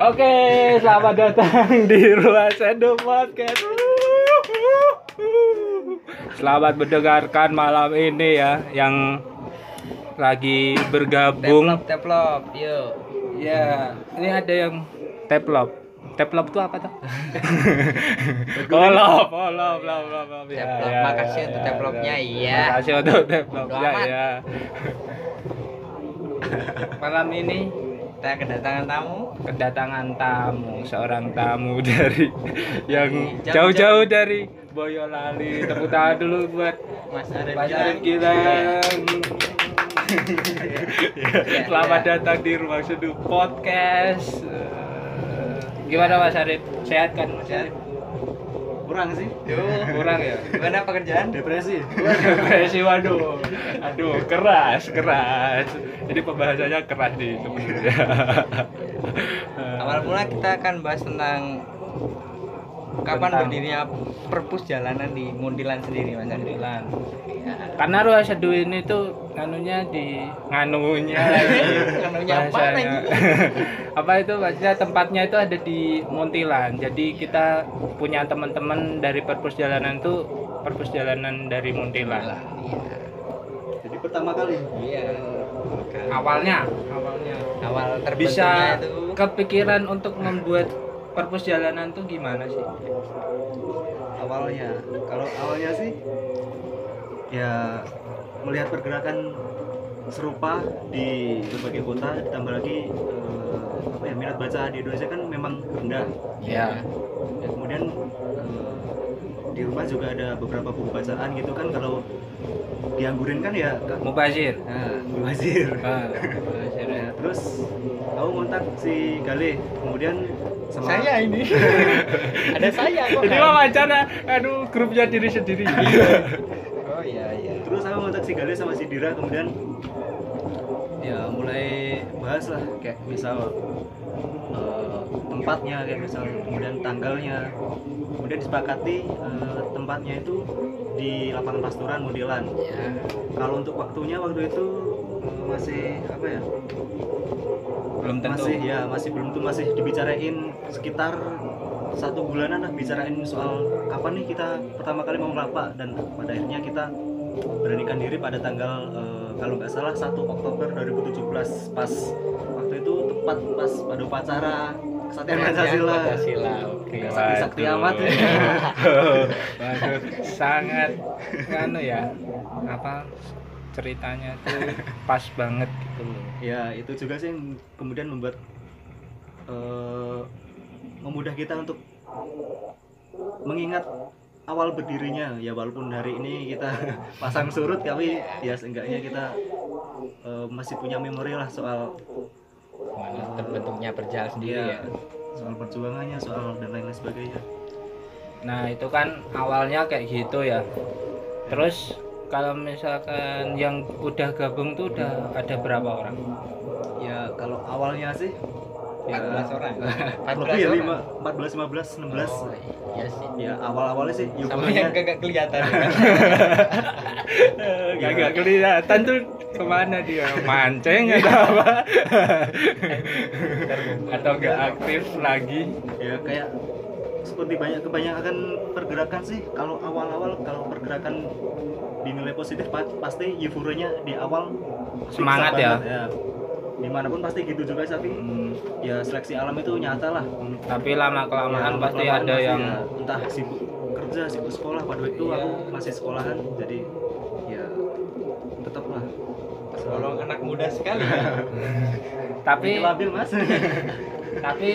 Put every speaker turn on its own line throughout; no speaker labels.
Oke, selamat datang di Ruang Sendo Podcast. Selamat mendengarkan malam ini ya yang lagi bergabung.
Teplop, teplop, yuk.
Ya, ini ada yang teplop. Teplop itu apa tuh? Kolop, kolop, kolop, kolop. Ya,
Teplop,
ya,
makasih
ya,
untuk
ya,
teplopnya,
ya.
iya.
Makasih untuk teplopnya
Bodo amat.
ya. Malam ini
Kita kedatangan tamu.
kedatangan tamu seorang tamu dari yang jauh-jauh
Jauh-jauh.
dari Boyolali tepuk tangan dulu buat
Mas Arif
Mas
Gilang.
Arif Gilang
Iya,
selamat
iya.
datang di ruang seduh podcast Eh, gimana Mas Arif sehat kan Mas Arif
kurang sih
Yuk.
kurang ya
Gimana pekerjaan?
depresi
depresi waduh aduh keras keras jadi pembahasannya keras nih sebenarnya
Awal mula kita akan bahas tentang kapan
Tentang-
berdirinya perpus jalanan di Mundilan sendiri Mas Arif.
Alhamdulillah
Ya.
karena ruas seduh ini tuh nganunya di nganunya lagi.
Nganunya apa
Bahasanya.
lagi?
apa itu maksudnya tempatnya itu ada di Muntilan jadi kita punya teman-teman dari perpus jalanan tuh perpus jalanan dari Muntilan
jadi pertama kali
Iya. Iya.
awalnya awalnya
Awal terbentuknya
bisa
itu
kepikiran untuk membuat perpus jalanan tuh gimana sih
awalnya kalau awalnya sih ya melihat pergerakan serupa di berbagai kota tambah lagi eh, apa ya minat baca di Indonesia kan memang rendah
ya
dan kemudian eh, di rumah juga ada beberapa buku bacaan gitu kan kalau dianggurin kan ya Kak.
Mubazir
nah mubazir
Ah, Mubazir ya.
Nah, terus aku ngontak si Gale kemudian sama
saya ini. Ada saya kok. kan?
ini
Kak.
wawancara aduh grupnya diri sendiri
Oh iya iya.
terus aku ngontak si Gale sama si Dira kemudian ya mulai bahas lah kayak misal eh, tempatnya kayak misal kemudian tanggalnya kemudian disepakati eh, tempatnya itu di lapangan pasturan modelan
Ya.
kalau untuk waktunya waktu itu eh, masih apa ya
belum tentu
masih ya masih belum tuh masih dibicarain sekitar satu bulanan lah bicarain soal kapan nih kita pertama kali mau merapak dan pada akhirnya kita beranikan diri pada tanggal eh, kalau nggak salah 1 Oktober 2017 pas waktu itu tepat pas pada upacara kesatuan Pancasila
Pancasila. Oke.
Nggak sakti-sakti
Waduh.
amat ya.
Waduh, sangat anu ya. Apa ceritanya tuh pas banget gitu loh.
ya itu juga sih yang kemudian membuat eh, memudah kita untuk mengingat awal berdirinya ya walaupun hari ini kita pasang surut tapi ya seenggaknya kita eh, masih punya memori lah soal
Mana terbentuknya berjalan sendiri
dia
ya.
soal perjuangannya soal dan lain-lain sebagainya
Nah, itu kan awalnya kayak gitu ya. Terus kalau misalkan yang udah gabung tuh udah ada berapa orang?
ya kalau awalnya sih
14 orang. 14
lebih ya
orang.
lima- 14 15 16
Oh, iya sih.
ya awal-awalnya sih
Sama yang
yukurnya
kagak kelihatan.
Gak gak kelihatan tuh kemana dia mancing atau apa? atau gak aktif lagi?
ya kayak seperti banyak kebanyakan pergerakan sih kalau awal-awal kalau pergerakan dinilai positif pa- pasti euforianya di awal
Semangat
besar
ya.
banget, dimanapun pasti gitu juga sih, tapi
Hmm,
ya seleksi alam itu nyata lah
tapi lama kelamaan
Ya,
kan pasti
lama-kelamaan
ada
pasti
yang
ya, entah sibuk kerja sibuk sekolah pada waktu itu
Iya.
aku masih sekolahan jadi ya tetap lah
Tolong anak muda sekali. ya.
kan. tapi
Itu labil mas
tapi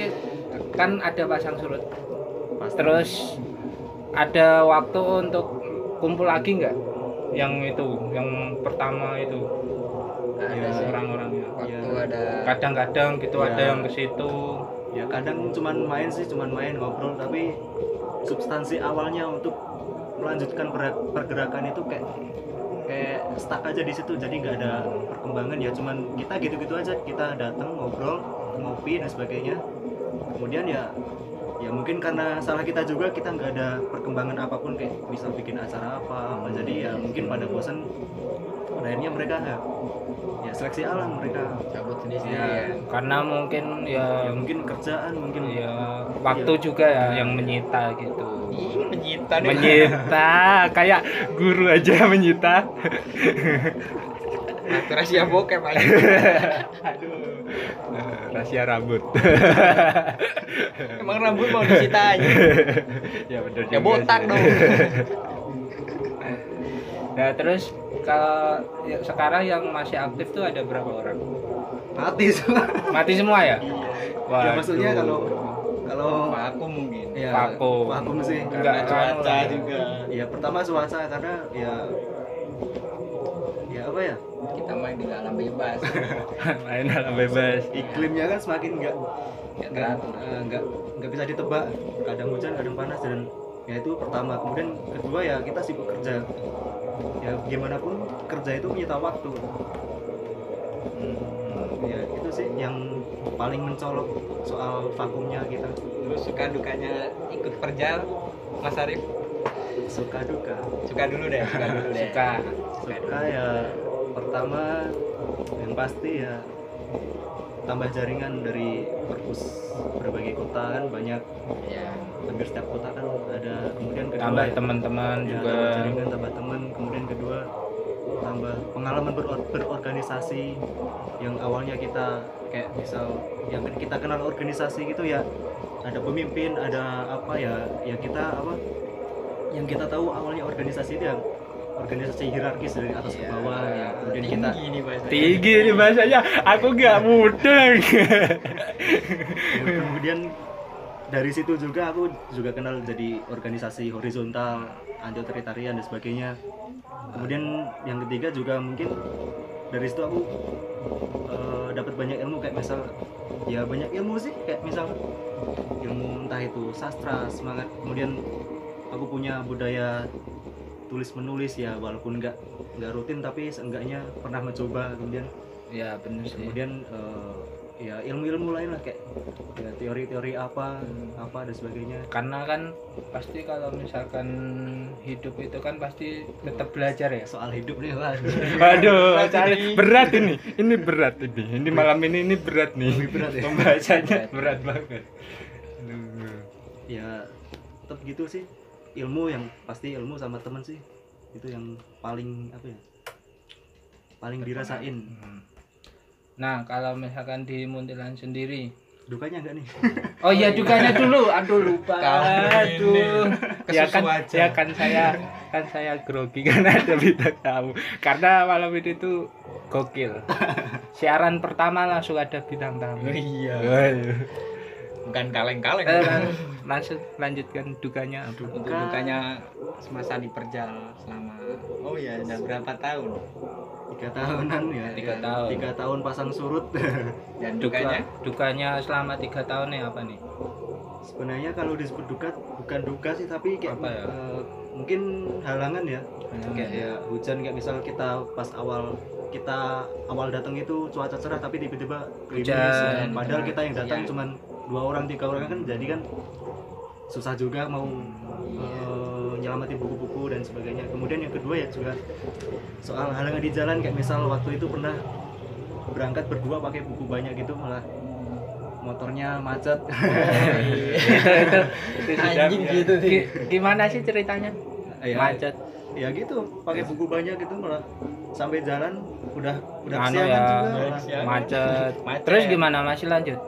kan ada pasang surut
Pasti.
terus ada waktu untuk kumpul lagi nggak yang itu yang pertama itu
Nggak Nah, ada
ya,
sih. Iya.
orang-orangnya
Waktu
Iya.
ada
kadang-kadang gitu
Ya.
ada yang ke situ
ya kadang cuman main sih cuman main ngobrol tapi substansi awalnya untuk melanjutkan per- pergerakan itu kayak kayak stuck aja di situ jadi nggak ada perkembangan ya cuman kita gitu-gitu aja kita datang ngobrol ngopi dan sebagainya kemudian ya ya mungkin karena salah kita juga kita nggak ada perkembangan apapun kayak misal bikin acara apa apa jadi ya mungkin pada bosan pada akhirnya mereka ya, ya seleksi alam mereka
cabut sendiri
Ya.
sendiri
karena mungkin
ya
ya
mungkin kerjaan mungkin
Iya.
ya waktu juga ya yang menyita gitu
Ih, ya. menyita nih.
menyita kayak guru aja menyita
Aku rahasia bokep aja.
aduh
Eh,
rahasia rambut
Emang rambut mau disita aja.
ya bener
Ya
juga
botak
sih.
dong.
Nah, terus kalau ya, sekarang yang masih aktif tuh ada berapa orang?
mati semua
Mati semua ya?
ya
Waduh.
maksudnya kalau kalau
Sama aku mungkin. Eh,
ya
Vakum.
vakum sih
Enggak.
Karena cuaca
kan.
juga.
ya pertama suasana karena ya ya apa ya
Kita main di alam bebas.
main alam bebas.
iklimnya kan semakin nggak
Nggak
nggak
teratur.
eh, nggak nggak bisa ditebak kadang hujan kadang panas dan ya itu pertama kemudian kedua ya kita sibuk kerja ya gimana pun kerja itu menyita waktu ya itu sih yang paling mencolok soal vakumnya kita
Terus suka dukanya ikut perjal Mas Arif
suka duka
suka dulu deh, suka dulu deh.
Suka.
Suka dulu.
suka ya pertama yang pasti ya tambah jaringan dari perpus berbagai kota kan banyak
Iya.
hampir setiap kota kan ada kemudian kedua
Tambah
ya,
teman-teman
ya,
juga.
tambah jaringan tambah teman kemudian kedua tambah pengalaman beror- berorganisasi yang awalnya kita kayak misal yang kita kenal organisasi gitu ya ada pemimpin ada apa ya ya kita apa yang kita tahu awalnya organisasi itu yang organisasi hierarkis dari atas ke bawah ya kemudian kita
Tinggi nih Mas.
Tinggi nih bahasanya. Aku nggak mudeng.
Ya, kemudian dari situ juga aku juga kenal jadi organisasi horizontal anti otoritarian dan sebagainya kemudian yang ketiga juga mungkin dari situ aku eh, dapat banyak ilmu kayak misal ya banyak ilmu sih kayak misal ilmu entah itu sastra semangat kemudian aku punya budaya tulis menulis ya walaupun nggak nggak rutin tapi seenggaknya pernah mencoba kemudian
ya bener sih.
kemudian eh, ya ilmu-ilmu lain lah kayak ya, teori-teori apa apa dan sebagainya
Karena kan pasti kalau misalkan hidup itu kan pasti tetap belajar ya.
soal hidup nih lah
Waduh,
Berat
cari-
ini.
berat ini. Ini berat ini. Ini malam ini ini berat nih.
berat ya?
Pembahasannya berat banget. Aduh.
ya tetap gitu sih ilmu yang pasti ilmu sama teman sih itu yang paling apa ya paling dirasain
Hmm. Nah, kalau misalkan di Muntilan sendiri.
dukanya enggak nih
Oh iya, dukanya dulu. Aduh lupa.
Kamu
Aduh.
ini.
Ya kan,
Kesusu aja.
ya kan saya kan saya grogi karena ada bintang tamu. Karena malam ini tuh gokil. Siaran pertama langsung ada bintang tamu.
Iya.
Waduh.
Bukan kaleng-kaleng.
Eh, lan- langsung lanjutkan dukanya. Aduh.
Untuk dukanya semasa di perjal selama oh iya udah berapa tahun
tiga tahunan ya
Tiga
ya,
tahun.
tiga tahun pasang surut
dan
Duka,
dukanya
dukanya selama tiga tahun ya apa nih?
sebenarnya kalau disebut duka bukan duka sih tapi kayak
Apa ya?
eh, mungkin halangan ya kayak
Oke.
ya hujan kayak misal kita pas awal kita awal datang itu cuaca cerah tapi tiba-tiba gerimis. ya.
Hujan.
padahal kita yang datang
Iya.
cuman dua orang tiga orang kan jadi kan susah juga mau eh, nyelamatin buku-buku dan sebagainya kemudian yang kedua ya juga soal halangan di jalan kayak misal waktu itu pernah berangkat berdua pakai buku banyak gitu malah motornya macet
itu, itu, itu sudah-
Anjing gitu sih.
Gi- Gimana sih ceritanya?
Ya,
Macet.
ya gitu pakai buku banyak gitu malah sampai jalan udah udah
Anu
kesiangan
ya,
juga
udah
malah.
kesiangan.
macet.
Macet.
Terus gimana masih lanjut?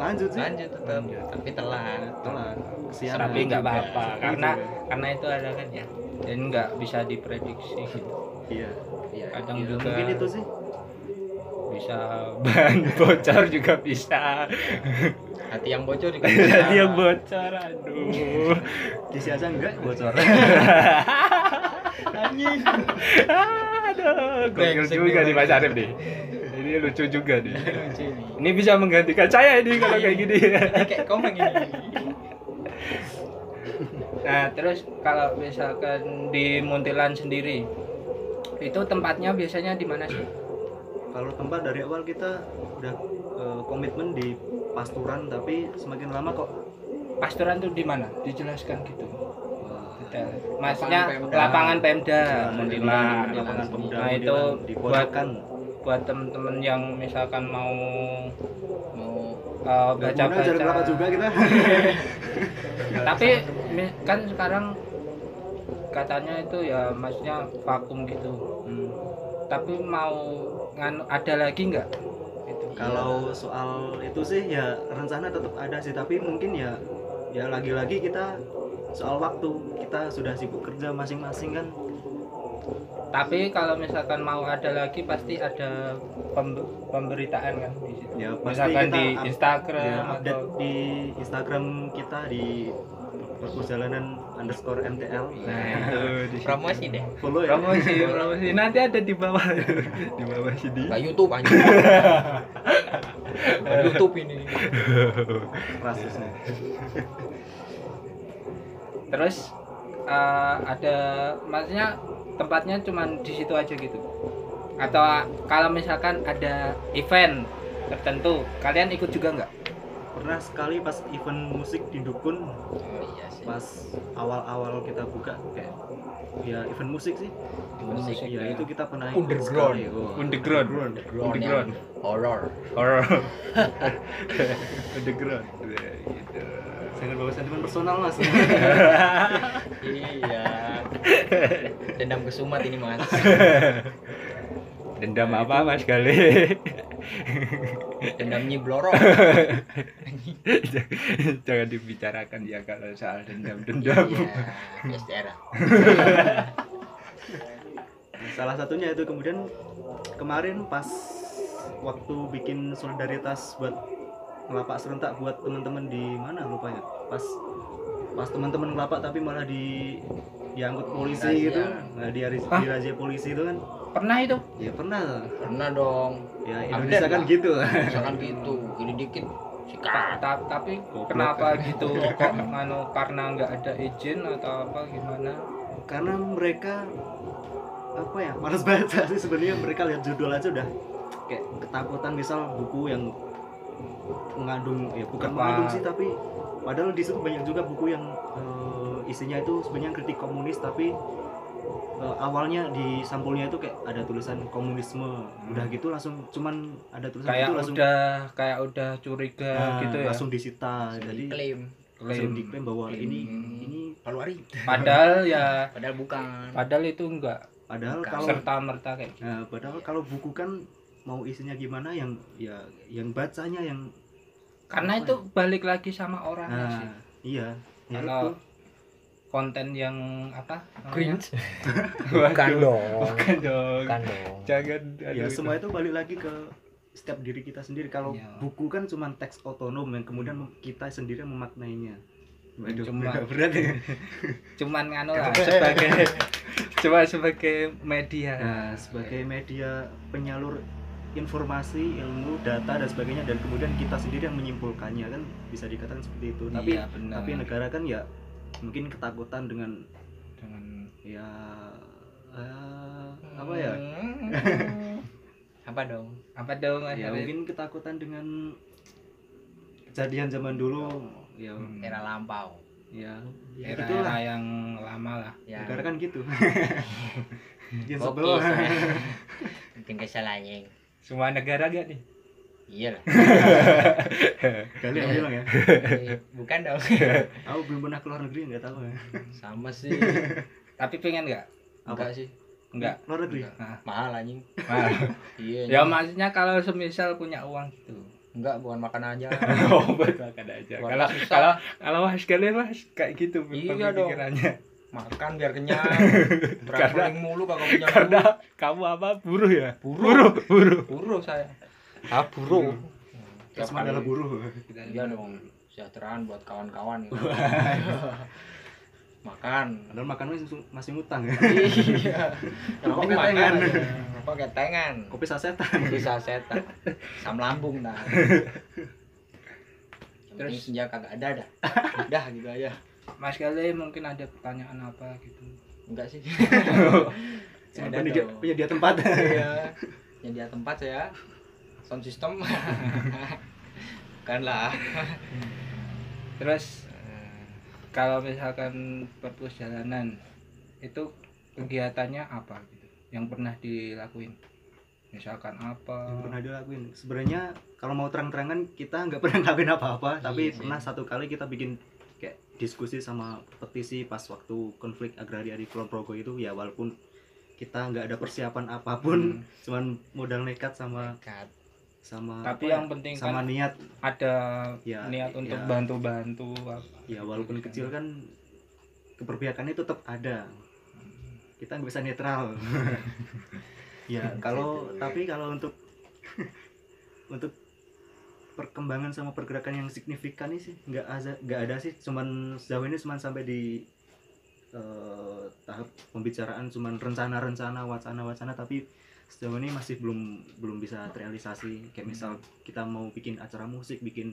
lanjut sih
lanjut tetap tapi telat
telat kesiangan
Tapi Ya, nggak apa-apa
Iya
karena
juga.
karena itu ada kan ya. Dan nggak bisa diprediksi. gitu.
iya
Iya.
Kadang
Iya,
juga
mungkin itu sih
bisa bahan bocor juga bisa.
hati yang bocor juga
Jadi yang bocor aduh.
di aja enggak bocor
anjing
aduh, gokil
Brengsek
juga
nih,
nih Mas Arif nih. Ini lucu juga nih.
lucu nih
Ini bisa menggantikan saya ini kalau kayak gini.
Ini kayak komeng ini
Nah, terus kalau misalkan di Muntilan sendiri, itu tempatnya biasanya di mana sih?
kalau tempat dari awal kita udah eh, komitmen di pasturan tapi semakin lama kok
pasturan tuh di mana? Dijelaskan gitu. Detail.
Lapangan
Maksudnya
Pemda.
lapangan Pemda Muntilan.
Muntilan, eh, lapangan pemuda
Nah, itu
Muntilan, di
buat-
pojokan.
Buat temen-temen yang misalkan mau
mau
uh,
Nggak guna, jarum
baca-baca.
rapat juga kita
Tapi mi- kan sekarang katanya itu ya maksudnya vakum gitu.
Hmm.
Tapi mau nganu ada lagi nggak? Gitu.
Kalau soal itu sih ya rencana tetap ada sih, tapi mungkin ya ya lagi-lagi kita soal waktu kita sudah sibuk kerja masing-masing kan.
Tapi kalau misalkan mau ada lagi pasti ada pembe- pemberitaan kan di situ.
Ya pasti
misalkan
kita
di
up-
Instagram
ya,
atau
update di Instagram kita di perjalanan underscore MTL.
nah itu di situ.
promosi deh
Follow ya.
promosi promosi nanti ada di bawah di bawah sini
nggak YouTube aja YouTube ini
Rasisnya.
terus eh, ada maksudnya tempatnya cuman di situ aja gitu atau kalau misalkan ada event tertentu kalian ikut juga nggak
Pernah sekali pas event musik di Dukun
oh iya sih
pas awal-awal kita buka kayak ya event musik sih.
musik
Ya, itu kita pernah
Underground.
sekali. Oh.
Underground.
ground
underground.
yang horror
horror underground Ya, gitu.
Sangat bawa sentimen personal mas.
iya dendam kesumat ini mas
dendam apa mas kali
dendamnya blorok
jangan dibicarakan ya kalau soal dendam dendam
iya sejarah
Salah satunya itu kemudian kemarin pas waktu bikin solidaritas buat ngelapak serentak buat teman-teman di mana lupa ya pas pas teman-teman ngelapak tapi malah di diangkut polisi
Razia.
gitu nah, di
Hah?
dirazia polisi itu kan
pernah itu
ya pernah
pernah dong
ya
Update
Indonesia kan
lah.
gitu
misalkan gitu ini dikit
Ta-
sikat
ta- tapi
Goblok.
kenapa gitu kok anu karena nggak ada izin atau apa gimana
karena mereka apa ya malas baca sih sebenarnya mereka lihat judul aja udah kayak ketakutan misal buku yang mengandung ya bukan
Apa?
mengandung sih tapi padahal di situ banyak juga buku yang eh, isinya itu sebenarnya kritik komunis tapi eh, awalnya di sampulnya itu kayak ada tulisan komunisme udah gitu langsung cuman ada tulisan
Hmm. kayak
itu langsung
udah kayak udah curiga
nah,
gitu ya
langsung disita jadi
klaim
langsung
Klaim.
diklaim bahwa ini ini
palu hari
padahal ya
padahal bukan
padahal itu enggak
padahal
Bukan.
kalau
serta merta kayak gitu.
Nah, padahal kalau buku kan mau isinya gimana yang ya yang bacanya yang
karena
Apa ya?
itu balik lagi sama orangnya
nah,
sih
iya ya itu.
Kalau- konten yang apa namanya?
cringe
Waduh,
Bukan dong.
bukan dong
Bukan dong.
jangan
ya
aduh,
semua itu balik lagi ke setiap diri kita sendiri kalau
Iya.
buku kan cuma teks otonom yang kemudian mem- kita sendiri memaknainya Waduh,
Cuma-
berat- berat ya.
cuman nganu lah sebagai cuma sebagai media
Nah,
iya.
sebagai media penyalur informasi, ilmu, data dan sebagainya dan kemudian kita sendiri yang menyimpulkannya kan bisa dikatakan seperti itu. Tapi
Iya, benar.
tapi negara kan ya mungkin ketakutan dengan
dengan
ya eh, apa ya
Hmm,
apa dong
apa dong
ya
akhirnya?
mungkin ketakutan dengan kejadian zaman dulu ya
Hmm.
era lampau
ya ya
era,
gitulah
yang lama lah
ya
negara kan gitu yang
oke
sebel
mungkin kesalahannya
semua negara gak nih
iya lah
kali yang bilang ya
bukan dong
aku belum pernah keluar negeri nggak tahu ya
sama sih
tapi pengen nggak
enggak sih
nggak
luar negeri
Enggak.
Nah.
mahal anjing
Mahal.
iya
ya
anjing.
maksudnya kalau semisal punya uang gitu
enggak bukan makan aja
oh buat makan aja
Buat
kalau
susah.
kalau kalau mas kalian mas kayak gitu
Iya dong.
pemikirannya
makan biar kenyang
Karena-
traveling mulu kagak punya
karena kamu apa buruh ya
buruh
buruh
buruh saya ah buruh
Terus adalah buruh
iya dong kesejahteraan buat kawan-kawan gitu. makan
padahal makan masih, masih ngutang ya
iya yang
Rokok
penting
ketengan.
makan apa ketengan
kopi sasetan
bisa setan sam lambung nah terus
Terus?
senja kagak ada dah udah gitu aja
mas kalian mungkin ada pertanyaan apa gitu
enggak sih
cuma
Ada
penyedia,
dong.
penyedia tempat
iya dia tempat saya sound system kan lah
terus kalau misalkan perjalanan itu kegiatannya apa gitu yang pernah dilakuin misalkan
yang
apa
pernah dilakuin sebenarnya kalau mau terang-terangan kita nggak pernah ngelakuin apa-apa tapi
Iya sih.
pernah satu kali kita bikin kayak diskusi sama petisi pas waktu konflik agraria di Kulon Progo itu ya walaupun kita nggak ada persiapan
Hmm.
apapun cuman modal nekat sama
Dekat.
sama
tapi
apa ya,
yang penting
sama
kan
niat
ada
ya
niat untuk
ya,
bantu-bantu
ya walaupun kecil kan keberpihakannya tetap ada kita nggak bisa netral ya kalau tapi kalau untuk untuk perkembangan sama pergerakan yang signifikan ini sih nggak ada nggak ada sih cuman sejauh ini cuman sampai di eh, tahap pembicaraan cuman rencana-rencana wacana-wacana tapi sejauh ini masih belum belum bisa terrealisasi
Hmm.
kayak misal kita mau bikin acara musik bikin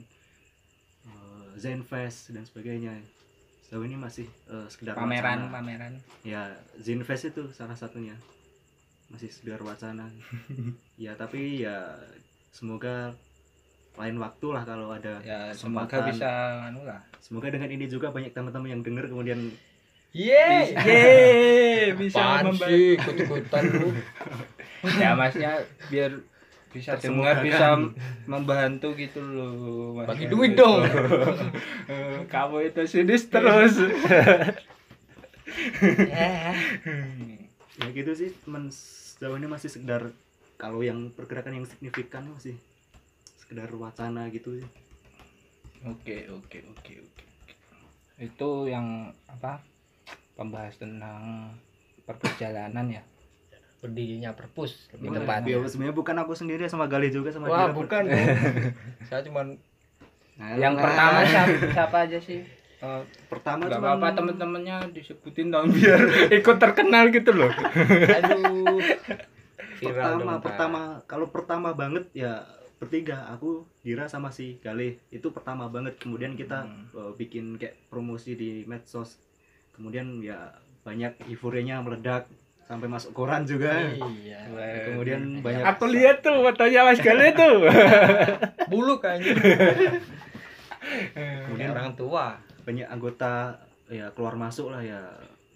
eh, Zenfest dan sebagainya sejauh ini masih eh, sekedar
pameran
wacana
pameran
ya Zinfest itu salah satunya masih sekedar wacana ya tapi ya semoga lain waktu lah kalau ada
ya
Kesempatan.
semoga bisa anu lah
semoga dengan ini juga banyak teman-teman yang dengar kemudian
Yeay, yeay, bisa
Apaan
membantu.
sih ikut-ikutan lu?
Ya maksudnya biar bisa dengar,
Tersemoga
bisa
kan.
membantu gitu loh. Mas.
Bagi duit dong.
Eh, Kamu itu sinis terus.
Eh,
ya gitu sih teman sejauh ini masih sekedar kalau yang pergerakan yang signifikan masih sekedar wacana gitu sih
Oke, oke, oke, oke. Itu yang apa? Pembahas tentang perjalanan ya.
Berdirinya perpus lebih
Boleh.
tepat.
Ya, sebenarnya bukan aku sendiri sama Gali juga sama
Wah,
Dira.
bukan. Saya cuman
Nah,
Yang
nah,
pertama siapa, siapa aja sih? Eh,
pertama
Gak
cuman-
apa-apa temen-temennya disebutin dong biar ikut terkenal gitu loh.
aduh. Viral
pertama
dong, Pak.
pertama kalau pertama banget ya bertiga aku Dira sama si Galih itu pertama banget kemudian kita
Hmm.
eh, bikin kayak promosi di medsos kemudian ya banyak euforianya meledak sampai masuk koran juga
Iya.
kemudian banyak
Aku lihat tuh fotonya Mas Gale tuh.
buluk aja.
Kemudian-
Kemudian orang tua.
banyak anggota ya keluar masuk lah ya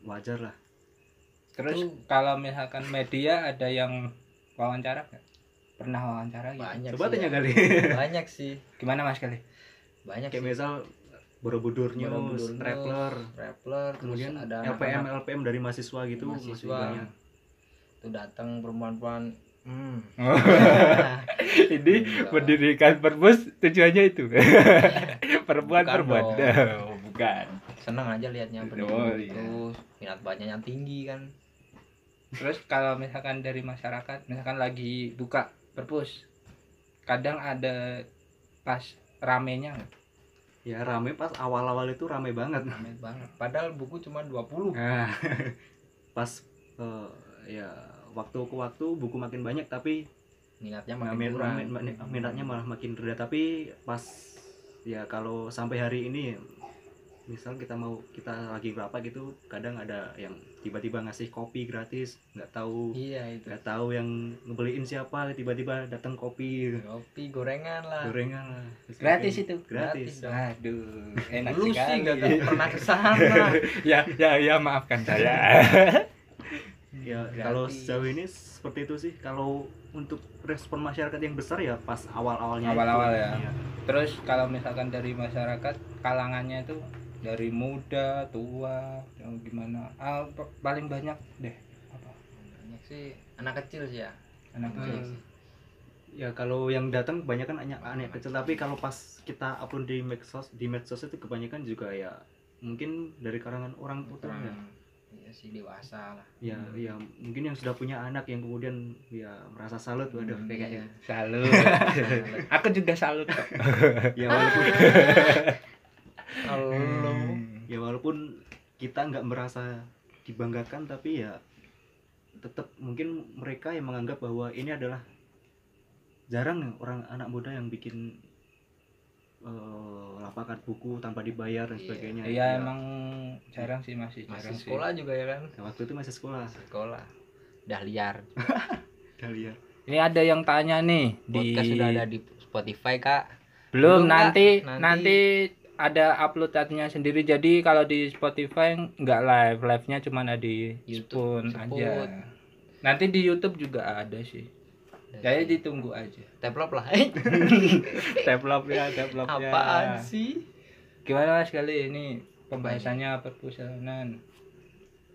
wajar lah
Terus
Tuh.
kalau misalkan media ada yang wawancara nggak? Pernah wawancara gitu?
Banyak.
coba
sih,
tanya
ya.
kali
Banyak sih.
Gimana Mas Gale?
Banyak
kayak
sih.
misal Borobudur News,
Borobudur News,
Rappler,
Rappler,
kemudian
terus ada
LPM
anak-anak
LPM dari mahasiswa gitu masih
Mahasiswa.
banyak.
tuh datang perempuan-perempuan. Hmm.
Ini
Iya.
mendirikan perbus tujuannya itu. perempuan
Bukan
perempuan.
dong.
Oh, bukan.
Seneng aja liatnya
Oh,
berdiri.
iya.
Terus minat bacanya tinggi kan.
Terus kalau misalkan dari masyarakat, misalkan lagi buka perpus, kadang ada pas ramenya nggak?
Ya rame pas awal-awal itu rame banget.
Amit banget. Padahal buku cuma 20.
Nah, pas eh, ya waktu ke waktu buku makin banyak tapi
Minatnya makin
minat-
kurang.
minat- minat- minatnya malah makin rendah tapi pas ya kalau sampai hari ini misal kita mau kita lagi berapa gitu kadang ada yang tiba-tiba ngasih kopi gratis nggak tahu
Iya itu.
nggak tahu yang ngebeliin siapa tiba-tiba datang kopi
Kopi gorengan lah.
gorengan lah. Terus
Gratis
makin-
itu.
gratis
Gratis.
Aduh, enak
Lu sih
sekali.
nggak nggak pernah kesana.
ya, ya, ya maafkan saya.
ya kalau
Gratis.
sejauh ini seperti itu sih kalau untuk respon masyarakat yang besar ya pas awal-awalnya itu.
Awal-awal ya.
Iya.
Terus kalau misalkan dari masyarakat kalangannya itu dari muda, tua, yang gimana? Ah, p- paling banyak deh apa?
Banyak sih anak kecil sih ya.
Anak
Banyak
kecil.
sih.
ya kalau yang datang kebanyakan anak anak kecil tapi kalau pas kita upload di medsos di medsos itu kebanyakan juga ya mungkin dari karangan orang utuh ya
Iya sih dewasa lah.
ya, ya, mungkin yang sudah punya anak yang kemudian ya merasa salut waduh ya.
Hmm,
gitu.
kayaknya
Salut. Aku juga salut kok.
ya walaupun
Kalau
Hmm.
ya walaupun kita nggak merasa dibanggakan tapi ya tetap mungkin mereka yang menganggap bahwa ini adalah jarang orang anak muda yang bikin eh, lapakan buku tanpa dibayar dan
Iya.
sebagainya
Iya emang jarang sih masih
masih
jarang sih.
sekolah juga ya kan?
Ya, waktu itu masih sekolah
Sekolah. Dah liar.
Dahlia
Ini ada yang tanya nih di
Podcast sudah ada di Spotify kak.
belum
Belum,
nanti nanti
Kak. Nanti-
ada upload artinya sendiri jadi kalau di Spotify nggak live live nya cuma ada di
YouTube,
YouTube aja
Spoon.
nanti di YouTube juga ada sih jadi ditunggu aja
develop lah eh
develop ya develop ya
apaan sih
gimana mas kali ini pembahasannya perpusananan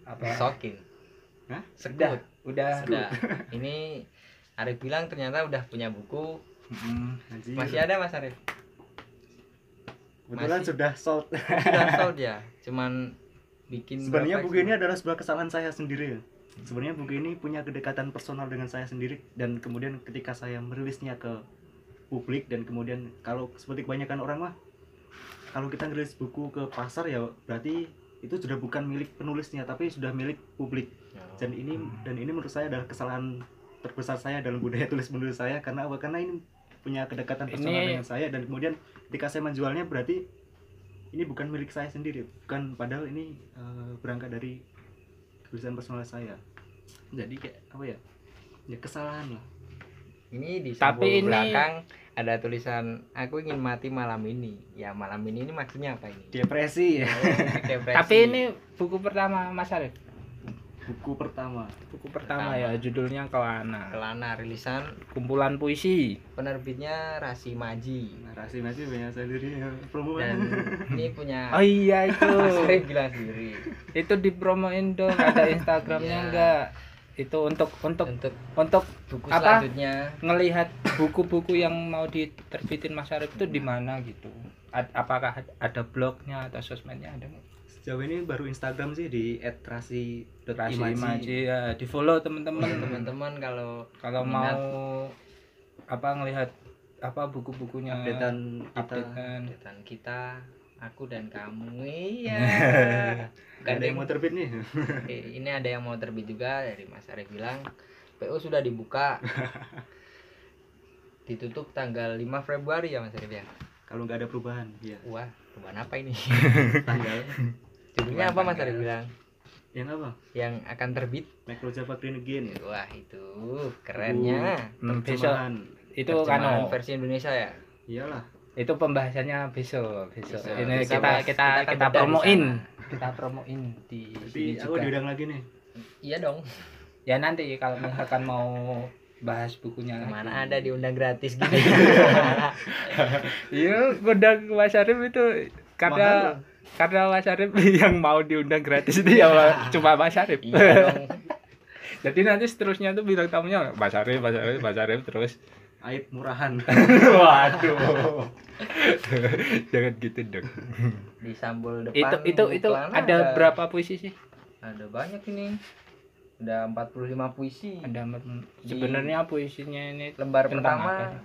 apa
sokin
Hah?
udah
sekut
udah
sudah ini Arif bilang ternyata udah punya buku
Mm.
Anjir.
masih ada Mas Arif
Kebetulan
masih.
sudah sold.
sudah sold ya cuman bikin
Sebenarnya
berapa gitu?
buku ini adalah sebuah kesalahan saya sendiri. ya. Sebenarnya buku ini punya kedekatan personal dengan saya sendiri dan kemudian ketika saya merilisnya ke publik dan kemudian kalau seperti kebanyakan orang mah kalau kita ngerilis buku ke pasar ya berarti itu sudah bukan milik penulisnya tapi sudah milik publik dan ini dan ini menurut saya adalah kesalahan terbesar saya dalam budaya tulis menulis saya karena apa karena ini punya kedekatan personal
Ini-
dengan saya dan kemudian ketika saya menjualnya berarti ini bukan milik saya sendiri bukan padahal ini eh, berangkat dari tulisan personal saya jadi kayak apa ya ya kesalahan lah
ini di
Tapi
sampul
ini-
belakang ada tulisan aku ingin mati malam ini ya malam ini ini maksudnya apa ini
depresi ya
Depresi.
tapi ini buku pertama Mas Arif
buku pertama
buku pertama, ya judulnya Kelana
kelana rilisan
kumpulan puisi
penerbitnya Rasi Maji
narasi masih banyak sendiri ya promo
dan ini punya
oh iya itu
Mas Arif bilang sendiri
itu dipromoin dong ada Instagramnya
Iya.
enggak itu untuk untuk
untuk
untuk
buku
Apa?
selanjutnya
ngelihat buku-buku yang mau diterbitin Mas Arif itu
Iya.
di mana gitu Ad- apakah ad- ada blognya atau sosmednya ada nggak?
sejauh ini baru Instagram sih di
Rasi
@rasi.imaji
Imaji ya di follow
Buat
temen-temen
teman-teman kalau
kalau
Minat. gitu.
mau apa ngelihat apa buku-bukunya
updatean kita
updatean
kegiatan kita aku dan kamu iya
Gak ada yang mau terbit nih
Oke, ini ada yang mau terbit juga dari Mas Arif bilang PO sudah dibuka ditutup tanggal 5 Februari ya Mas Arif ya
kalau nggak ada perubahan ya
wah perubahan apa ini
tanggal
judulnya apa Mas Arif
Tanggal.
bilang
yang apa
yang akan terbit
Micro Java Green Again ya?
wah itu kerennya
Hmm, besok
terjemahan
itu
Terjemahan
kan
versi Indonesia ya
iyalah
itu pembahasannya besok besok
Besok.
ini
Besok,
kita
Mas.
kita
Kita akan
kita
bedah di
promoin
sana.
kita promoin di sini
tapi aku
juga.
diundang lagi nih
iya dong
ya nanti kalau misalkan mau bahas bukunya
mana ada diundang gratis gini
iya undang Mas Arif itu karena karena Mas Arif yang mau diundang gratis itu ya cuma Mas Arif
iya dong
jadi nanti seterusnya tuh bilang tamunya Mas Arif Mas Arif Mas Arif terus
Aib murahan
waduh jangan gitu dong
di sambul depan
itu itu itu
iklan
ada berapa puisi sih
ada banyak ini ada 45 puisi
ada mer- sebenarnya puisinya ini
lembar
Tentang
pertama
apa?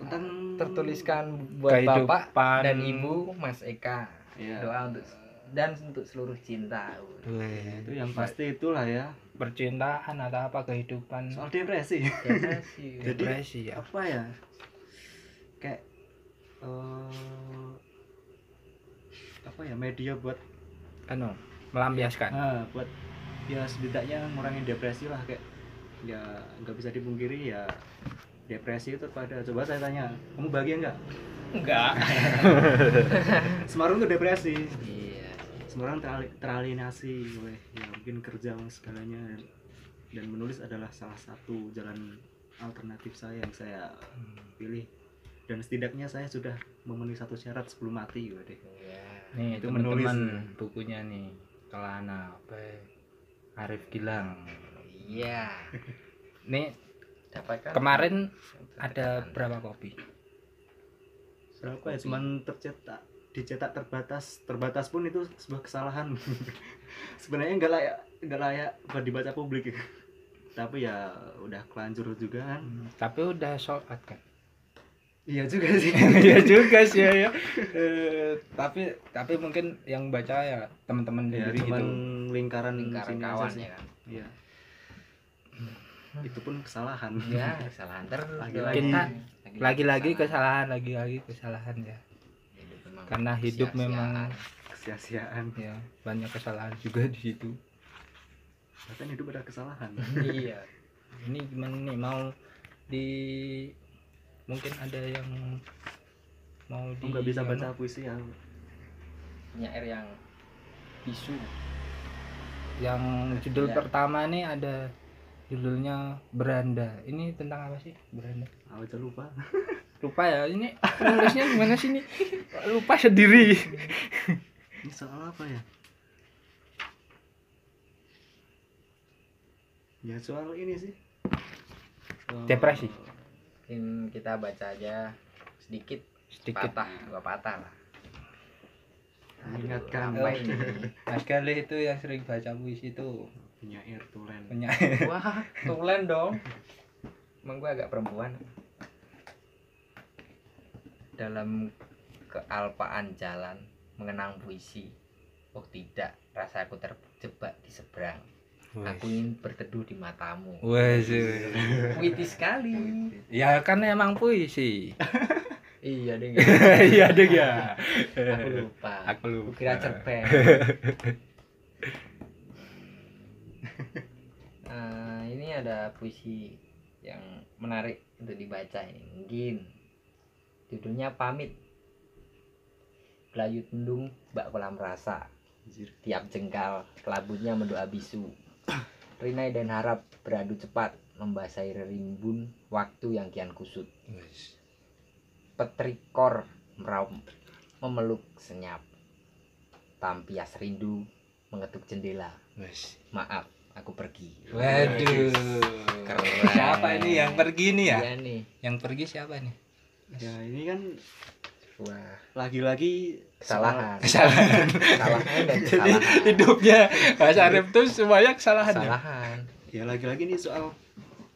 tentang
tertuliskan buat
Kehidupan.
bapak dan ibu Mas Eka
ya
doa untuk dan untuk seluruh cinta
itu yang pasti itulah ya
percintaan atau apa kehidupan
soal depresi
Iya. depresi
Jadi-
depresi ya
apa ya kayak eh, apa ya media buat
anu melampiaskan
Nah, buat ya setidaknya ngurangin depresi lah kayak ya nggak bisa dipungkiri ya depresi itu pada coba saya tanya kamu bahagia nggak
enggak
Semarang tuh depresi
iya
Semarang terali- teralienasi oleh ya mungkin kerja dan segalanya dan, dan menulis adalah salah satu jalan alternatif saya yang saya pilih dan setidaknya saya sudah memenuhi satu syarat sebelum mati gitu deh
Iya.
nih itu
Itu menulis.
teman bukunya nih kelana apa Arif Gilang
iya
nih
dapatkan
kemarin ada berapa kopi
berapa ya cuman tercetak dicetak terbatas terbatas pun itu sebuah kesalahan sebenarnya nggak layak nggak layak buat dibaca publik tapi ya udah kelanjur juga kan
Hmm, tapi udah sold out kan
iya juga sih
Iya juga sih ya, ya. Eh, tapi tapi mungkin yang baca ya teman-teman
ya
sendiri
cuman
gitu
lingkaran
lingkaran
sini aja
kawan
sih.
ya kan
Iya.
Hmm.
itu pun kesalahan
ya kesalahan terus
Lagi-lagi.
Kita- lagi-lagi kesalahan lagi-lagi kesalahan ya
Hidup memang
Karena hidup
sia-siaan.
memang-
kesia-siaan
ya banyak kesalahan juga di situ
bahkan hidup ada kesalahan
iya
ini gimana nih mau di mungkin ada yang mau di
nggak bisa
apa?
baca puisi yang
nyair yang bisu
yang judul
Ya.
pertama nih ada judulnya beranda ini tentang apa sih beranda
aku aja lupa
lupa ya ini penulisnya gimana sih ini lupa sendiri
ini soal apa ya ya soal ini sih Eh,
Depresi.
mungkin kita baca aja sedikit
sedikit
patah dua patah lah
mengingatkan
apa ini
Mas Galih itu yang sering baca puisi itu
penyair tulen
punya
wah tulen dong emang gue agak perempuan dalam kealpaan jalan mengenang puisi oh tidak rasaku terjebak di seberang aku ingin berteduh di matamu
Wes.
puitis sekali
Ya kan emang puisi.
iya deh
Iya deh ya.
aku lupa
Aku
aku
lupa.
kira cerpen Eh, ini ada puisi yang menarik untuk dibaca ini mungkin judulnya pamit belayut mendung bak kolam rasa
Anjir.
tiap jengkal kelabunya mendoa bisu rinai dan harap beradu cepat membasahi rimbun waktu yang kian kusut petrikor meraum memeluk senyap tampias rindu mengetuk jendela maaf aku pergi
Waduh.
Keren.
Siapa ini yang pergi nih ya?
Iya nih
Yang pergi siapa nih?
ya ini kan
wah
lagi-lagi
kesalahan
Kesalahan.
kesalahan dan
Jadi
kesalahan
hidupnya Mas Arif tuh semuanya kesalahan. ya?
kesalahan
soal- ya lagi-lagi ini soal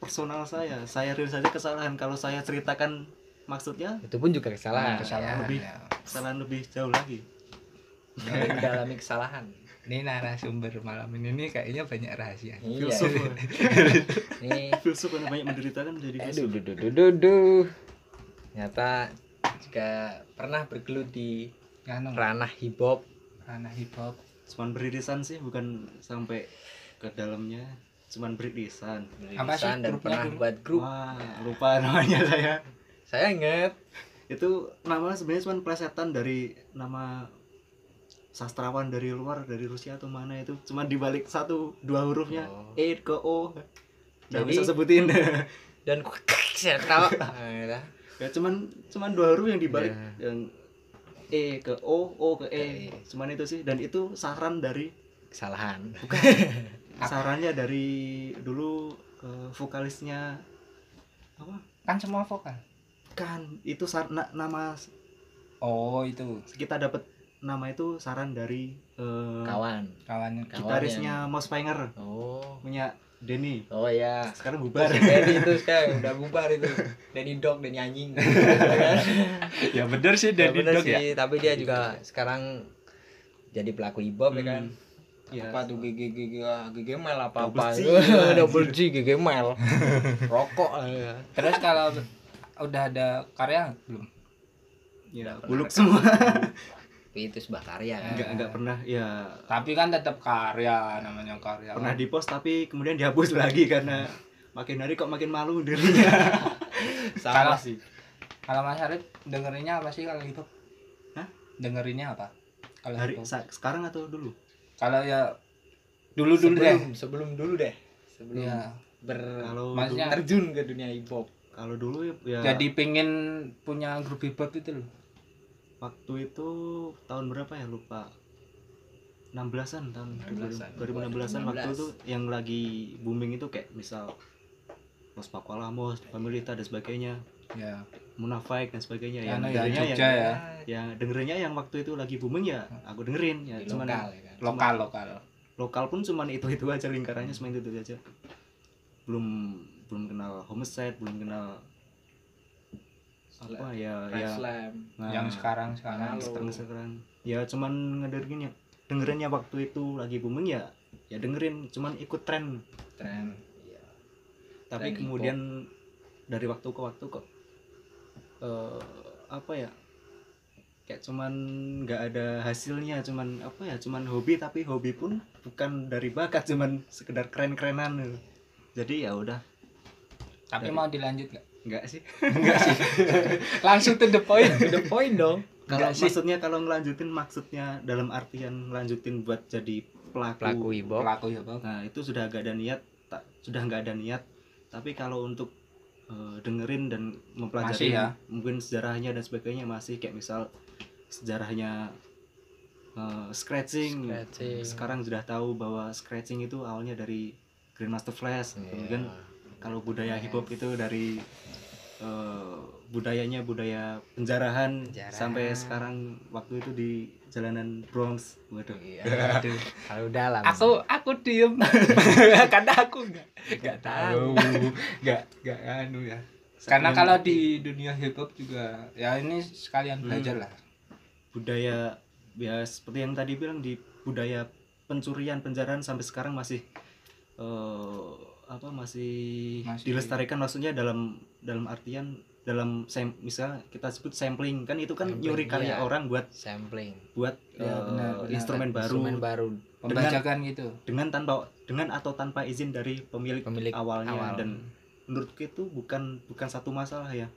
personal saya saya real saja kesalahan kalau saya ceritakan maksudnya
itu pun juga kesalahan
Kesalahan.
lebih.
Ya.
kesalahan lebih jauh lagi
ya. mendalami kesalahan
Ini narasumber malam ini nih kayaknya banyak rahasia.
iya
filsuf
nih
filsuf karena banyak menderita kan jadi
Aduh,
filsuf
duh, duh, duh, duh, duh. Nyata juga pernah bergelut di
Nganu
ranah hip hop.
anak hip hop.
cuman beririsan sih bukan sampai ke dalamnya cuman beririsan
Apa sih
Rilisan dan
grupnya
pernah
dulu?
buat grup.
wah lupa namanya saya
Saya inget
itu namanya sebenarnya cuman plesetan dari nama sastrawan dari luar dari Rusia atau mana itu cuman dibalik satu dua hurufnya
Oh.
E ke O nggak
Jadi-
bisa sebutin
dan saya tahu. Nah, gitu.
ya cuman cuman dua huruf yang dibalik
Ya.
yang E ke O O ke E
Ke E.
cuman itu sih dan itu saran dari
Kesalahan.
sarannya dari dulu eh, vokalisnya apa
Kan semua vokal.
kan itu sar- na- nama
Oh, itu
kita dapat nama itu saran dari eh,
Kawan.
kawannya.
Kawan
gitarisnya Mos Finger
yang- Oh.
punya Denny
Oh ya.
sekarang bubar
Denny itu sekarang udah bubar itu. Denny dog, Denny anjing.
ya bener sih
Ya, bener sih, tapi dia juga sekarang jadi pelaku hip hop ya kan.
ya
apa tuh GG GG GG mail apa
Double
apa
G,
double G GG mail rokok ya.
Terus kalau udah ada karya belum?
ya buluk semua
itu sebuah karya kan
nggak nggak pernah ya
Tapi kan tetap karya namanya karya.
pernah di post tapi kemudian dihapus lagi karena makin hari kok makin malu dirinya
Kalau-
sama sih
Kalau Mas Arif dengerinnya apa sih kalau hip hop?
Hah?
Dengerinnya apa? Kalau
hari
hip hop?
sa- sekarang atau dulu
Kalau ya dulu dulu deh.
sebelum sebelum dulu deh sebelum
Iya.
ber
kalau dulu,
Maksudnya
terjun ke dunia hip hop
kalau dulu ya
jadi pengen punya grup hip hop itu loh.
waktu itu tahun berapa ya lupa 16-an tahun
16-an.
2016-an waktu
2016.
itu yang lagi booming itu kayak misal Los Pakualamos, Pamirita dan sebagainya,
Ya.
Munafik dan sebagainya
Ya,
yang
ya
dengerinnya
Jogja
Iya, yang
ya.
yang dengerinnya yang waktu itu lagi booming ya aku dengerin ya
di
cuman
lokal ya kan
Lokal lokal.
lokal pun cuman itu itu aja lingkarannya cuma itu itu aja belum belum kenal homicide belum kenal apa ya ya
Rap slam
nah,
Yang sekarang sekarang.
Halo.
sekarang sekarang ya cuman ngedengerin ya dengerinnya waktu itu lagi booming ya ya dengerin cuman ikut tren
tren Iya.
tapi
Tren
kemudian dari waktu ke waktu kok eh, apa ya kayak cuman nggak ada hasilnya cuman apa ya cuman hobi tapi hobi pun bukan dari bakat cuman sekedar keren-kerenan jadi ya udah
Tapi
Dari-
mau dilanjut nggak?
Enggak sih.
Langsung to the point. To the point dong.
Kalau
Enggak sih.
maksudnya kalau ngelanjutin maksudnya dalam artian ngelanjutin buat jadi pelaku,
Pelaku hibok.
pelaku ya bang
Nah, itu sudah gak ada niat, tak- sudah nggak ada niat. Tapi kalau untuk eh, dengerin dan
Masih
mempelajari
ya.
mungkin sejarahnya dan sebagainya masih kayak misal sejarahnya eh, scratching.
Scratching.
Sekarang sudah tahu bahwa scratching itu awalnya dari Grandmaster Flash.
Iya.
Kemudian kalau budaya hip hop itu dari eh, budayanya budaya penjarahan,
Penjarahan.
sampai sekarang waktu itu di jalanan Bronx. Waduh.
Iya. Aduh.
Kalau dalam.
aku aku diem
karena aku enggak enggak tahu.
Enggak enggak anu ya.
karena
Yang-
kalau di dunia hip hop juga ya ini sekalian
Hmm.
belajar lah
budaya ya seperti yang tadi bilang di budaya pencurian penjarahan sampai sekarang masih eh, apa masih,
Masih.
dilestarikan maksudnya dalam dalam artian dalam sam misal kita sebut sampling kan itu kan
Sampling,
nyuri
iya.
karya orang buat
Sampling.
buat
Ya,
eh,
benar, benar.
instrumen baru
Instrumen baru.
pembajakan gitu
dengan tanpa dengan atau tanpa izin dari pemilik,
Pemilik
awalnya
awal.
dan menurutku itu bukan bukan satu masalah ya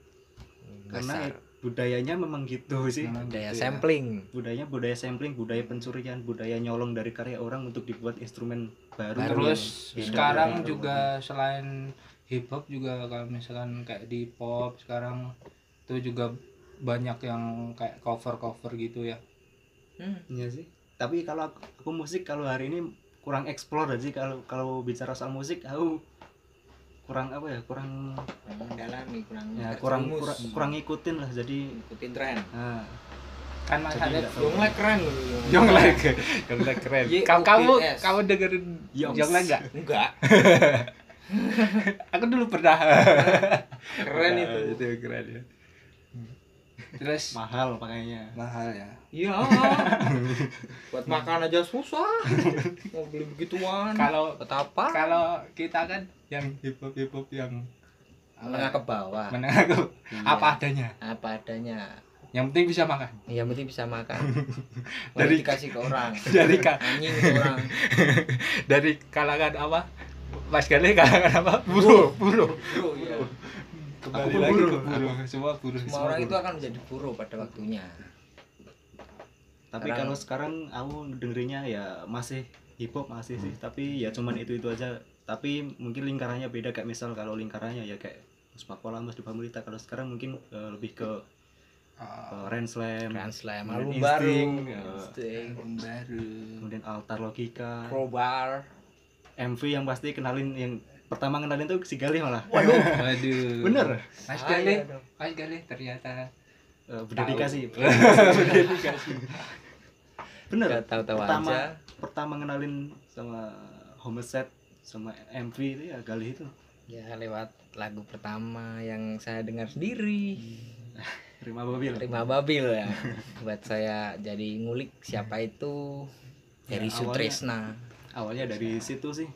karena
Besar.
ya budayanya memang gitu sih
Memang
Budaya
gitu ya.
sampling.
budaya budaya sampling budaya pencurian budaya nyolong dari karya orang untuk dibuat instrumen baru
terus
Beda
sekarang
budaya.
juga Eh, selain hip hop juga kalau misalkan kayak di pop sekarang itu juga banyak yang kayak cover cover gitu ya
Hmm.
Iya sih tapi kalau aku, aku musik kalau hari ini kurang explore aja kalau kalau bicara soal musik aku kurang apa ya kurang
mendalami kurang
ya kurang kurang, kurang ngikutin lah jadi
ikutin tren.
nah,
kan
Jadi
masalahnya
nggak tahu.
Jonglek keren loh.
Jonglek. Jonglek keren.
Y,
Kamu kamu
OPS.
kamu dengerin
Yongs.
Jonglek enggak?
Enggak.
Aku dulu pernah.
Keren itu.
Iya, Itu keren ya.
terus
mahal pakainya
mahal ya
Iya. Buat makan aja susah. Mau beli begituan.
kalau
Buat apa?
kalau kita kan yang hip hop hip hop yang
Menengah ke bawah.
menengah ke
Iya.
apa adanya
Apa adanya.
yang penting bisa makan
Iya,
Yang penting bisa makan. Dari
Dari-
dikasih ke orang.
Dari ka-
Anjing ke orang.
dari kalangan apa? Mas Gale kalangan apa? Buruh, buruh.
Bro, iya.
kembali
Aku
lagi
buruh.
ke buruh semua buruh
Semua orang itu akan menjadi buruh pada waktunya.
tapi
Sekarang-
kalau sekarang aku dengerinnya ya masih hip hop masih sih tapi ya cuman itu itu aja tapi mungkin lingkarannya beda kayak misal kalau lingkarannya ya kayak Mas Pakola, Mas Dupamelita kalau sekarang mungkin eh, lebih ke
Ah,
eh, Renslam
Translate
Kemudian
Album baru.
Insting, ya.
Insting.
album baru
kemudian altar logika
Crowbar.
MV yang pasti kenalin yang pertama kenalin tuh si Galih malah
Waduh.
waduh
bener
mas
Saya
Galih
dong.
mas Galih ternyata
Eh, berdedikasi bener
Gak tahu-tahu
Pertama.
aja.
pertama kenalin sama Homestead sama MV itu ya Galih itu
Ya lewat lagu pertama yang saya dengar sendiri.
terima babil
Terima babil ya. Buat saya jadi ngulik siapa itu
Ya,
dari
awalnya-
Sutresna.
awalnya dari situ sih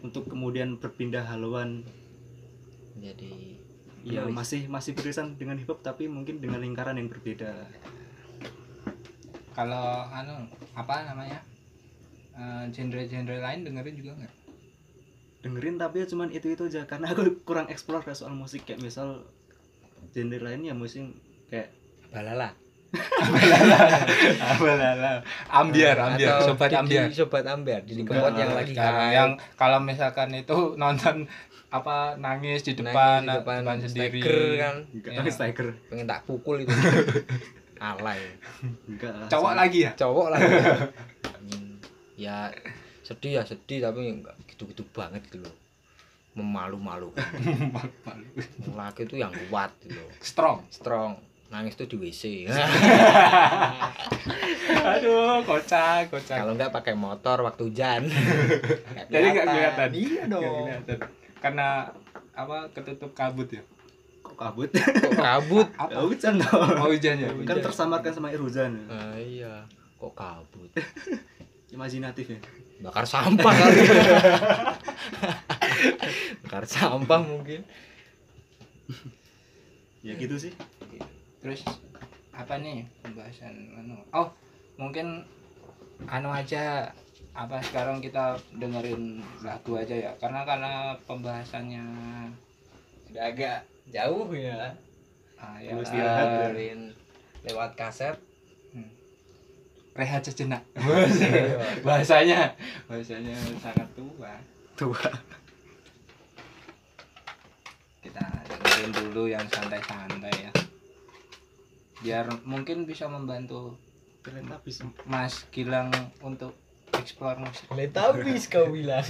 untuk kemudian berpindah haluan
Jadi
ya
Menulis.
masih masih beririsan dengan hip hop tapi mungkin dengan lingkaran yang berbeda
kalau anu apa namanya Eh, genre-genre lain dengerin juga nggak
dengerin tapi ya cuman itu itu aja karena aku kurang explore kayak soal musik kayak misal genre lain ya musik kayak
balala.
ambiar
Atau Didi- Sobat ambiar. Didi Kempot yang lagi kan.
Sekarang
hype.
yang kalau misalkan itu nonton apa nangis di depan,
Nangis di depan
sendiri
striker kan
enggak
Ya.
tapi striker
pengen tak pukul itu alay
enggak lah
cowok lagi ya
cowok lah Anjing. ya sedih ya sedih tapi enggak gitu-gitu banget gitu loh memalu-malu laki itu yang kuat gitu loh
strong
strong nangis tuh di WC
aduh kocak kocak
kalau enggak pakai motor waktu hujan
jadi nggak kelihatan
iya
Nggak
dong
kelihatan. karena apa ketutup kabut ya
kok kabut
kok kabut
Ya hujan dong
mau hujan ya
kan tersamarkan sama air hujan
Ah, iya kok kabut
imajinatif ya
bakar sampah kali bakar sampah mungkin
ya gitu sih
terus apa nih pembahasan anu oh mungkin anu aja apa sekarang kita dengerin lagu aja ya karena karena pembahasannya
Udah agak
jauh ya
Ah, ya. lah.
Perlu istirahat. ya. Hmm.
Dengerin lewat kaset
Rehat sejenak.
iya.
bahasanya, bahasanya sangat tua.
Tua.
Kita dengerin dulu yang santai-santai ya. Biar mungkin bisa membantu
Ternyata bisa.
Mas Gilang untuk explore musik.
boleh tabis kau bilang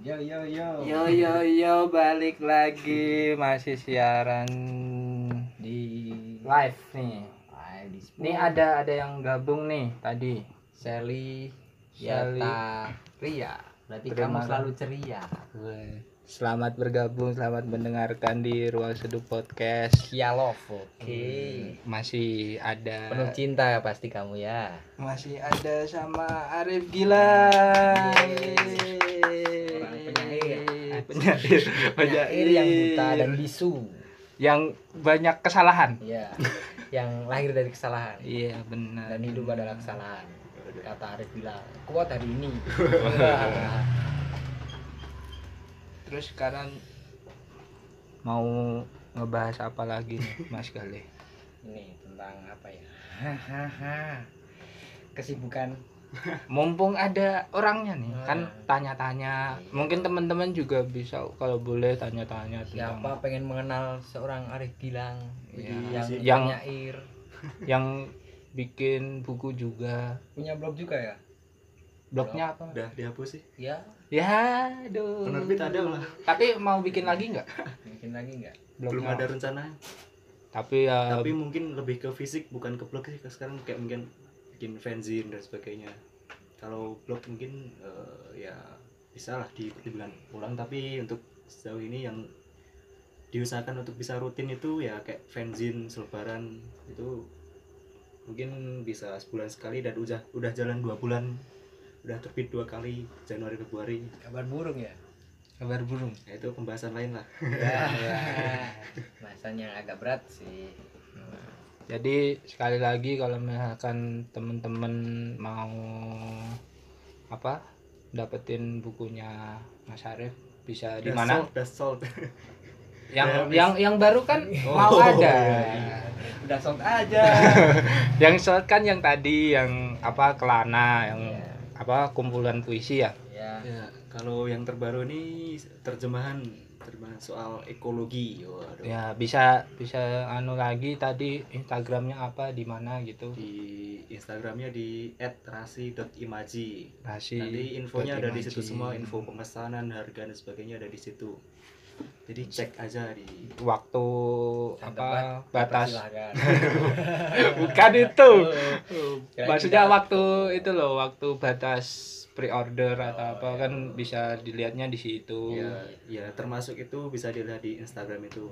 yo yo yo
Yo yo yo balik lagi masih siaran
di
live nih.
live di
Nih ada ada yang gabung nih tadi.
Sally
Sally.
Yata Ria berarti
Terima
kamu
kasih.
selalu ceria
Selamat bergabung, selamat mendengarkan di Ruang Seduh Podcast.
Kia love oke
Masih ada
penuh cinta ya pasti kamu ya
masih ada sama Arif Gila.
Orang penyair.
Penyair,
penyair yang buta dan bisu
yang banyak kesalahan.
ya yang lahir dari kesalahan
Iya, benar.
dan hidup adalah kesalahan kata Arif bilang kuat hari ini
Terus sekarang mau ngebahas apa lagi nih, Mas Galih?
ini tentang apa ya hahaha kesibukan
mumpung ada orangnya nih
Hmm.
kan tanya-tanya
Iya.
mungkin teman-teman juga bisa kalau boleh tanya-tanya
siapa
tentang
pengen mengenal seorang Arif Gilang
Iya.
yang,
Yang-
penyair
yang bikin buku juga
punya blog juga ya
blognya apa
Udah dihapus sih.
ya
ya aduh
Hmm.
Penerbit ada lah.
tapi mau bikin lagi nggak
bikin lagi nggak
blognya?
Belum ada rencana.
tapi ya
Tapi mungkin lebih ke fisik bukan ke blog sih. Sekarang kayak mungkin bikin fanzine dan sebagainya. Kalau blog mungkin eh, ya bisa lah diikuti bulan ulang tapi untuk sejauh ini yang diusahakan untuk bisa rutin itu ya kayak fanzine selebaran itu mungkin bisa sebulan sekali dan udah udah jalan dua bulan udah terbit dua kali Januari Februari
kabar burung ya
kabar burung
Ya, itu pembahasan lain lah
bahasan yang agak berat sih
jadi sekali lagi kalau misalkan teman-teman mau apa dapetin bukunya Mas Arif bisa di mana
Udah sold, udah sold.
yang
habis.
yang yang baru kan mau
Oh,
ada
iya,
udah sold aja
yang short kan yang tadi yang apa kelana yang apa
apa kumpulan puisi ya
ya
Ya, kalau yang terbaru ini terjemahan terjemahan soal ekologi. Waduh.
ya bisa bisa anu lagi tadi instagramnya apa di mana gitu
Di Instagramnya di @rasi.imaji.
kasih
Tadi infonya ada di situ
imaji.
semua, info pemesanan, harga dan sebagainya ada di situ. Jadi cek aja di
waktu
Dan
apa
tempat,
batas
silakan.
bukan itu
Oh,
Kirain
maksudnya
kita-
waktu itu loh waktu batas pre-order atau
Oh,
apa
iya.
kan bisa dilihatnya di situ
ya, ya termasuk itu bisa dilihat di Instagram itu.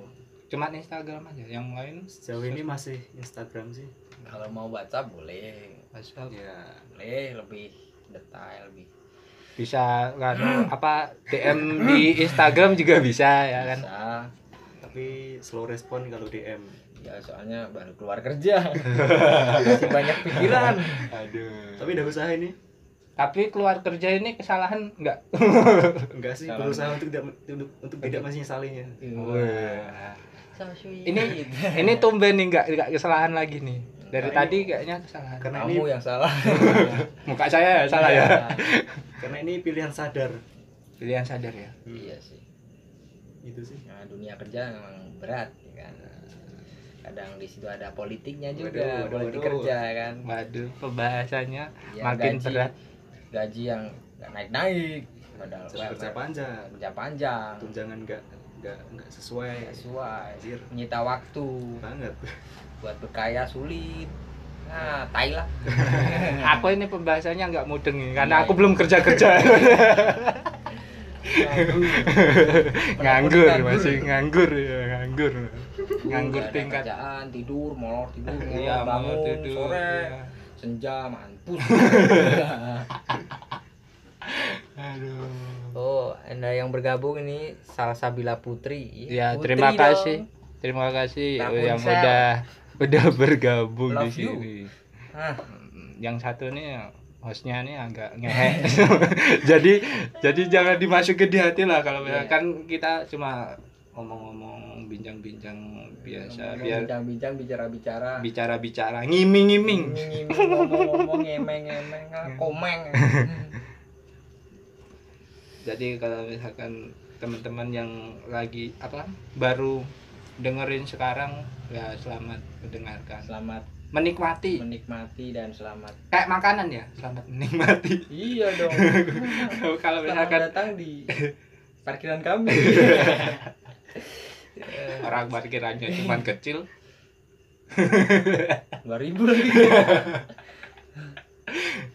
cuman Instagram aja yang lain
Sejauh ini masih Instagram sih.
kalau mau baca boleh
WhatsApp.
Ya,
boleh lebih detail lebih
bisa kan apa DM di Instagram juga bisa ya kan
bisa
tapi slow respon kalau DM.
ya soalnya baru keluar kerja masih banyak pikiran
Aduh. Tapi udah usaha ini.
tapi keluar kerja ini kesalahan enggak
Enggak sih,
Saran.
berusaha untuk tidak untuk, untuk tidak menyesalinya.
ini ini tumben nih enggak enggak kesalahan lagi nih dari
Karena
tadi kayaknya kesalahan
Karena
kamu
ini
yang salah
muka saya ya salah
Iya.
ya
karena ini pilihan sadar.
pilihan sadar ya
iya sih
Itu sih.
nah, dunia kerja memang berat ya kan kadang di situ ada politiknya juga
Waduh, waduh,
politik
waduh.
kerja ya kan
waduh pembahasannya
Ya,
makin berat
gaji yang nggak naik naik padahal
Jam kerja panjang,
kerja panjang
tunjangan enggak enggak enggak sesuai.
nggak sesuai
Anjir
menyita waktu
banget.
buat berkaya sulit nah tai lah
Hmm.
aku ini pembahasannya enggak mudeng nih, karena
Iya,
aku
iya.
belum kerja kerja nganggur masih nganggur ya nganggur nganggur
Nggak ada
tingkat
kerjaan tidur molor tidur molor,
iya
bangun
bangun tidur
sore
iya.
senja mampus
aduh
oh anda yang bergabung ini Salsabila Putri
ya
Putri
terima
dong.
kasih terima kasih oh,
Takun
yang
sel.
udah udah bergabung di
Love you.
sini
ah
yang satu nih hostnya nih agak ngehe jadi jadi jangan dimasukin di hati lah kalau
Iya.
misalkan kita cuma ngomong-ngomong bincang-bincang biasa
ngomong-ngomong,
biar
bincang-bincang bicara-bicara
bicara-bicara ngiming-ngiming
Ngiming, ngomong-ngomong ngemeng-ngemeng
Hmm.
ah, komeng
jadi kalau misalkan teman-teman yang lagi apa baru dengerin sekarang ya selamat mendengarkan
selamat
menikmati
menikmati dan selamat
kayak makanan ya selamat menikmati
iya dong
kalau
selamat
misalkan
datang di parkiran kami
Iya. orang parkirannya cuman kecil
dua ribu lagi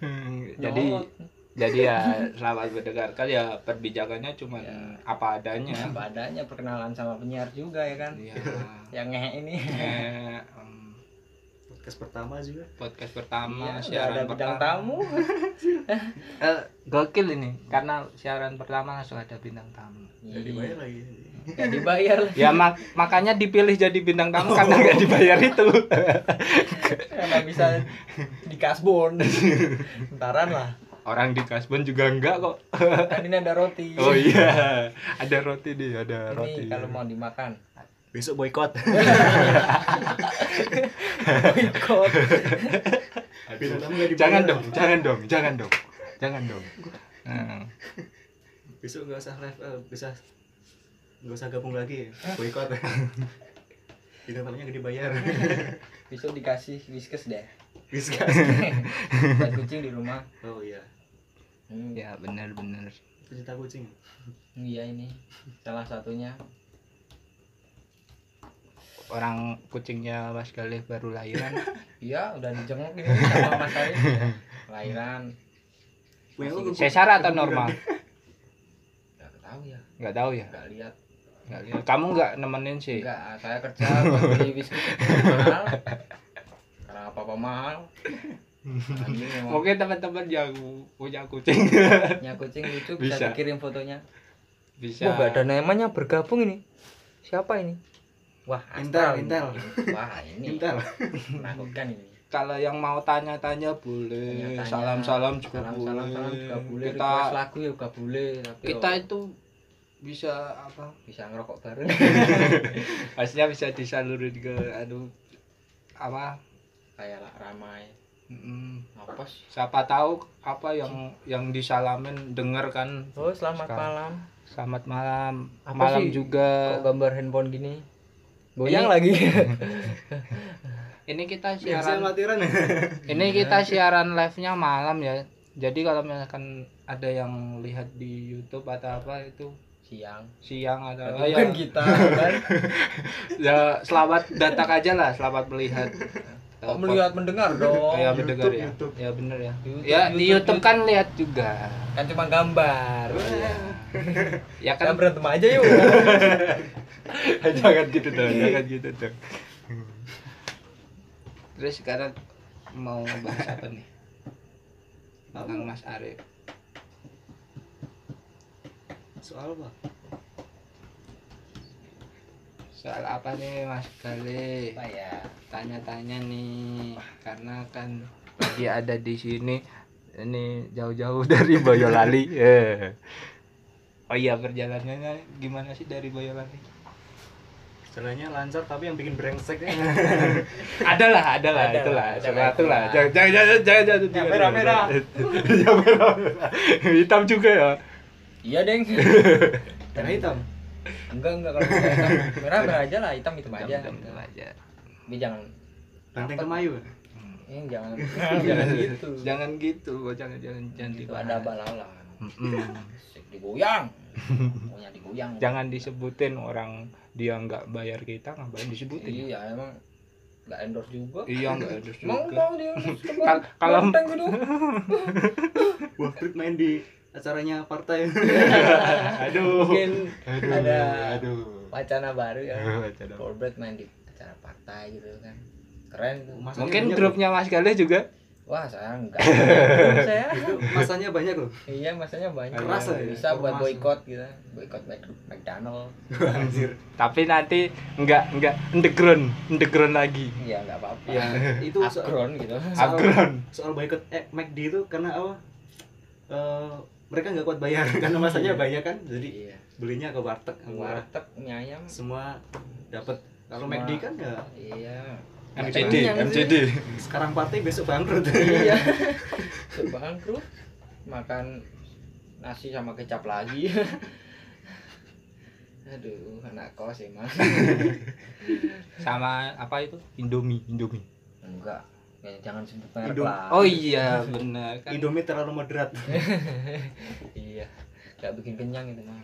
Hmm,
jadi
Nyolot.
jadi ya selamat mendengarkan ya perbincangannya cuman
Ya.
apa adanya
apa adanya perkenalan sama penyiar juga ya kan
ya.
yang ngehe ini
eh, em,
Podcast pertama juga.
podcast
Iya,
pertama
udah ada
siaran
bidang
pertama.
tamu
Eh, gokil ini karena siaran pertama langsung ada bintang tamu
Jadi bayar lagi.
Nggak dibayar
ya mak- makanya dipilih jadi bintang tamu karena nggak dibayar itu
karena bisa di kasbon bentaran lah
orang di kasbon juga enggak kok
kan ini ada roti
oh iya ada roti deh ada
ini
roti
kalau mau dimakan
Besok boykot.
boykot
Bintang tamu nggak dibayar.
jangan
ya.
dong jangan dong jangan dong jangan dong Hmm.
Besok nggak usah live, eh, bisa nggak usah gabung lagi. Boykot. Bintang tamunya nggak dibayar.
besok dikasih whiskas deh
Bisa.
buat kucing di rumah
Oh iya.
Hmm,
ya benar benar
Pencinta kucing.
iya ini salah satunya
orang kucingnya Mas Galih baru lahiran
iya udah dijenguk ini sama mas Arif lahiran
Punya lu ngebut-
sesar atau normal
nggak tahu ya
nggak tahu ya
nggak lihat
nggak lihat. kamu nggak nemenin sih
Enggak, saya kerja buat beli whisky mahal. Karena apa-apa mahal. Anjing emang.
mungkin teman-teman yang punya kucing
Punya kucing lucu bisa,
Bisa.
dikirim fotonya.
bisa
namanya bergabung ini. Siapa ya? ini? Wah,
Intel,
Astral ini.
Intel.
Wah, ini.
Intel.
Menakutkan ini.
kalau yang mau tanya-tanya boleh
Tanya-tanya.
salam-salam juga
Salam-salam salam
boleh.
juga boleh.
kita
Request lagu ya juga boleh, tapi
kita
yo,
itu bisa apa
bisa ngerokok bareng.
pastinya bisa disalurin ke aduh anu, apa
Kayak lah ramai.
Mm-mm.
apa sih
Siapa tahu apa yang yang disalamin denger kan
oh selamat
Sekarang.
malam
selamat malam
Apa
malam
sih? Oh.
juga
Kok gambar handphone gini
Goyang
goyang lagi
ini kita
Biasanya
Iya,
siaran
latihan ya.
ini kita siaran live nya malam ya jadi kalau misalkan ada yang lihat di YouTube atau apa itu
siang
siang atau apa ya,
bukan kita kan
ya selamat datang aja lah selamat melihat
kok melihat mendengar dong
ya mendengar
YouTube,
ya
YouTube.
ya bener ya
YouTube,
ya di YouTube kan lihat juga
kan cuma gambar
ya
kan
kan
berantem aja yuk
jangan gitu dong jangan gitu dong terus sekarang mau bahas apa nih tentang Mas Arif
Soal apa?
soal apa nih Mas Gale
apa ya
tanya-tanya nih karena kan dia ada di sini ini jauh-jauh dari Boyolali Eh. oh iya perjalanannya gimana sih dari Boyolali
Jalannya lancar tapi yang bikin brengsek ya.
adalah adalah
Ada
itulah
lah, ada
cuma
lah,
itulah
itulah.
jangan jangan jangan jangan jangan
Ya,
jangan-
merah-merah.
ya merah merah hitam juga ya
iya deng
Karena hitam.
enggak enggak kalau merah merah merah aja lah hitam hitam aja
Hitam-hitam aja
tapi jangan
Banteng kemayu.
ini jangan jangan gitu
jangan gitu kok jangan jangan jangan
itu
dibahas.
ada balalan
Hmm.
Mm-mm.
Asik, digoyang maunya digoyang
jangan disebutin orang dia nggak bayar kita ngapain disebutin
iya emang nggak endorse juga
iya nggak harus
mau
juga.
mau dia
Kal- kalau-
Banteng gitu
Wah, Prit main di acaranya partai.
aduh
mungkin ada
Aduh.
wacana baru ya
Acara
Polbret main di acara partai gitu kan keren tuh
Mas-
mungkin grupnya Mas Galih juga
wah saya enggak Belum saya
Itu masanya banyak loh.
iya masanya banyak
Keras aja.
bisa buat
Ormas.
boykot gitu boykot Mc- McDonald
Anjir.
tapi nanti nggak nggak underground underground lagi
iya nggak apa-apa
Ya, itu soal,
Akron gitu
soal,
underground
soal boykot eh, McD itu karena apa? Eh, mereka nggak kuat bayar karena masanya banyak kan. Jadi
iya
belinya ke warteg yang murah.
warteg mie ayam
Semua dapat. Kalau
Semua.
McD kan ya
iya
MCD
Yang-
MCD
sekarang partai besok bangkrut.
iya Suruh bangkrut makan nasi sama kecap lagi aduh anak kos emang
sama apa itu Indomie Indomie
enggak ya, jangan sebut merek
Hidung.
lah
oh iya benar kan
Indomie terlalu moderat.
iya nggak bikin kenyang itu mah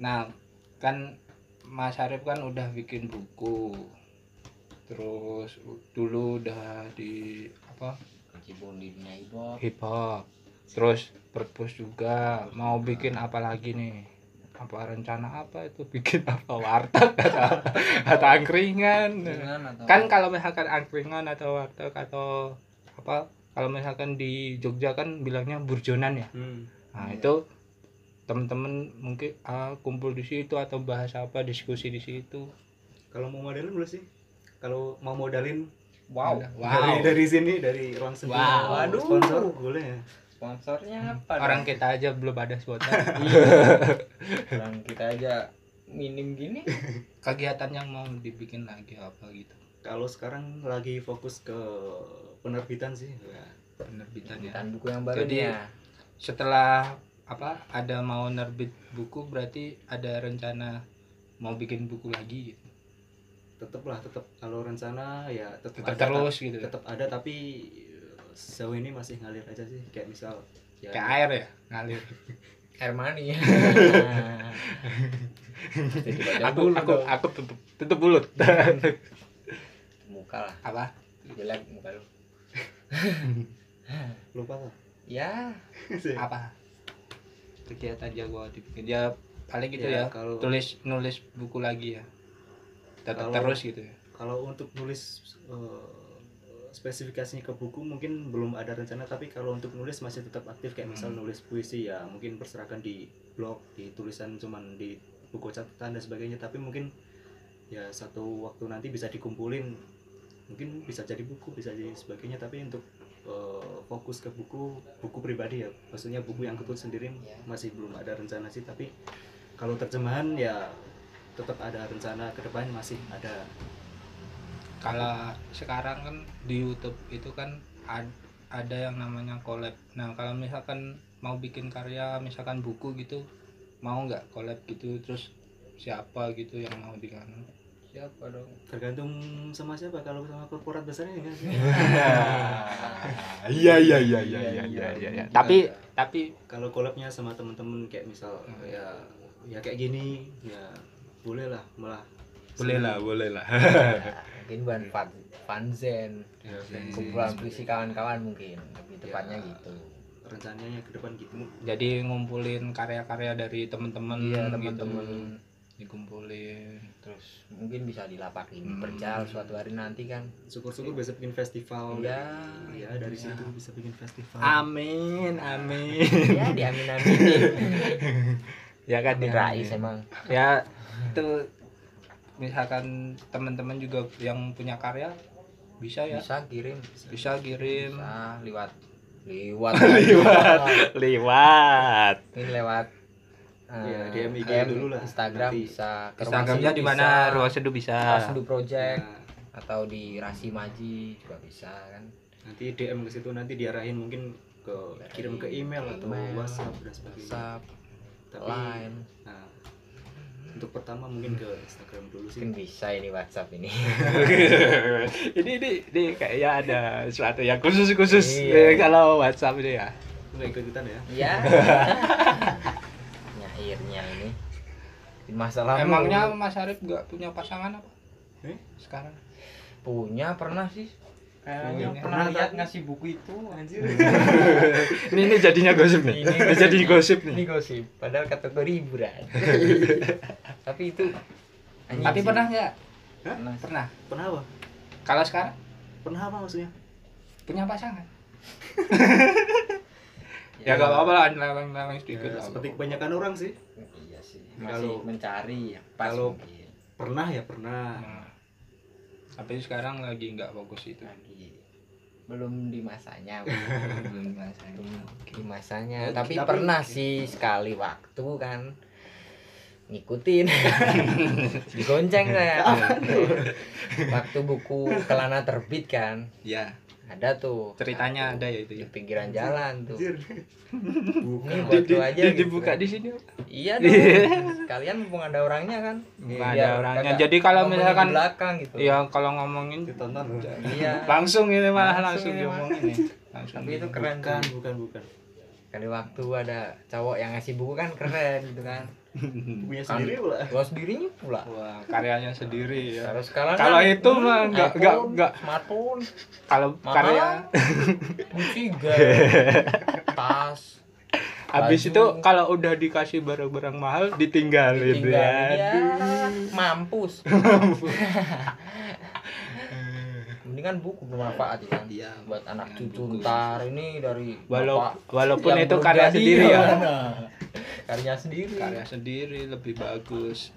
Nah, kan Mas Arif kan udah bikin buku. Terus u- dulu udah di apa?
kecibun di dunia hip-hop.
hip hop. Terus perpus juga. Mau bikin apa lagi nih? Apa rencana apa itu bikin apa warteg atau, atau angkringan?
Dengan atau
Kan kalau misalkan angkringan atau warteg atau apa? Kalau misalkan di Jogja kan bilangnya burjonan ya.
Hmm.
Nah,
Iya.
itu temen-temen mungkin ah, kumpul di situ atau bahas apa diskusi di situ.
Kalau mau modalin belum sih? Kalau mau modalin
wow
dari
Wow. Iya.
dari sini dari ruang sendiri
Wow.
Waduh.
sponsor boleh ya.
sponsornya apa
Orang
dong?
kita aja belum ada sponsor.
orang kita aja minim gini
Kegiatan yang mau dibikin lagi apa gitu.
Kalau sekarang lagi fokus ke penerbitan sih. Ya.
Penerbitannya.
dan buku yang baru
Jadi-
nih ya.
Setelah apa ada mau nerbit buku berarti ada rencana mau bikin buku lagi gitu.
Tetep lah, tetep kalau rencana ya tetep,
Tetap
ada,
terus gitu.
tetep ada tapi eh, sejauh ini masih ngalir aja sih kayak misal ya
Kayak air ya, ngalir.
air mani
Aku aku aku tutup tutup mulut.
muka lah
apa?
jelek muka lu
lupa lah.
ya
Apa? Kegiatan yang mau dibikin ya paling gitu ya.
Ya, kalau
tulis nulis buku lagi ya tetap
Kalau-
terus gitu ya
kalau untuk nulis eh, spesifikasinya ke buku mungkin belum ada rencana tapi kalau untuk nulis masih tetap aktif kayak misal
Hmm.
nulis puisi ya mungkin perserahkan di blog di tulisan cuman di buku catatan dan sebagainya tapi mungkin ya satu waktu nanti bisa dikumpulin mungkin bisa jadi buku bisa jadi sebagainya tapi untuk eh, fokus ke buku buku pribadi ya maksudnya buku yang ketut sendiri
Ya.
masih belum ada rencana sih tapi kalau terjemahan ya tetap ada rencana ke depan masih ada
kalau sekarang kan di YouTube itu kan ad- ada yang namanya collab nah kalau misalkan mau bikin karya misalkan buku gitu mau nggak collab gitu terus siapa gitu yang mau diganggu
siapa dong
tergantung sama siapa kalau sama korporat kan. besarnya enggak sih
Iya iya iya iya iya iya iya. Tapi Hmm. tapi
kalau collabnya sama temen-temen kayak misal ya ya kayak gini ya boleh lah malah
boleh lah boleh lah.
mungkin bukan fan fanzen kumpulan puisi kawan-kawan mungkin lebih tepatnya
Hmm. Ya.
gitu
rencananya ke depan gitu
jadi ngumpulin karya-karya dari
Hmm,
temen-temen
Iya,
gitu.
temen-temen.
dikumpulin
terus mungkin bisa dilapakin
Hmm.
berjalan suatu hari nanti kan
syukur-syukur bisa bikin festival
ya
ya dari
Iya.
situ bisa bikin festival
amin amin
ya diamin aminin
ya kan
amin rais
Iya.
emang
ya itu misalkan teman-teman juga yang punya karya bisa ya
Iya.
bisa kirim
bisa kirim
bisa lewat lewat lewat
Lewat.
ini lewat eh,
Ya, DM IG dulu lah.
Instagram
Nanti.
bisa ke Ruang
Instagramnya
Sendu
di
bisa,
mana ruang seduh
Ruang
bisa
Iya.
Sendu Project
Nah,
atau di Rasi Maji juga bisa kan
nanti DM ke situ nanti diarahin mungkin ke kirim ke email atau
Email,
WhatsApp dan sebagainya.
WhatsApp
Tapi
Line
nah, untuk pertama mungkin ke Instagram dulu sih.
mungkin bisa ini WhatsApp ini
ini ini ini kayaknya ada sesuatu yang khusus khusus eh,
Iya.
kalau WhatsApp ini ya.
Enggak ikut-ikutan ya.
ya nyairnya ini Di masalah
emangnya Mas Arif nggak punya pasangan apa
Eh?
sekarang
punya pernah sih
Kayaknya
pernah
Nah,
lihat
ngasih buku itu anjir
Ini ini jadinya gosip nih.
Ini
Ini jadi gosip
ini
nih.
gosip padahal kategori hiburan tapi itu anjing
tapi
sih.
pernah nggak
Pernah sih.
pernah
Pernah apa?
kalau sekarang
Pernah apa maksudnya?
punya pasangan ya
Ya,
nggak apa-apa lah leleng-leleng sedikit
Ya,
nggak
seperti
apa-apa.
kebanyakan orang sih.
iya sih masih
Kalau-
mencari yang pas
kalau-
mungkin.
Pernah ya pernah.
Nah, tapi sekarang lagi nggak fokus itu
lagi belum di masanya belum di masanya di masanya
Ya,
tapi,
tapi-
pernah sih sekali waktu kan ngikutin digonceng saya waktu buku kelana terbit kan
ya
ada tuh
ceritanya ada ya itu ya
di pinggiran jalan tuh
Anjir.
Ini
Bukan.
buat
Di-
lu aja
di-
gitu.
dibuka di sini.
iya dong kalian mumpung ada orangnya kan
Nggak ada
Biar
orangnya
kagak
jadi kalau
ngomongin di
misalkan
belakang gitu
ya
Iya,
kalau ngomongin
Ditonton bukan.
iya
langsung ini malah
Langsung
langsung,
ini, Mas.
diomongin nih langsung
tapi itu keren kan
bukan bukan.
kali waktu ada cowok yang ngasih buku kan keren gitu kan
Punya sendiri pula.
gua sendirinya pula
Wah, karyanya sendiri ya.
harus kalah
Kalau itu mah enggak enggak
iPhone,
enggak
smartphone
kalau
Mahal.
karya
kunci tas
habis
Baju.
itu kalau udah dikasih barang-barang mahal ditinggalin
tinggal
ya.
ya mampus mendingan buku bermanfaat ya kan
Iya.
buat anak cucu ntar ini dari
Walau,
bapak
walaupun
yang
itu karya
bergaji,
sendiri ya.
Nah, karya sendiri
Karya sendiri lebih bagus.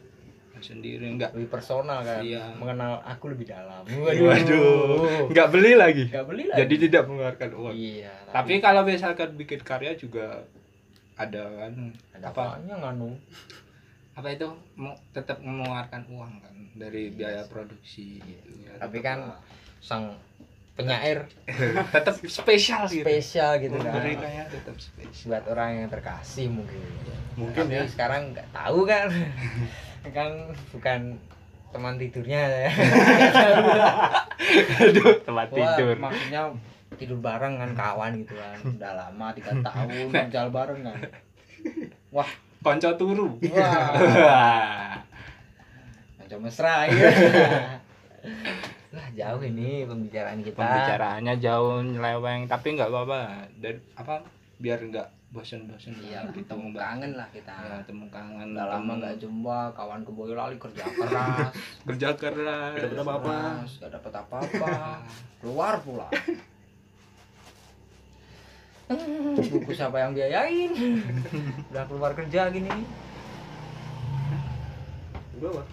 Sendiri enggak
lebih personal kan
Iya.
mengenal aku lebih dalam
Waduh, enggak beli lagi.
nggak beli lagi
Jadi tidak mengeluarkan uang.
iya
Tapi kalau misalkan bikin karya juga ada kan
ada
apa?
apanya nganu
apa itu mau tetap mengeluarkan uang kan dari biaya produksi gitu.
tapi kan sang penyair
tetap spesial gitu.
spesial gitu
Memberi
kan
kayak tetap spesial.
buat orang yang terkasih mungkin
Mungkin
Tapi
ya.
sekarang nggak tahu kan kan bukan teman tidurnya ya
Aduh, tempat
Wah,
tidur.
maksudnya tidur bareng kan kawan gitu kan udah lama tiga tahun kerja bareng kan
Konco turu.
wah
Wah.
Anco mesra ya. lah jauh ini pembicaraan kita.
Pembicaraannya jauh nyeleweng tapi nggak apa-apa. Dan apa biar nggak bosen-bosen
Iya,
lah gitu
kita mau
mbak.
kangen lah kita.
Ya, temu kangen.
Udah lama
temu
nggak jumpa, kawan ke Boyolali kerja keras.
kerja keras.
Iya,
Dapat apa-apa.
Keras, nggak dapat apa-apa. Keluar pula. Hmm, Buku siapa yang biayain? Udah keluar kerja gini.
Gua apa?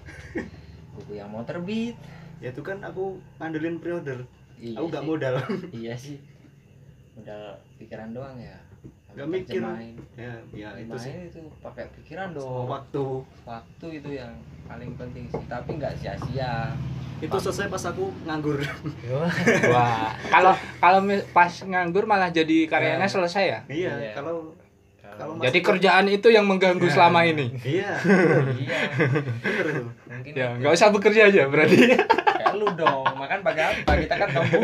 Buku yang mau terbit.
Ya itu kan aku ngandelin pre-order.
Iya
Aku nggak
sih.
modal.
Iya sih. Modal pikiran doang ya.
Nggak mikir.
Main.
ya
Nah,
ya itu sih
Main itu pakai pikiran
Semua
dong.
waktu
Waktu itu yang paling penting sih, tapi nggak sia-sia.
itu selesai pas aku nganggur
Wah, kalau kalau mi- pas nganggur malah jadi karyanya selesai ya.
iya
Iya.
kalau kalau
Jadi
masih-
kerjaan itu yang mengganggu selama ini.
iya
iya,
bener itu
mungkin
Ya, nggak usah bekerja aja berarti.
kayak lu dong. Makan pakai apa? Kita kan kampung.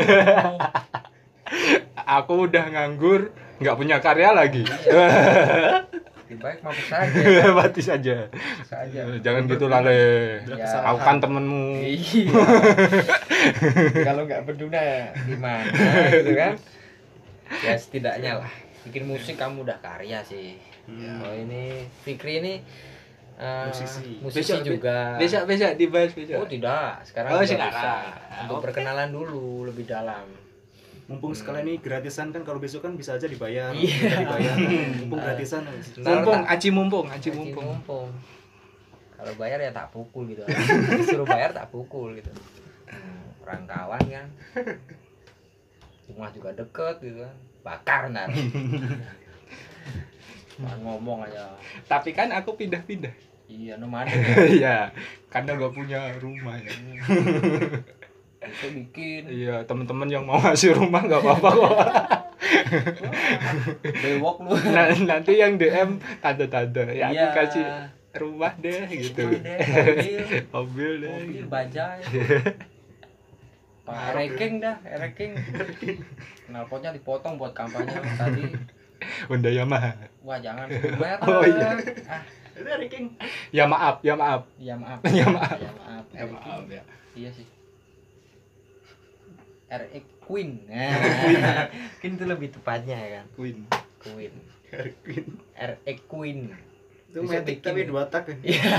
Aku udah nganggur, nggak punya karya lagi. Iya.
Lebih baik mampus aja.
Mati saja.
Mampus aja.
Jangan gitu lale.
Udah
Ya,
kesalahan.
Aku kan temenmu.
Iya. Kalau nggak berduna gimana gitu kan? Ya setidaknya lah. Bikin musik kamu udah karya sih.
Hmm.
Kalau ini Fikri ini eh,
Musisi.
musisi
Besok, be-
juga.
Besok besok dibahas
Oh
besok.
tidak, sekarang
Oh,
juga
sekarang.
bisa. Untuk
Oke.
perkenalan dulu lebih dalam.
mumpung
Hmm.
sekalian ini gratisan kan kalau besok kan bisa aja dibayar
Iya.
bisa dibayar mumpung gratisan
Mumpung, aci mumpung, aci
Haji
mumpung.
mumpung. Kalau bayar ya tak pukul gitu. Suruh bayar tak pukul gitu. Hmm, Orang kawan kan. Rumah juga deket gitu kan. Bakar ntar. Cuman ngomong aja.
Tapi kan aku pindah-pindah.
Iya nomaden.
Iya, karena nggak punya rumah ya.
Itu bikin
Iya, teman-teman yang mau ngasih rumah nggak apa-apa kok.
bewok lu.
Nah, nanti yang DM tanda-tanda ya
Iya.
aku kasih rumah deh gitu
Rumah deh, mobil,
mobil deh
mobil
gitu.
bajai. Pak Reking dah, Reking. Knalpotnya dipotong buat kampanye tadi.
Honda Yamaha
Wah jangan merek.
Oh, iya.
Ah,
ranking
ya maaf ya maaf
ya maaf.
Ya, maaf.
Ya maaf.
ya
RX.
maaf ya
Iya sih. RX Queen. Nah, Mungkin itu lebih tepatnya ya kan.
Queen
Queen. RX Queen.
itu
Bisa
metik
bikin.
tapi dua tak ya
Iya.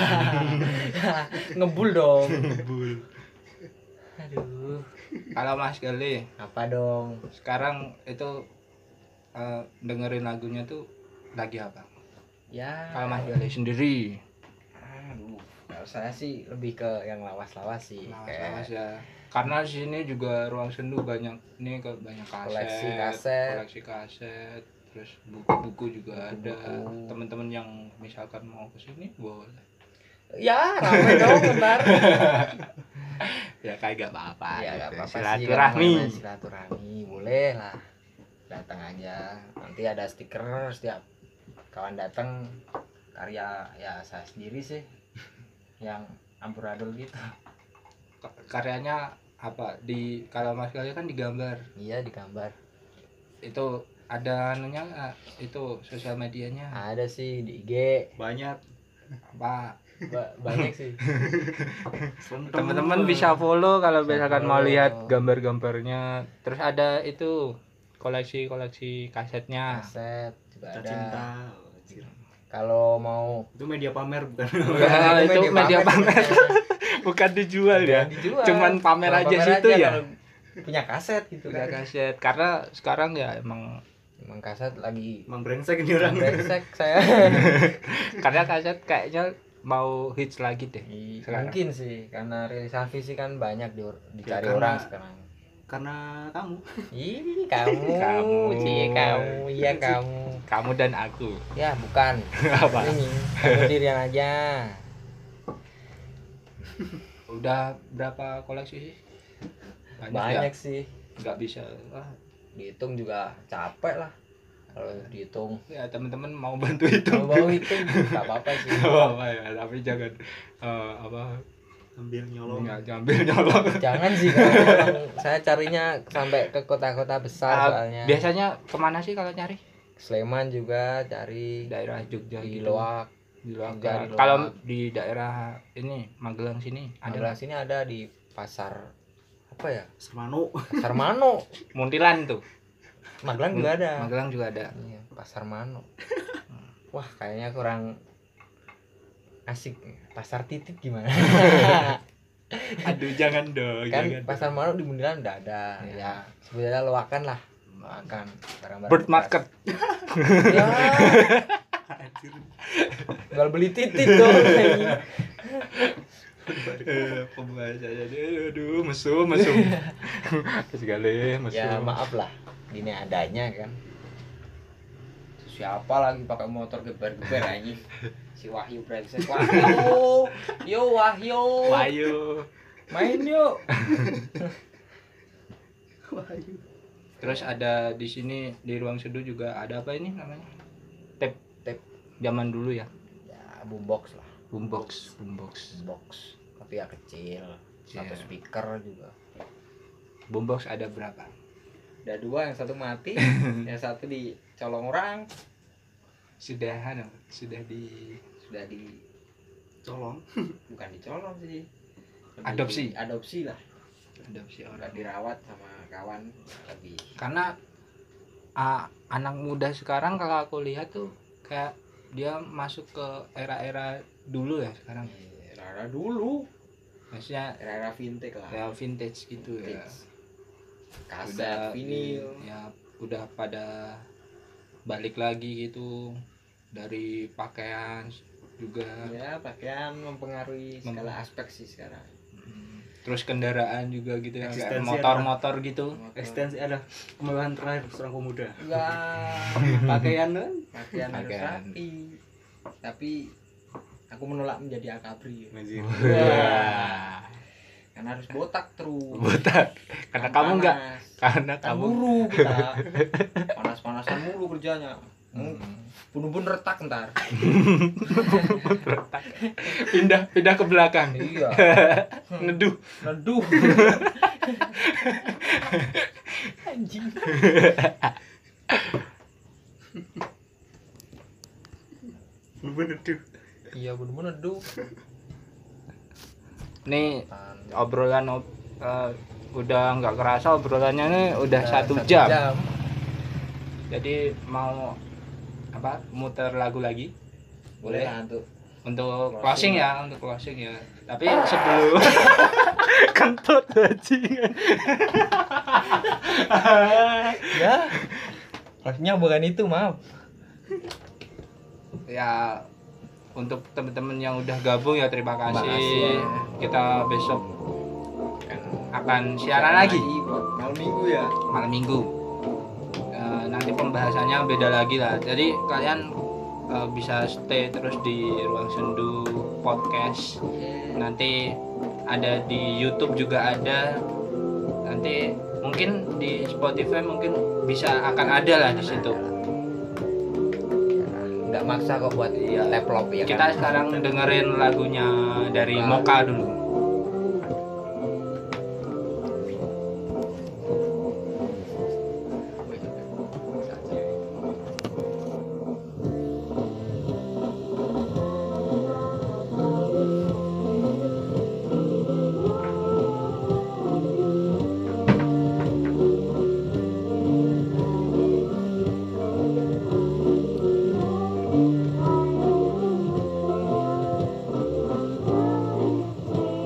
Ngebul dong.
Bul.
Aduh.
kalau Mas Gali
Apa dong?
sekarang itu eh, dengerin lagunya tuh lagi apa
Ya.
kalau Mas Gali sendiri
Aduh. Anu, Kalau saya sih lebih ke yang lawas-lawas sih.
lawas-lawas ya karena di sini juga ruang sendu banyak ini ke banyak kaset
Koleksi kaset.
koleksi kaset terus buku-buku juga ada
Buku-buku.
teman-teman yang misalkan mau kesini boleh
Ya, ramai dong benar.
ya kayak gak apa-apa
ya nggak apa-apa sih,
silaturahmi
namanya silaturahmi boleh lah datang aja nanti ada stiker setiap kawan datang karya ya saya sendiri sih yang amburadul gitu
K- karyanya apa di kalau mas Galih kan digambar
iya digambar
itu ada anunya nggak? itu sosial medianya
ada sih di IG
banyak
apa
ba- banyak sih
teman-teman bisa follow kalau
Bisa
misalkan mau
follow.
lihat gambar-gambarnya terus ada itu koleksi-koleksi
Ah.
kasetnya
aset juga
Cinta cinta
ada
Oh, anjir.
kalau mau
itu media pamer bukan
Ya, itu media pamer.
namanya.
bukan dijual ya
Jangan dijual.
Cuman pamer
Kalau
aja situ ya?
kalau punya kaset gitu
Udah
kan
kaset karena sekarang ya emang
emang kaset lagi
emang brengsek ini orang
brengsek saya
karena kaset kayaknya mau hits lagi deh
I-
Sekarang.
mungkin sih karena rilisan visi kan banyak di, dicari
karena-
orang sekarang
karena kamu
ih kamu
Kamu.
cie kamu iya kamu
kamu dan aku
ya bukan
apa
ini kamu sendirian aja
udah berapa koleksi sih
banyak sih
nggak? nggak bisa Ah, Wah,
dihitung juga capek lah kalau dihitung
ya teman-teman mau bantu itu
kalau mau hitung nggak apa-apa sih
apa ya tapi jangan eh, apa
ambil nyolong
nggak ngambil nyolong
jangan sih kalau orang- saya carinya sampai ke kota-kota besar
Ah,
soalnya
biasanya kemana sih kalau nyari
Sleman juga cari
daerah Jogja
di
gitu.
Loak
di luar
Jogja, di Loak.
kalau di daerah ini Magelang sini
ada
ada
sini ada di pasar apa ya
Sermano
pasar Mano
Muntilan tuh
Magelang juga ada
Magelang juga ada
Iya, pasar Mano Hmm. wah kayaknya kurang asik pasar titik gimana
aduh jangan dong
kan
jangan
pasar Mano di Mundilan udah ada
Iya.
ya sebenarnya loakan lah loakan barang-barang
Bird
bekas.
Market
ya
anjir
jual beli titik dong
Eh, pembahasannya aduh, aduh mesum mesum sekali mesum
ya maaf lah ini adanya kan siapa lagi pakai motor geber-geber anjing si Wahyu Princess Wahyu yo Wahyu
Wahyu.
main yuk
Terus ada di sini di ruang seduh juga ada apa ini namanya? Tap
Tap.
Zaman dulu ya.
ya boombox lah
Boombox, boombox.
box tapi ya kecil satu
Iya.
speaker juga
Boombox ada berapa?
ada dua yang satu mati yang satu dicolong orang
Sudah anu, sudah di
sudah di
colong
bukan dicolong sih Lebih
Adopsi.
adopsi lah
adopsi
udah
orang.
dirawat sama kawan lebih
Karena ah, anak muda sekarang kalau aku lihat tuh kayak dia masuk ke era-era dulu ya sekarang.
eh, era dulu
Maksudnya
era fintech lah
ya vintage gitu ya.
Fix.
iya.
kaset vinil
ya udah pada balik lagi gitu dari pakaian juga
ya pakaian mempengaruhi
Mem-
segala aspek sih sekarang
Hmm. terus kendaraan juga gitu ya kayak
Eksistensi
motor-motor gitu
ekstensi ada kemewahan terakhir seorang pemuda
Enggak,
pakaian kan?
pakaian harus
Pakaian.
rapi tapi aku menolak menjadi akabri
Iya.
Wah.
karena harus botak terus
Botak. Karena kamu enggak karena
kamu
kamu
buru kita panas panasan mulu kerjanya Hmm. bunuh bun retak ntar
pindah pindah ke belakang.
iya
Neduh.
neduh anjing
bener tuh
iya bunuh bun neduh
nih obrolan ob- eh, udah nggak kerasa obrolannya nih udah satu, jam. jadi mau apa muter lagu lagi
boleh lah tuh
untuk closing,
Closing.
ya untuk closing ya tapi sebelum kentut anjing
ya harusnya bukan itu maaf
ya untuk teman-teman yang udah gabung ya terima kasih.
kasih.
Kita besok akan siaran lagi
buat malam minggu ya
malam minggu. Eh, nanti pembahasannya beda lagi lah. Jadi kalian eh, bisa stay terus di ruang sendu podcast.
Iya.
Nanti ada di YouTube juga ada. Nanti mungkin di Spotify mungkin bisa akan ada lah di situ.
nggak maksa kok buat laptop ya
Kita sekarang dengerin lagunya dari Moka dulu.
Thank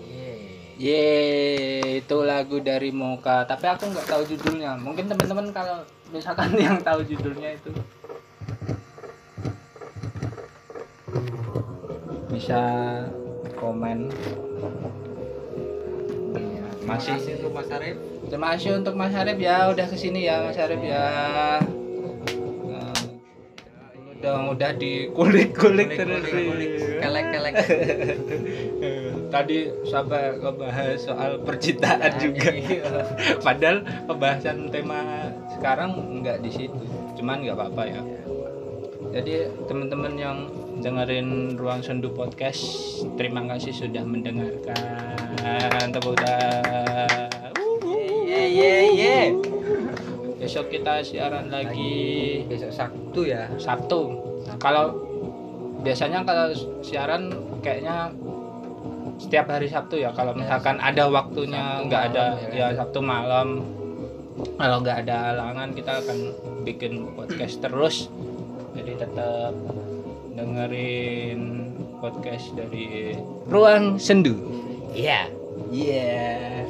Iya.
Ye, itu lagu dari Moka, tapi aku nggak tahu judulnya. Mungkin teman-teman kalau misalkan yang tahu judulnya itu bisa komen.
Iya.
Masih.
Terima kasih untuk Mas Arif.
Terima kasih untuk Mas Harif ya, udah kesini ya Mas Harif ya. Nah, Udah udah dikulik-kulik terus. sih.
Kelek-kelek.
Eh, Tadi sampai ngebahas soal percintaan juga. Padahal pembahasan tema sekarang nggak di situ. Cuman nggak apa-apa ya. Jadi teman-teman yang dengerin Ruang Sendu Podcast, terima kasih sudah mendengarkan. Tepuk tangan.
Ye ye ye.
Besok kita siaran lagi
Besok Sabtu ya.
Sabtu. Nah, Kalau biasanya kalau siaran kayaknya setiap hari Sabtu ya. Kalau misalkan ada waktunya
Sabtu
nggak ada
malam ya
ya Sabtu malam. Kalau nggak ada halangan kita akan bikin podcast terus. Jadi tetap dengerin podcast dari Ruang Sendu.
Iya.
Iya.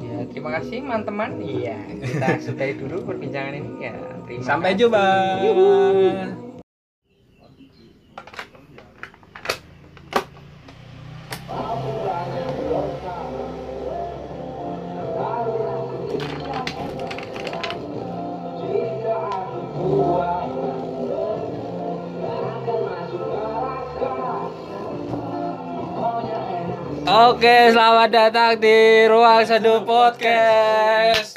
Ya, terima kasih teman-teman. Iya, kita sudahi dulu perbincangan ini ya. Terima
Sampai
kasih.
jumpa. Oke, selamat datang di Ruang Seduh Podcast.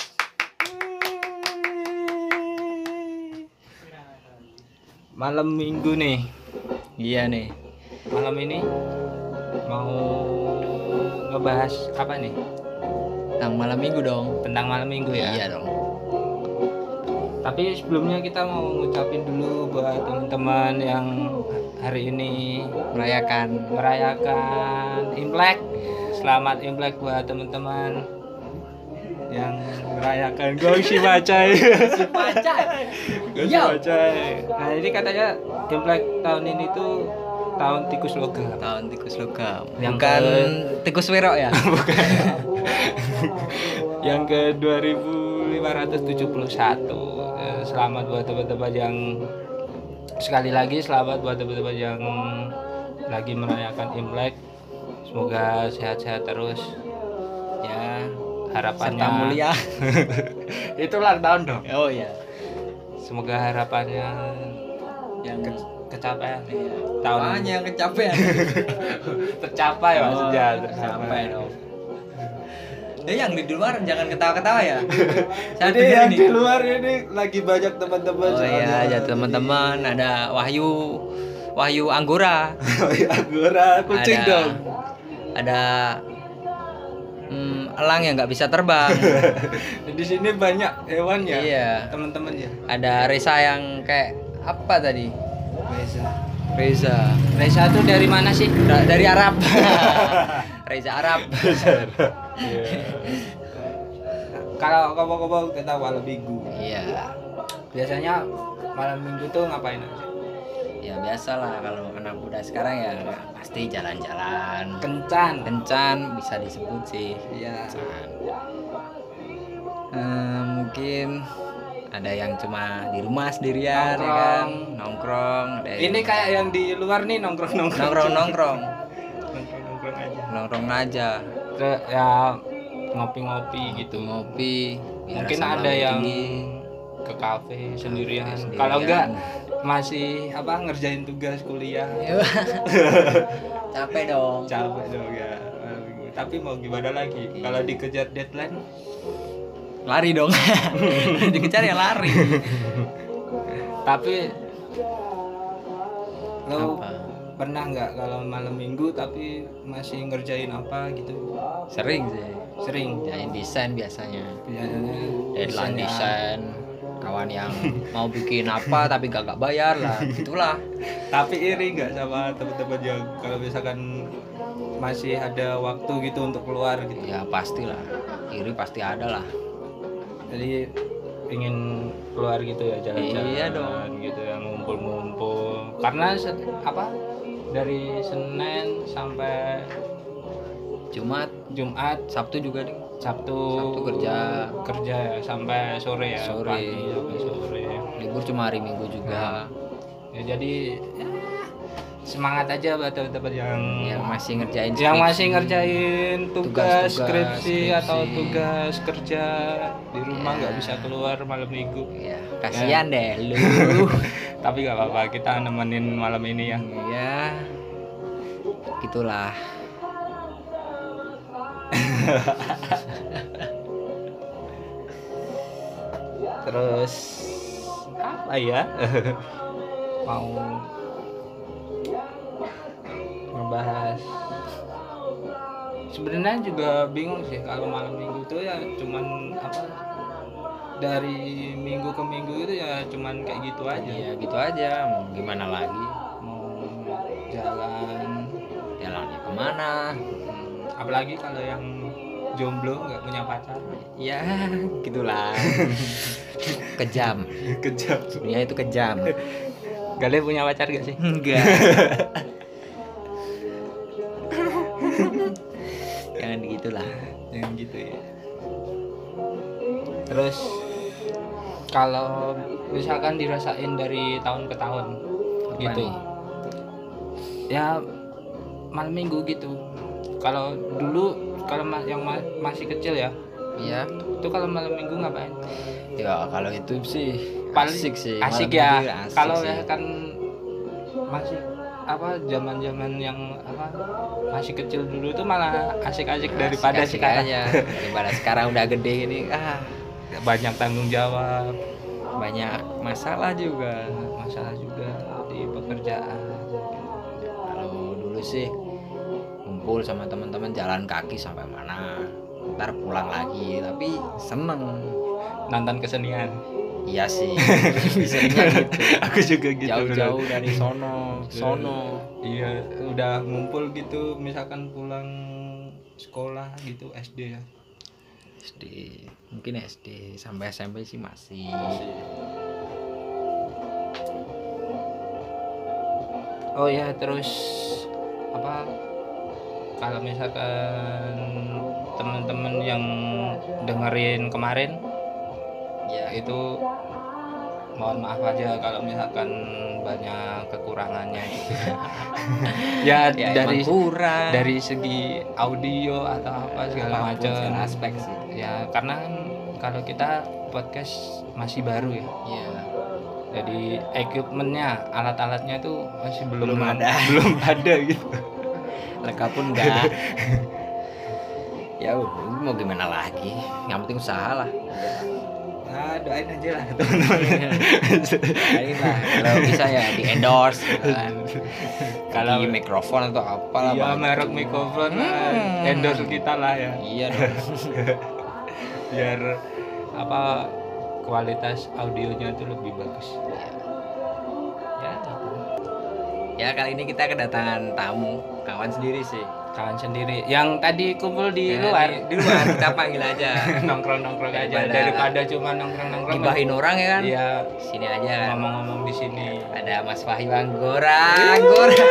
Malam minggu nih. Iya nih. Malam ini mau ngebahas apa nih?
Tentang malam minggu dong.
Tentang malam minggu ya.
Iya dong.
Tapi sebelumnya kita mau ngucapin dulu buat teman-teman yang hari ini merayakan merayakan Imlek. Selamat Imlek buat teman-teman yang merayakan Gongsi Bacai. Gongsi Bacai. Nah, jadi katanya Imlek tahun ini tuh tahun tikus logam.
Tahun tikus logam.
Yang
Bukan
ke-
tikus werok ya?
yang ke 2571 Eh, selamat buat teman-teman yang sekali lagi selamat buat teman-teman yang lagi merayakan Imlek semoga sehat-sehat terus ya harapannya
Serta mulia.
itu ulang tahun dong
Oh iya.
semoga harapannya yang kecapaian tahun
Banyak kecapean.
tercapai ya, maksudnya
Sampai dong. Eh yang di luar jangan ketawa-ketawa ya. Saya
jadi yang di luar ini lagi banyak teman-teman
Oh iya, ya teman-teman ada Wahyu Wahyu Anggora.
Oh, iya, Anggora kucing
ada,
dong.
Ada hmm, elang yang nggak bisa terbang.
Di sini banyak hewannya.
Iya.
Teman-teman ya.
ada Reza yang kayak apa tadi?
Reza.
Reza
Reza tuh dari mana sih?
Da- dari Arab. Reza Arab.
Kalau ngomong-ngomong tentang malam minggu,
Iya.
biasanya malam minggu tuh ngapain aja?
Ya biasalah kalau anak muda sekarang ya pasti jalan-jalan.
Kencan.
Kencan bisa disebut sih.
Iya.
Kencan. Eh, mungkin ada yang cuma di rumah sendirian ya kan nongkrong ada yang-
Ini kayak yang di luar nih nongkrong-nongkrong.
nongkrong nongkrong
Nongkrong-nongkrong aja.
nongkrong aja
Terus ya ngopi-ngopi gitu.
ngopi biar
Mungkin
asam
ada
lambung
yang
tinggi.
ke kafe sendirian.
Sendirian.
Kalau enggak masih apa ngerjain tugas kuliah.
capek dong
capek dong ya malam minggu. tapi mau gimana lagi kalau dikejar deadline
lari dong dikejar ya lari
tapi lo
Apa?
pernah nggak kalau malam minggu tapi masih ngerjain apa gitu
sering sih
sering
desain desain biasanya
biasanya desain.
deadline desain kawan yang mau bikin apa tapi gak gak bayar lah itulah
tapi iri nggak sama teman-teman yang kalau misalkan masih ada waktu gitu untuk keluar gitu
ya pastilah iri pasti ada lah
jadi ingin keluar
iya
gitu ya jalan-jalan
Iya dong.
gitu ya ngumpul-ngumpul karena se- apa
dari Senin sampai
Jumat,
Jumat
Sabtu juga nih.
Sabtu,
Sabtu kerja.
kerja ya, sampai sore ya
Sore.
pagi sampai sore
Libur cuma hari Minggu juga.
ya jadi ya, semangat aja buat teman-teman yang
Yang masih ngerjain
yang
skripsi.
masih ngerjain tugas,
Iya. Tugas-tugas,
skripsi, atau
skripsi.
tugas kerja di rumah nggak
Ya.
bisa keluar malam minggu
Ya, kasihan deh lu.
tapi nggak apa-apa kita nemenin malam ini ya
ya. Gitulah.
terus apa ya mau ngebahas sebenarnya juga bingung sih kalau malam minggu itu ya cuman apa dari minggu ke minggu itu ya cuman kayak gitu aja
Ya gitu aja, mau gimana lagi?
mau jalan
Jalannya kemana?
hmm, apalagi kalau yang jomblo nggak punya pacar
Ya, gitulah. kejam.
kejam
Dunia itu kejam.
kalian punya pacar gak sih
Enggak. Jangan gitulah.
yang gitu ya terus kalau misalkan dirasain dari tahun ke tahun
Apa
gitu
nih?
ya malam minggu gitu kalau dulu kalau ma- yang ma- masih kecil ya
Iya.
itu kalau malam minggu ngapain
Ya kalau itu sih
Paling
asik sih.
asik
Malam
ya
minggu asik
kalau
sih.
ya kan masih apa zaman zaman yang apa masih kecil dulu tuh malah asik-asik daripada
Asik-asik
sekarang
aja. daripada sekarang udah gede ini ah
banyak tanggung jawab
banyak masalah juga.
masalah juga di pekerjaan
Kalau dulu sih kumpul sama teman-teman jalan kaki sampai mana ntar pulang lagi tapi seneng
nonton kesenian
iya sih bisanya gitu
aku juga gitu
jauh-jauh dari sono sono
iya udah ngumpul gitu misalkan pulang sekolah gitu SD ya
SD mungkin SD sampai SMP sih masih
oh ya terus apa kalau misalkan teman-teman yang dengerin kemarin
ya itu
itu mohon maaf aja kalau misalkan banyak kekurangannya gitu. ya,
ya
dari
emang kurang
dari segi audio atau apa segala
Apapun,
macam
segala aspek sih
ya karena kan kalau kita podcast masih baru ya
ya
jadi equipmentnya alat-alatnya tuh masih belum,
Belum ada.
belum ada gitu
lengkap pun enggak ya udah, mau gimana lagi yang penting usaha lah
nah doain aja lah teman-teman
Doain lah. kalau bisa ya di endorse kan. kalau
Kalau-
mikrofon atau apalah
ya
Bang.
merek mikrofon lah,
Hmm.
endorse kita lah ya
iya dong
biar apa kualitas audionya tuh lebih bagus ya
ya kali ini kita kedatangan tamu kawan sendiri sih
kawan sendiri yang tadi kumpul di
Ya,
luar
di, di luar kita panggil aja
nongkrong nongkrong aja
Daripada-
daripada cuma nongkrong nongkrong
gibahin orang ya kan
iya
sini aja kan
ngomong-ngomong di sini
ada Mas Wahyu Anggora Anggora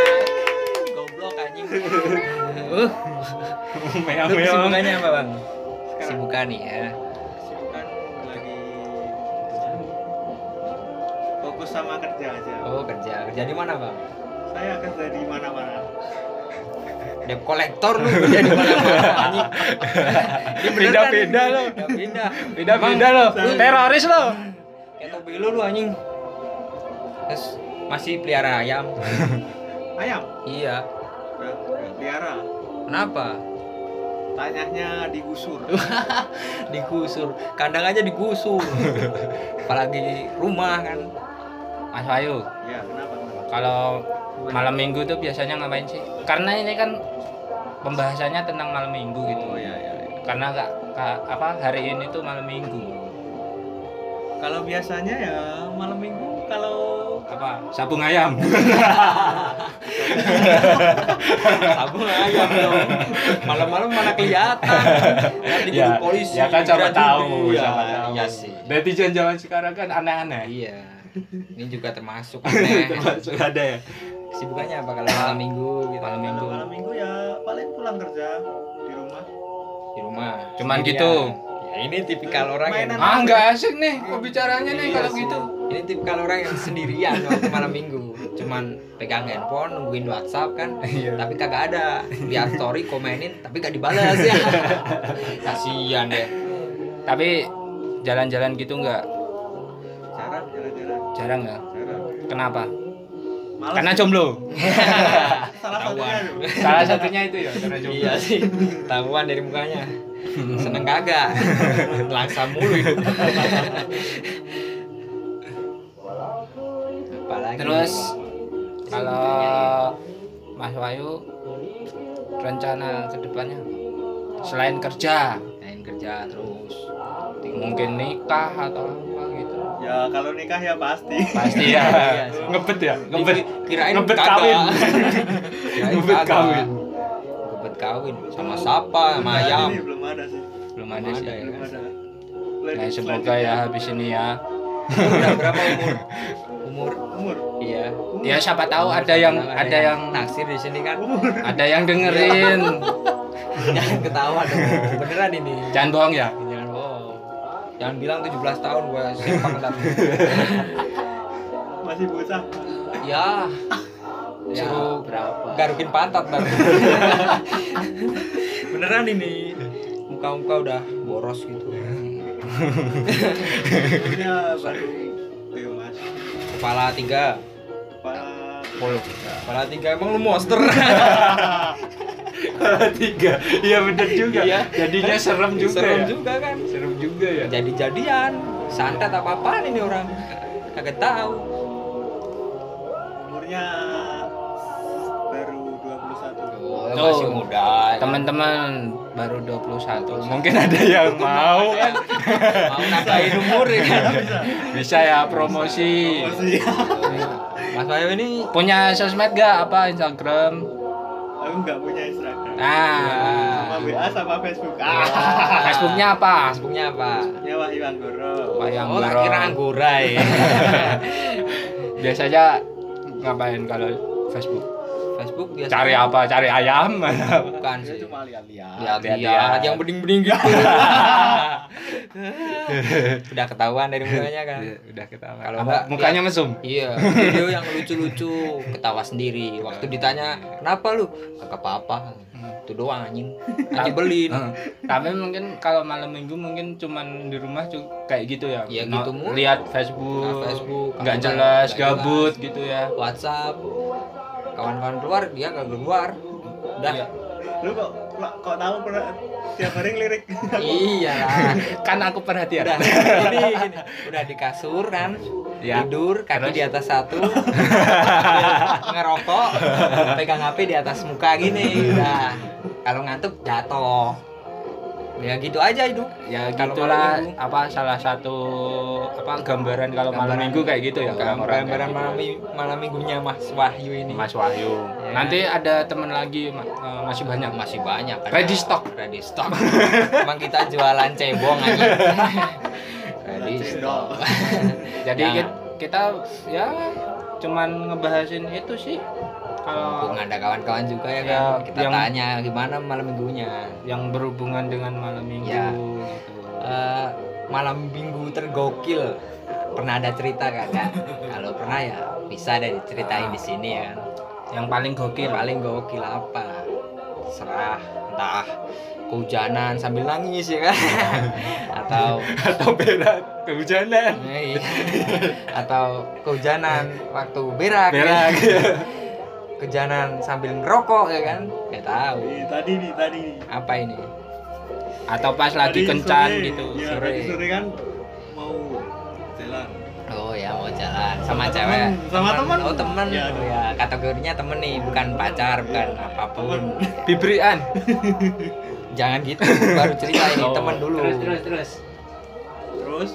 goblok anjing uh
Iya.
meong meong
lu kesibukannya apa bang kesibukan ya
Kesibukan lagi fokus sama kerja aja.
oh kerja kerja di mana bang
Saya kerja di mana-mana.
debt kolektor lu kerja di mana mana anjing ini
Beda- beda lu.
beda beda
beda beda lo teroris lo
kayak topi lu lu anjing terus masih pelihara ayam
Ayam,
iya
Nggak- nggak pelihara.
kenapa
Tanyanya digusur.
digusur kandang aja digusur apalagi rumah kan
Mas Wayu
ya, kenapa?
kalau malam minggu tuh biasanya ngapain sih karena ini kan pembahasannya tentang malam minggu gitu
Oh ya, ya, ya.
karena kak, Kak- apa hari ini tuh malam minggu
Kalau
Iya,
biasanya ya malam minggu kalau
apa sabung ayam
Aku ayam dong. Malam-malam mana kelihatan. Kan diburu
Ya,
polisi.
ya kan siapa
gerah
tahu,
diri.
siapa
Ya,
tahu.
Iya sih.
netizen zaman sekarang kan aneh-aneh
Iya. Ini juga termasuk aneh.
Termasuk ada ya
kesibukannya apa kalau malam minggu gitu
malam minggu
Kalau malam minggu ya paling pulang kerja di rumah.
di rumah
Cuman
sendirian.
gitu.
ya ini tipikal orang yang
Mainan.
Ah, nggak asik nih pembicaranya nih kalau gitu.
ini tipikal orang yang sendirian waktu malam minggu cuman pegang handphone nungguin WhatsApp kan
Iya.
tapi kagak ada lihat story komenin tapi gak dibalas ya kasihan deh
Tapi jalan-jalan gitu nggak
Jarang jalan-jalan.
jarang ya. nggak?
Jarang.
Kenapa?
Malas.
Karena jomblo.
salah satunya.
Ketahuan.
tuh.
Salah satunya itu ya karena jomblo.
iya sih tahuan dari mukanya seneng kagak langsam mulu hidup apalagi
Terus kalau Mas Wayu rencana kedepannya selain kerja
main kerja terus
mungkin nikah atau apa gitu
Ya kalau nikah ya pasti.
pasti ya
Iya sih.
ngebet ya ngebet
kirain
ngebet
kagak.
kawin.
Kirain
Ngebet
kagak.
kawin.
ngebet kawin sama siapa sama
Saat
ayam
ini belum ada sih.
belum
ada sih.
ya
Belum
kan?
ada.
ya
Selain-
semoga
selain-
ya habis ini ya
udah berapa umur umur
Umur.
iya
ya siapa tahu ada yang ada yang Nah.
naksir di sini kan
ada yang dengerin
jangan ketawa dong beneran ini
jangan bohong ya
jangan bohong Gitu kan. jangan bilang 17 tahun gua simpang dan
Masih bocah.
ya ya
suruh berapa
garukin pantat baru beneran ini muka-muka udah boros gitu
Umurnya baru Ayo mas.
kepala tiga
Kepala.
puluh kepala tiga emang lu monster
tiga iya bener juga
Iya.
jadinya serem juga
serem
ya
juga kan
serem juga ya
jadi jadian santet apa apaan ini orang kagak tahu
Umurnya baru 21.
masih
muda
teman-teman baru 21 mungkin
mungkin ada yang mau kan
mau nambahin umur ya kan
bisa ya promosi
Masih.
mas Bayu ini
punya sosmed gak apa Instagram
Aku nggak punya Instagram. Sama
nah
WA sama Facebook. Ah.
Facebooknya apa
Facebooknya apa
Ya Wahyu Anggoro.
Wayang
oh tak
Borong.
kira anggora ya
biasanya ngapain kalau Facebook
Facebook biasa
cari apa cari ayam
bukan
Dia
sih
cuma lihat-lihat.
lihat-lihat yang bening-bening gitu udah ketahuan dari mukanya kan
udah ketawa
kalau
Apa,
enggak
mukanya mesum
Iya, video yang lucu-lucu ketawa sendiri. Waktu ditanya, "Kenapa lu?" Kagak apa-apa. Itu doang anjing. Anjing belin.
Hmm. tapi mungkin kalau malam minggu mungkin cuman di rumah cu- kayak gitu ya
Iya,
No-
gitu mulu.
lihat Facebook
Nah, Facebook,
nggak
kawan-
jelas
nggak
gabut gitu ya
WhatsApp. Kawan-kawan keluar, dia kagak keluar. Udah.
Iya.
Lu kok kok, kok tahu pernah tiap hari lirik?
Iya.
kan aku perhatian
Udah gini, gini. Udah di kasur kan.
Ya.
Tidur, kaki di atas satu. ngerokok, pegang HP di atas muka gini. Udah. Kalau ngantuk jatuh. Ya gitu aja hidup.
ya
Kalau
gitulah
malam minggu.
apa salah satu apa gambaran kalau malam
Gambaran.
minggu kayak gitu ya orang-orang
gambaran
kayak
malam,
gitu.
mi- malam minggunya Mas Wahyu ini
Mas Wahyu
Ya.
nanti ada teman lagi Ma- eh, masih banyak
masih banyak ada-
Ready stock.
ready stock emang kita jualan cebong aja ready
Jualan
stock
Jadi
Jangan.
kit- kita ya cuman ngebahasin itu sih
Mumpung
kalau
ada kawan-kawan juga ya
Ya,
kan kita
yang-
tanya gimana malam minggunya
yang berhubungan dengan malam minggu
Ya.
gitu.
Eh, malam minggu tergokil pernah ada cerita kan Kak? kalau pernah ya bisa deh diceritain di sini ya kan
Yang paling gokil
paling gokil apa serah entah kehujanan sambil nangis ya kan atau
atau berat kehujanan
Iya. atau kehujanan waktu berak, ya.
berak
kehujanan sambil ngerokok ya kan nggak tahu
Ih, tadi nih, tadi nih.
apa ini
atau pas lagi
Tadi
kencan
sore,
gitu.
Iya,
sore.
tadi sore kan mau jalan.
oh ya mau jalan sama
Sama
cewek
temen, sama temen.
oh temen
Iya,
ya, kategorinya temen nih bukan pacar bukan apapun
Bibrian.
jangan gitu baru cerita
Oh.
ini temen dulu
Terus terus terus.
Terus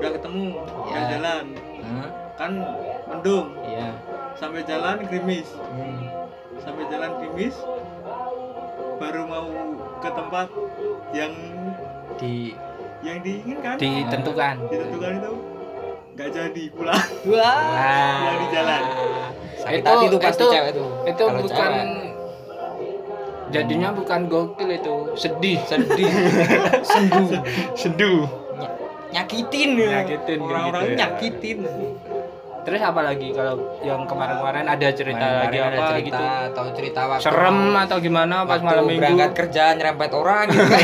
nggak ketemu,
Ya.
nggak
Iya.
jalan.
Hah?
Kan mendung,
iya
sampai jalan gerimis,
Hmm.
sampai jalan gerimis baru mau ke tempat yang
di
yang diinginkan
Ditentukan.
ditentukan itu nggak jadi pulang
Nah.
wah
Ah.
yang di jalan
sakit
Itu-
hati tuh pasti
itu-
cewek tuh
itu
Kalau
bukan
cewek.
jadinya bukan gokil itu sedih
sedih sendu
Seduh.
Ny- nyakitin ya.
Nyakitin kayak
orang-orang
gitu ya.
nyakitin
terus apa lagi kalau yang kemarin-kemarin ada cerita Eh, lagi
Kemarin ada
apa
cerita
gitu
atau cerita waktu
serem atau gimana pas
waktu
malam minggu
berangkat kerja nyerempet orang gitu kan.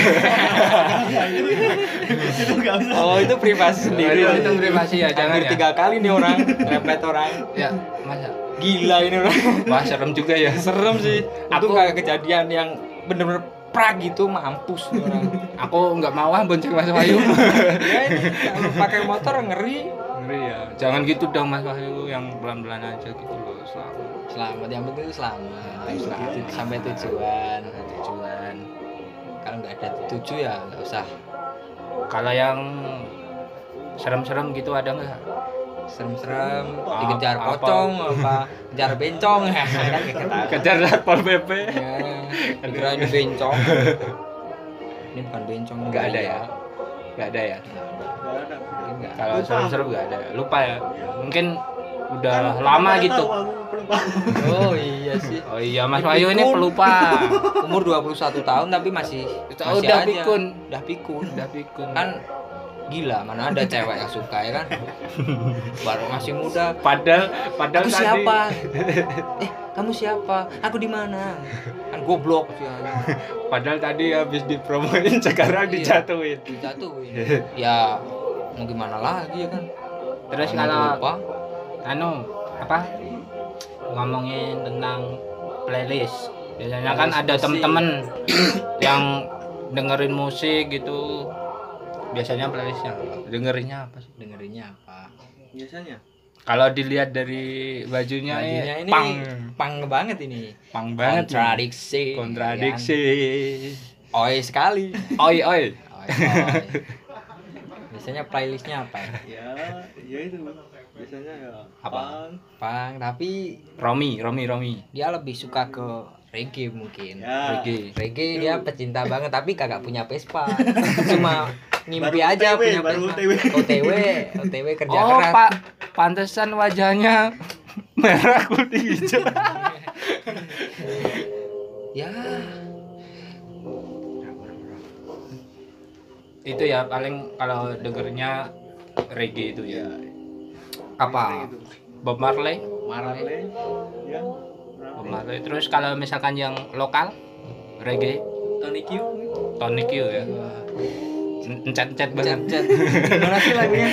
itu nggak usah
oh itu privasi sendiri Iya,
Itu- itu privasi ya, jangan
Hampir
ya.
tiga kali nih orang nyerempet orang
ya masa
gila ini orang
wah serem juga ya
serem sih itu
Aku-
kayak kejadian yang bener-bener prak gitu mampus nih orang
aku nggak mau ah bonceng Mas Wahyu
ya ini kalau pakai motor ngeri
ngeri ya jangan gitu dong Mas Wahyu yang pelan-pelan aja gitu loh selalu
selamat yang penting selamat sampai tujuan
tujuan
kalau nggak ada tujuh ya nggak usah
kalau yang serem-serem gitu ada nggak
serem-serem
Apa-
dikejar
apa? Iya,
pocong apa kejar bencong kan nggak ketahuan.
Kejar satpol pp.
Ya, kirain bencong ini bukan bencong
Nggak ada ya? nggak ada ya kalau
Lupa.
serem-serem nggak ada lupa ya mungkin
Kan
udah lama
mana
gitu
tahu aku pelupa.
oh iya sih
oh iya Mas Wahyu ini
Pikun.
pelupa
umur 21 tahun tapi masih
Oh,
masih
udah
aja.
pikun.
udah pikun
udah pikun
kan gila mana ada cewek yang suka ya kan baru masih muda
Padahal padahal
aku
tadi-
siapa eh kamu siapa aku di mana kan goblok sih ya. anjing.
Padahal tadi habis dipromoin sekarang
Iya.
dijatuhin.
dijatuhin ya mau gimana lagi ya kan
terus
Karena
kalau
lupa
anu apa ngomongin tentang playlist biasanya kan
Playlist
ada
musik.
temen-temen yang dengerin musik gitu biasanya playlistnya dengerinnya apa sih
dengerinnya apa
biasanya
kalau dilihat dari bajunya,
Bajunya
ini
ini
pang
pang banget
eh,
ini
Pang banget. nih.
kontradiksi
Iya.
Kontradiksi.
ya kan? oi sekali
Oi oi.
Oi, oi. biasanya playlistnya apa ya?
ya ya itu biasanya ya
Apa?
punk.
pang tapi
Romi Romi Romi
dia lebih suka ke reggae mungkin
ya
Reggae
reggae dia pecinta banget tapi kagak punya Vespa cuma ngimpi
Baru
aja
OTW,
punya
baru OTW.
Vespa OTW OTW kerja
oh
keras
pak pantesan wajahnya merah putih hijau
ya
itu ya paling kalau dengernya reggae itu ya
ya
apa
gitu.
Bob Marley
Marley
Marley ya
Bob
Marley.
Marley. terus kalau misalkan yang lokal reggae
Tony Q
Tony Q ya encet-encet banget
Cet, cet. gimana sih lagunya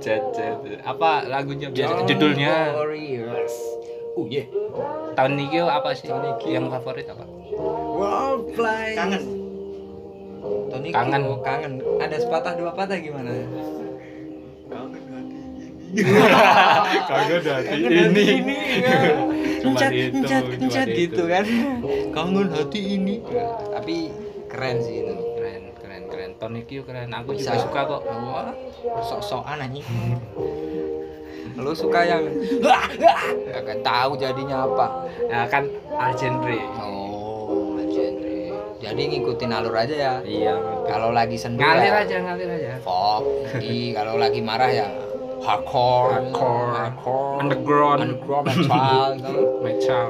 encet-encet apa lagunya biasa judulnya
Oh, Warriors. oh yeah
Tony Q apa sih
Tony Q.
yang favorit apa
Worldfly.
kangen
Tony
Kangen.
kangen. kangen. Ada sepatah dua patah gimana?
kangen hati
Kagak dari
Kangen
ini.
hati ini. ya.
Cuma
Encet,
dihitung,
encet,
cuma
encet gitu
dihitung.
kan. Kangen hati ini. Tapi keren sih itu.
keren keren keren Tony Q keren aku juga
Bisa.
suka kok
Wah, sok-sokan anjing. Lu suka yang Wah, wah. kagak tahu jadinya apa.
nah, kan al genre
Oh, genre. Jadi ngikutin alur aja ya.
iya
Kalau lagi sendu ya-
ngalir aja ngalir aja
folk jadi kalau lagi marah ya hardcore
Hardcore.
hardcore
Underground.
underground metal gitu.
metal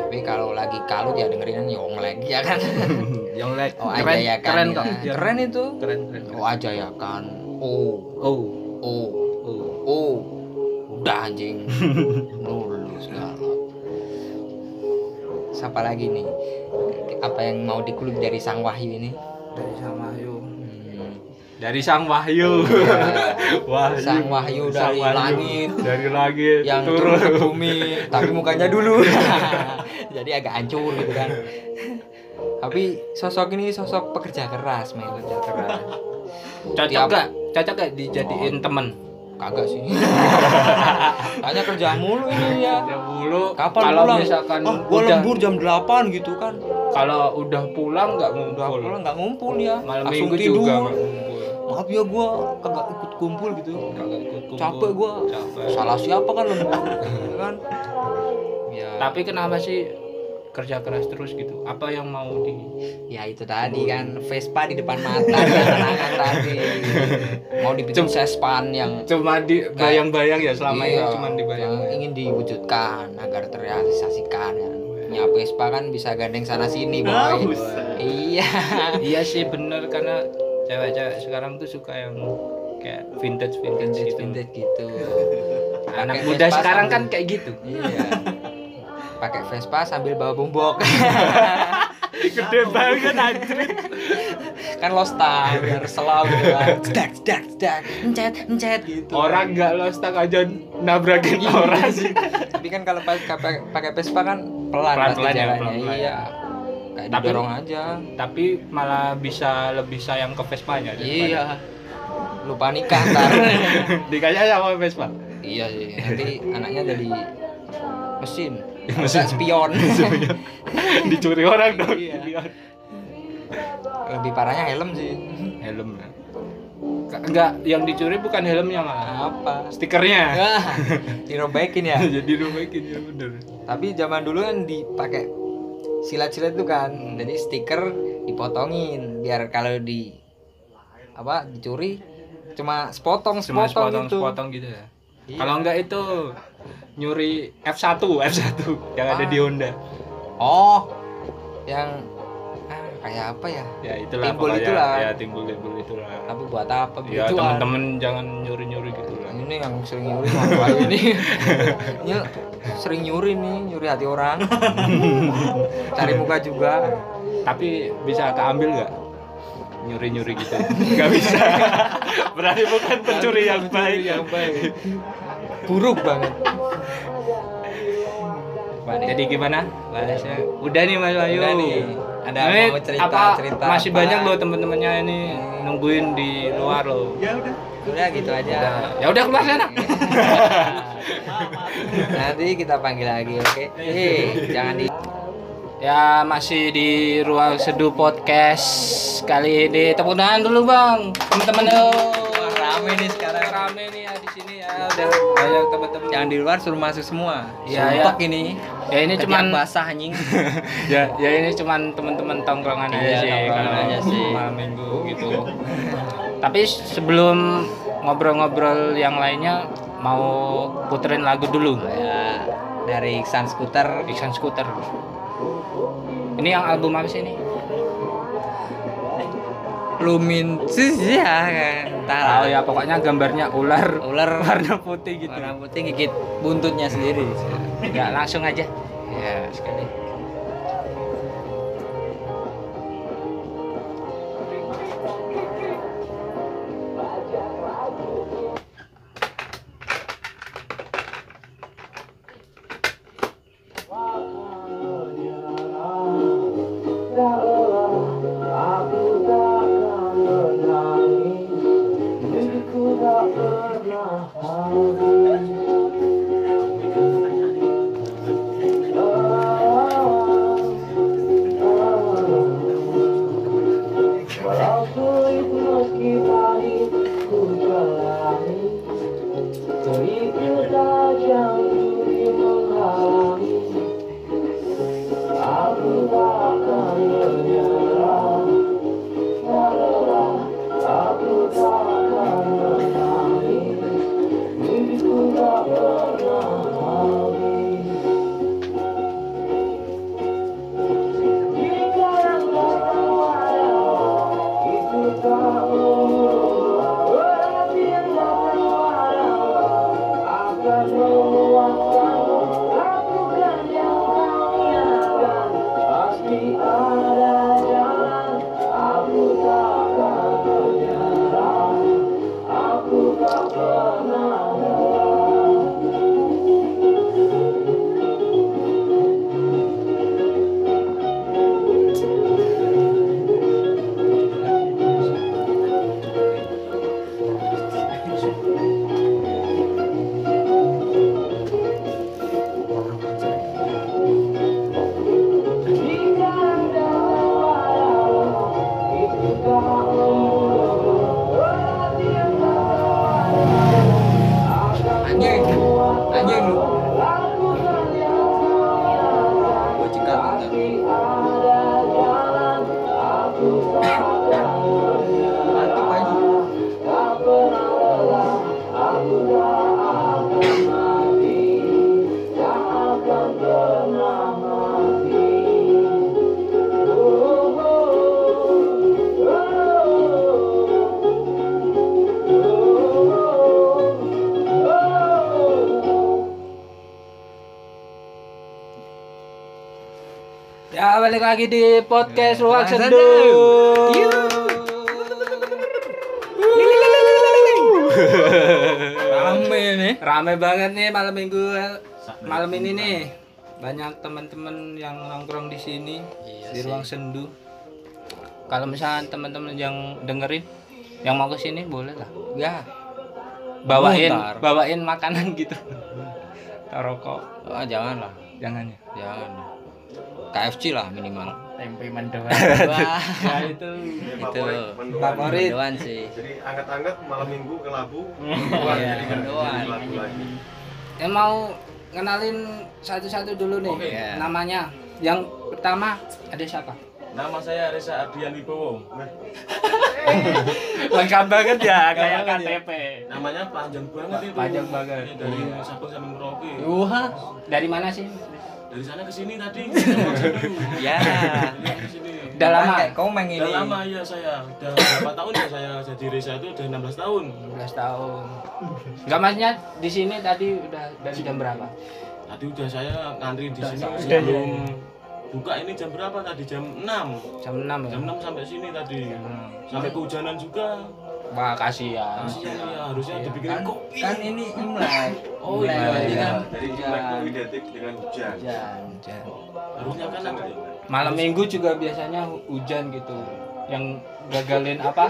tapi kalau lagi kalut ya dengerin yang lagi ya kan
yang ah. like
oh
keren
aja ya kan
keren kok
keren itu
keren keren keren.
oh aja ya kan oh
oh
oh
oh
oh udah anjing dulu segala siapa lagi nih apa yang mau dikulik dari sang wahyu ini
dari sama Wahyu
Hmm.
Dari Sang Wahyu. Wahyu.
sang wahyu
Sang
dari
Wahyu.
langit
Dari langit
yang turun
turun.
ke bumi tapi mukanya dulu jadi agak hancur gitu kan tapi sosok ini sosok pekerja keras main kerja keras
cocok
Tiap-
gak cocok gak dijadiin temen
kagak sih hanya kerja mulu ini ya
Ya mulu.
kapan
kalau
pulang
misalkan
ah, gua
udah
lembur jam 8 gitu kan
kalau udah pulang nggak
udah
ngumpul
pulang nggak ngumpul ya
malam
langsung
minggu
tidur
juga nggak ngumpul
maaf ya gua kagak ikut kumpul gitu
Kagak ikut kumpul.
capek gua
Capek.
salah siapa kan lembur gitu kan ya
tapi kenapa sih kerja keras terus gitu apa yang mau di
ya itu tadi kan Vespa di depan mata anak-anak tadi mau dibikin sespan yang
cuma di bayang-bayang ya selama ini
Iya,
cuma dibayang
yang ingin diwujudkan agar terrealisasikan kan punya Vespa kan bisa gandeng sana sini
Ah,
boy
buset.
iya
iya sih bener karena cewek-cewek sekarang tuh suka yang kayak vintage vintage,
vintage
gitu
vintage gitu
anak
Pakai
muda
Vespa
sekarang kan
sambil-
kayak gitu
iya pakai Vespa sambil bawa bombok
Gede banget anjir.
kan lost time harus selalu gitu kan cedak cedak cedak encet encet gitu
orang nggak lost tak aja nabrakin
Iya.
orang sih
tapi kan kalau pakai pakai Vespa kan pelan
Pelan-pelan
pasti
ya,
jalannya
pelan-pelan.
iya kayak
Tapi-
didorong aja
tapi malah bisa lebih sayang ke Vespanya daripada-
iya lupa nikah ntar
dikasih sama Vespa
iya sih nanti anaknya jadi mesin mesin spion
iya.
dicuri orang dong
Iya. lebih parahnya helm sih
helm ya enggak yang dicuri bukan helmnya malah
apa
stikernya
ah, dirobekin ya
jadi rumekin ya bener
tapi zaman dulu kan dipakai silat-silat tuh kan
Hmm.
jadi stiker dipotongin biar kalau di apa dicuri cuma sepotong
cuma
sepotong,
sepotong
gitu
sepotong gitu ya
Iya.
kalau enggak itu nyuri F1 F1 yang ada di
Ah.
Honda
oh yang ah, kayak apa ya
ya itulah
Timbul
pokoknya.
itulah.
ya timbul timbul itulah
tapi buat apa
ya
begituan.
temen-temen jangan nyuri nyuri gitu lah
ini yang sering nyuri orang ini Ini sering nyuri nih nyuri hati orang cari muka juga
tapi bisa keambil nggak nyuri nyuri gitu nggak bisa berarti bukan pencuri yang baik
yang baik buruk banget
jadi gimana bahasnya udah nih Mas Bayu
Udah nih. Ada
Ini
mau cerita-
apa,
cerita
masih
apa?
banyak loh temen-temennya ini nungguin di luar loh
Ya udah.
udah gitu aja
ya udah keluar
Iya.
sana
nanti kita panggil lagi oke Hei, jangan di
ya masih di ruang seduh podcast kali ini tepuk tangan dulu bang temen-temen
Wah, rame nih sekarang.
oh, rame nih ya di sini ya udah banyak temen-temen
jangan di luar suruh masuk semua
Iya, iya.
Suntok ini
ya ini
Ketiak
cuman
basah anjing
ya ya ini cuman teman-teman tongkrongan aja
Iya,
sih
tongkrongan
kalau
aja sih.
malam minggu gitu tapi sebelum ngobrol-ngobrol yang lainnya mau puterin lagu dulu
ya dari Iksan Skuter
Iksan Scooter ini yang album apa sih ini
Lumin ya kan entahlah
tahu ya pokoknya gambarnya ular
ular
warna putih gitu
warna putih gigit buntutnya sendiri
ya langsung aja
ya sekali
Aku
mantap aja
Ya balik lagi di podcast Ruang
Ruang
Sendu.
Sendu. Rame ini.
Rame banget nih malam minggu
Sak-
malam ini nih banyak teman-teman yang nongkrong di sini di Ruang Sendu. Kalau misalnya teman-teman yang dengerin yang mau ke sini boleh lah
Ya,
bawain
Mutar.
bawain makanan gitu. Taruh rokok
ah, Hmm. jangan lah,
jangan ya.
jangan. KFC lah minimal.
tempe mendoan
Wah,
Ya itu
Iya,
itu
favorit.
doan sih.
Jadi angkat-angkat malam minggu ke labu.
Iya,
Iya,
mendoan.
Labu lagi.
ya. Yang mau kenalin satu-satu dulu nih Ya,
Iya.
namanya. Yang pertama ada siapa?
Nama saya Reza Ardian Wibowo.
Lengkap banget ya kayak KTP.
Namanya panjang banget itu.
Panjang banget.
Ini dari Sabang sampai Merauke.
Wah, dari mana sih?
Dari sana ke sini tadi.
Ya.
Dari ke sini.
Udah lama.
Pakai komeng ini.
Udah lama ya saya. Udah berapa tahun ya saya jadi Reza itu udah 16 tahun.
12 tahun. Enggak maksudnya di sini tadi udah dari jam berapa?
Tadi udah saya ngantri di sini sebelum buka ini jam berapa tadi? Jam 6.
Jam 6 ya.
Jam 6 sampai sini tadi.
Iya.
Hmm.
Sampai kehujanan juga.
Wah, kasihan.
Kasihan ya, harusnya dibikin
Ah, iya. Kan,
kopi.
kan ini imlek.
Oh iya,
Imlek,
iya.
kan?
Jadi Imlek itu identik dengan hujan.
iya.
Hujan, hujan.
Harusnya kan
Sama
ada
Imlek.
Malam Minggu juga biasanya hu- hujan gitu. Yang gagalin apa?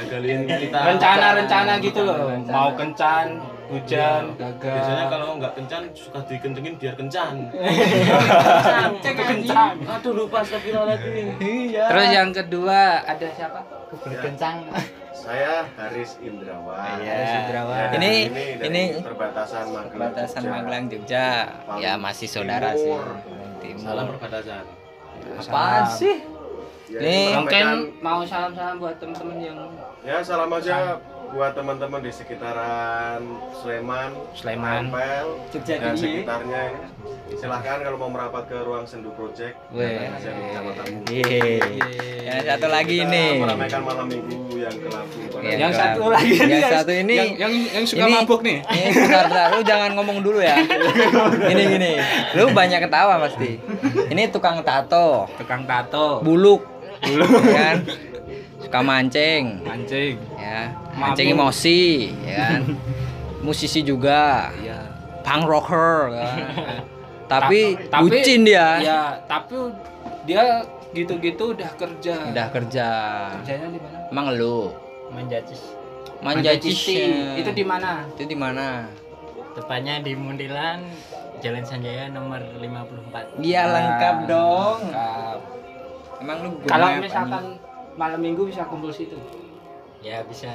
gagalin
Iya.
kita.
Rencana-rencana gitu loh. Mau kencan, hujan,
Iya.
Biasanya
gagal.
kalau nggak kencan suka dikencengin biar kencan.
Cek kencan.
Aduh lupa astagfirullahaladzim.
Ya. Terus yang kedua ada siapa?
berkencang
Saya Haris Indrawan.
Iya.
Ya, dari
Ini
sini, dari
ini
perbatasan Magelang.
perbatasan
Jogja.
Magelang Jogja.
Paling
Ya masih saudara sih.
timur.
Paling Timur.
Salam perbatasan.
Apaan sih?
Ya,
Nih,
sampaikan-
Mungkin mau salam-salam buat temen-temen yang
ya salam aja buat teman-teman di sekitaran Sleman,
Sleman.
Ampel,
Jogja ini
dan ya, sekitarnya. ya. Silahkan kalau mau merapat ke ruang sendu project.
Weh.
datang aja ke Jakarta Tamu.
Yeay. Yang Ya, satu lagi
Kita
nih.
meramaikan malam minggu yang kelabu pada
Yang
kan?
satu lagi nih,
Yang
yang-
satu ini
yang yang, yang suka
ini-
mabuk nih.
Eh, bentar, bentar. Lu jangan ngomong dulu ya. Gini gini. Lu banyak ketawa pasti. Ini tukang tato,
Tukang tato,
buluk. Buluk kan. Suka mancing,
mancing.
ya. Mancing
Mabuk.
emosi, ya kan. Musisi juga,
Iya.
punk rocker kan. Tapi,
Ta- tapi-
bucin dia.
Ya, tapi dia gitu-gitu udah kerja.
Udah kerja.
Kerjanya di mana?
Emang lu
menjajis
Manjacisti.
manjajisti.
iya. Itu di mana?
Itu di mana?
tepatnya di Mundilan Jalan Sanjaya nomor 54
Dia lengkap
Ah,
dong.
lengkap.
Emang lu Google
Kalau
Map,
misalkan malam minggu bisa kumpul situ.
ya bisa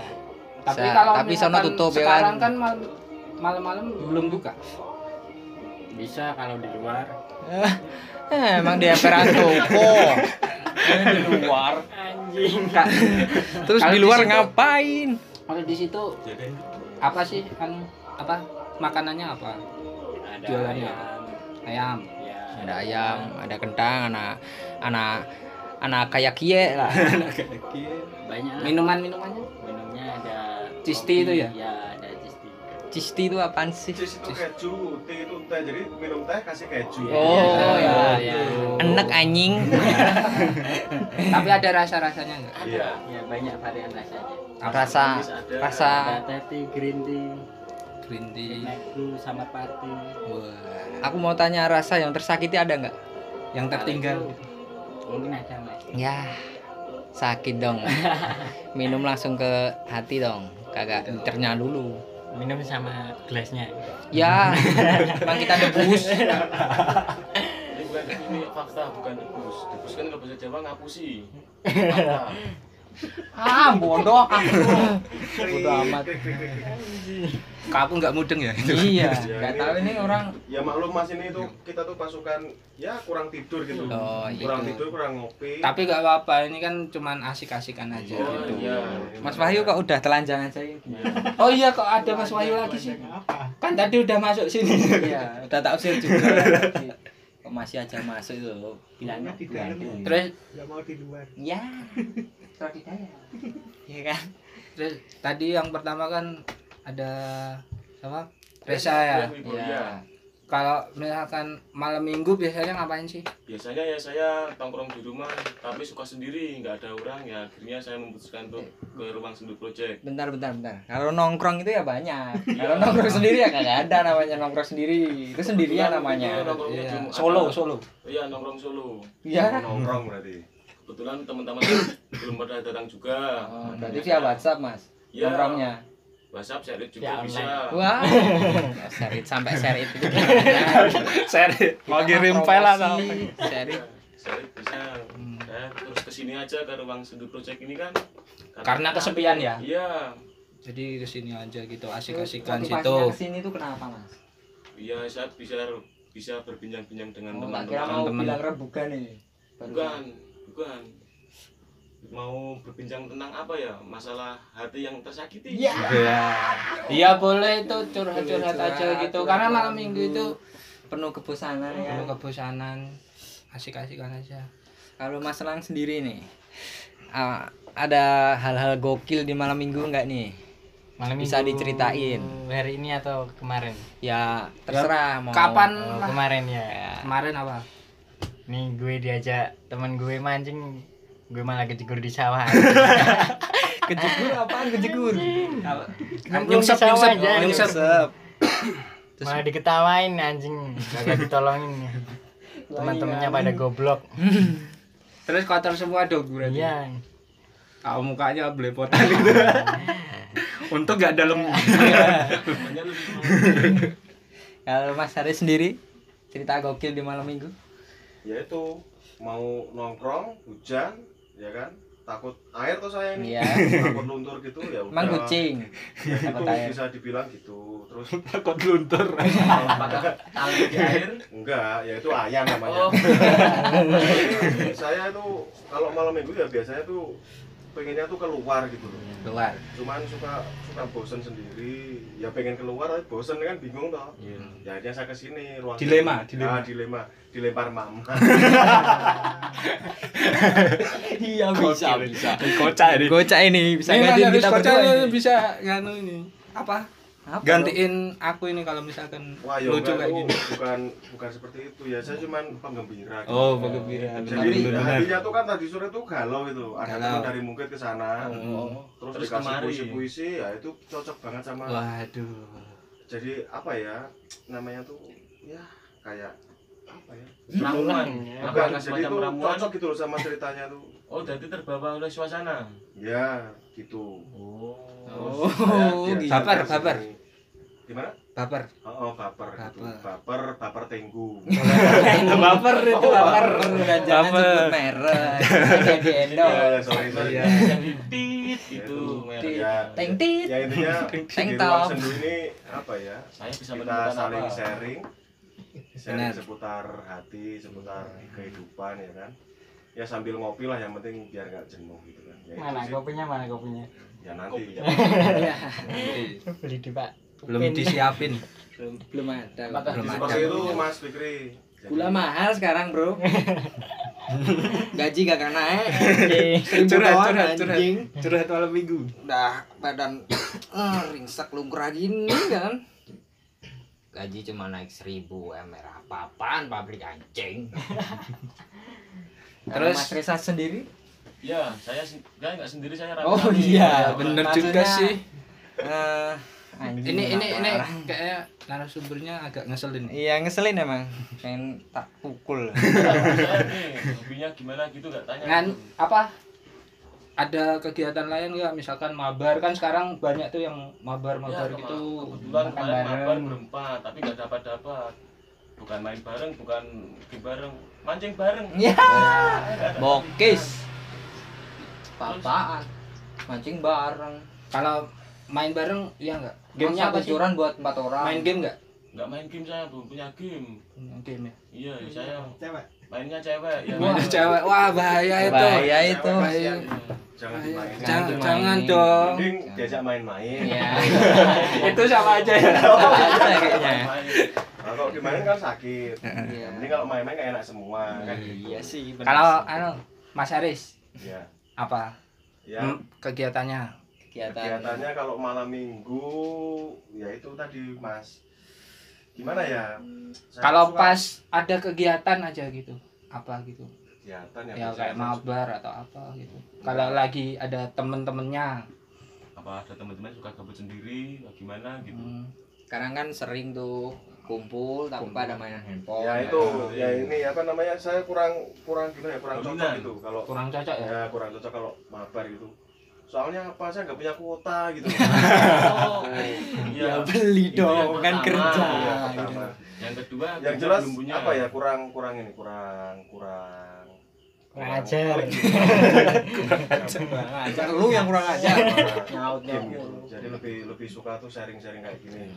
Tapi
Bisa,
kalau
tapi sono
misalkan
tutup, ya
sekarang
kan?
kan mal- malam-malam belum buka.
bisa kalau di luar
anjing. Eh, emang di emperan toko. Ini di luar.
anjing
Ka-
Terus
Kalau
di
di
luar
situ-
ngapain?
Kalau di situ apa sih anu apa makanannya apa?
ada
Jualannya.
ayam,
Ayam.
ya
Ada ayam, ada kentang, anak anak anak kayak kie lah.
banyak lah.
Minuman-minumannya?
minumnya ada kopi,
Cisti itu ya?
ya ada cisti
Cisti itu apaan sih?
Jus itu keju, teh itu teh. Jadi minum teh kasih keju.
Oh,
ya,
ya.
ya.
Enak anjing.
Tapi ada rasa-rasanya enggak?
Iya.
ya banyak varian rasanya
Rasa rasa
ada teh green tea
Green tea.
green blue sama pati
Wah.
aku mau tanya rasa yang tersakiti ada nggak? gitu.
Yang tertinggal.
mungkin ada mas
Ya, sakit dong. Minum langsung ke hati dong. Kagak internya dulu.
minum sama gelasnya
Ya, emang kita debus.
Ini bukan ini fakta bukan debus. Debus kan kalau bahasa Jawa ngapusi. Fakta.
ah bodoh ah bodoh amat
Kamu nggak mudeng ya?
iya nggak tahu ini orang
ya maklum mas ini tuh kita tuh pasukan ya kurang tidur gitu
Oh,
iya.
kurang
itu.
tidur kurang ngopi
Tapi nggak apa-apa, ini kan cuman asik-asikan aja
Oh,
gitu.
iya.
Mas Wahyu kok udah telanjang aja ini gimana?
Oh iya kok ada Mas Wahyu lagi sih? Kan tadi udah masuk sini.
Iya, udah tak usir juga. lagi. Kok masih aja masuk itu pilihannya di dalam.
Terus
ya, terus di dalam. Iya kan?
terus tadi yang pertama kan ada apa? Reza ya.
Iya.
Iya.
Kalau misalkan malam minggu biasanya ngapain sih?
Biasanya ya saya tongkrong di rumah, tapi suka sendiri, nggak ada orang ya. Akhirnya saya memutuskan untuk ke ruang sendu project.
Bentar, bentar, bentar. Kalau nongkrong itu ya banyak. Kalau nongkrong sendiri ya kagak ada namanya nongkrong sendiri. Itu sendirian
Kebetulan
namanya.
nongkrongnya
Iya.
Jumat.
Solo, solo.
Iya, nongkrong solo.
Iya.
nongkrong berarti
Kebetulan teman-teman belum pada datang juga.
Oh, berarti via WhatsApp, Mas.
Iya.
Nongkrongnya.
WhatsApp saya lihat
Via
juga bisa.
Wah. share it Ya, sampai share it itu.
Seri. Mau kirim file atau?
Share it.
Saya lihat Ya, bisa.
Hmm.
Saya terus kesini aja ke ruang sendu project ini kan.
Karena kesepian ya.
Iya,
Jadi ke sini aja gitu, asik-asikan situ.
Motivasinya kesini tuh kenapa, Mas?
iya saya bisa bisa berbincang-bincang dengan
Oh, tak
teman-teman.
kira mau
teman-teman.
bilang rebukan ini.
Bukan, bukan. Mau berbincang tentang apa ya? Masalah hati yang tersakiti.
Iya.
Iya boleh itu curhat-curhat
Curhat,
aja gitu.
curhat
Karena malam
malam
minggu
minggu.
itu
penuh kebosanan ya.
Hmm. penuh kebosanan, asik-asikan aja.
Kalau Mas Lang sendiri nih, ah, ada hal-hal gokil di malam minggu nggak nih?
Malam
Bisa
minggu
diceritain.
Hari ini atau kemarin?
Ya terserah mau.
Kapan
Oh,
lah?
kemarin ya.
Kemarin apa?
Nih gue diajak teman gue mancing, gue malah kejegur di sawah.
Kejegur apaan kejegur?
Nyungsep, nyungsep,
aja,
nyungsep.
malah diketawain anjing, kagak ditolongin. Teman-temannya pada goblok.
Terus kotor semua dong berarti.
Iya.
Kalau mukanya belepotan gitu. Untung gak dalam.
Makanya lebih mau
Kalau Mas Hari sendiri cerita gokil di malam minggu?
ya itu mau nongkrong hujan ya kan takut air tuh saya ini
Iya.
takut luntur gitu ya
Emang
udah
kucing.
ya gitu
Takut air.
bisa dibilang gitu terus
takut luntur
tahu di air.
enggak ya itu ayam namanya
Oh,
Jadi, saya itu kalau malam minggu ya biasanya tuh pengennya tuh keluar gitu loh
Keluar.
cuman suka suka bosen sendiri ya pengen keluar tapi bosen kan bingung toh ya akhirnya saya kesini ruang
Iya. Dilema,
dilema dilema dilempar mama
Iya bisa bisa.
kocak ini
Gocak ini bisa
Ini
gantiin
harus
kita
kocak
berdua.
ini bisa nganu ini. Apa?
Apa
Gantiin aku ini kalau misalkan
wah ya
lucu
enggak
kayak
tuh,
gini.
bukan bukan seperti itu ya saya cuman penggembira gitu.
Oh, penggembira.
Jadi
Benar-benar.
harinya tuh kan tadi sore tuh galau itu.
Galau.
Ada
Oh,
teman dari Mungkit ke sana. Terus,
Terus
dikasih
kemari.
puisi-puisi ya itu cocok banget sama
Waduh.
jadi apa ya namanya tuh ya kayak apa ya?
ramuan.
Bukan,
Apakah
jadi
semacam
tuh
ramuan?
cocok gitu loh sama ceritanya tuh.
Oh, jadi terbawa oleh suasana.
Ya, gitu.
Oh.
Oh,
Saya
gitu.
diajak
gitu. baper,
kesini.
baper.
Gimana?
Baper.
Oh, oh baper, gitu.
Baper.
Baper, baper tenggu.
Itu baper itu
Baper. Jangan sebut merek. Kayak di
ya,
endorse.
ya, sorry, sorry.
Iya.
Jadi tit itu. merah.
Ya,
Teng tit.
ya intinya
Teng
di
tong.
ruang sendu ini apa ya?
Saya bisa
kita
menemukan
saling
apa?
sharing sharing
Benar.
seputar hati seputar kehidupan ya kan ya sambil ngopi lah yang penting biar nggak jenuh gitu kan ya, itu
Mana
sih.
kopinya? Mana kopinya?
ya nanti
Kopi.
Beli di Pak.
Belum disiapin.
Belum ada.
Apakah
Belum
seperti itu
ya?
Mas Fikri Jadi,
Gula mahal sekarang bro Gaji gak akan naik Seribu
Curhat,
doang,
curhat, curhat.
anjing.
Curhat malam minggu.
Udah badan eh, ringsek lumrah gini kan
Gaji cuma naik 1000 MR apa-apaan pabrik anjing.
Terus
Terus?
Mas Reza sendiri
Ya, saya sen- saya nggak sendiri saya rame.
Oh iya
Bener
Maksudnya,
juga sih.
eh, anjing,
Ini ini ini
kenapa?
kayaknya narasumbernya agak ngeselin.
Iya ngeselin emang Pengen tak pukul
saya nih, hobinya gimana gitu nggak tanya.
Ngan apa? Ada kegiatan lain nggak? Misalkan mabar kan sekarang banyak tuh yang mabar-mabar
Ya,
gitu.
kebetulan
makan
kemarin mabar
bareng.
berempat tapi nggak dapat dapat bukan main bareng bukan
Iya.
game bareng mancing bareng
Ya Bokis apa-apaan mancing bareng
Kalau main bareng iya enggak? Gamenya
gamenya
apa sih?
bocoran buat empat orang
Main game enggak?
nggak main game saya belum punya game
Game ya.
iya ya saya
Cewek.
mainnya cewek ya
Wah, cewek. Wah, bahaya itu.
bahaya itu
Bahaya. Bahaya. Jangan,
jangan dimainin
Iya.
Jangan
jangan
dimainin.
dong.
mending diajak main-main
ya
itu sama aja ya. Iya.
kayaknya
nah, kalau dimainin kan sakit
Iya.
mending kalau main-main kayak enak semua kan
Iya sih. bener
Kalau
sih.
anu Mas Aris
ya
apa
ya
Hmm, kegiatannya?
kegiatan
kegiatannya kalau malam minggu ya itu tadi mas gimana ya Saya
Kalau
suka
pas ada kegiatan aja gitu apa gitu
kegiatan ya,
ya
biasanya
kayak
saya
mabar atau apa gitu kalau lagi ada temen-temennya
apa ada teman-teman suka gabut sendiri gimana gitu
hmm.
sekarang kan sering tuh kumpul tanpa ada mainan handphone
Iya,
ya itu ya ini apa namanya saya kurang kurang gimana ya kurang cocok
Dominan.
gitu kalau
kurang cocok ya
ya kurang cocok kalau mabar gitu soalnya apa saya nggak punya kuota gitu
oh iya
Ya,
beli
Itu yang
kan
pertama.
Iya,
Ah,
pertama.
yang kedua
yang
kerja
jelas
belum punya
apa ya kurang kurang ini kurang kurang
Kurang ajar.
kurang
ajar lu yang kurang ajar
nyaut gitu jadi lebih lebih suka tuh sharing-sharing kayak gini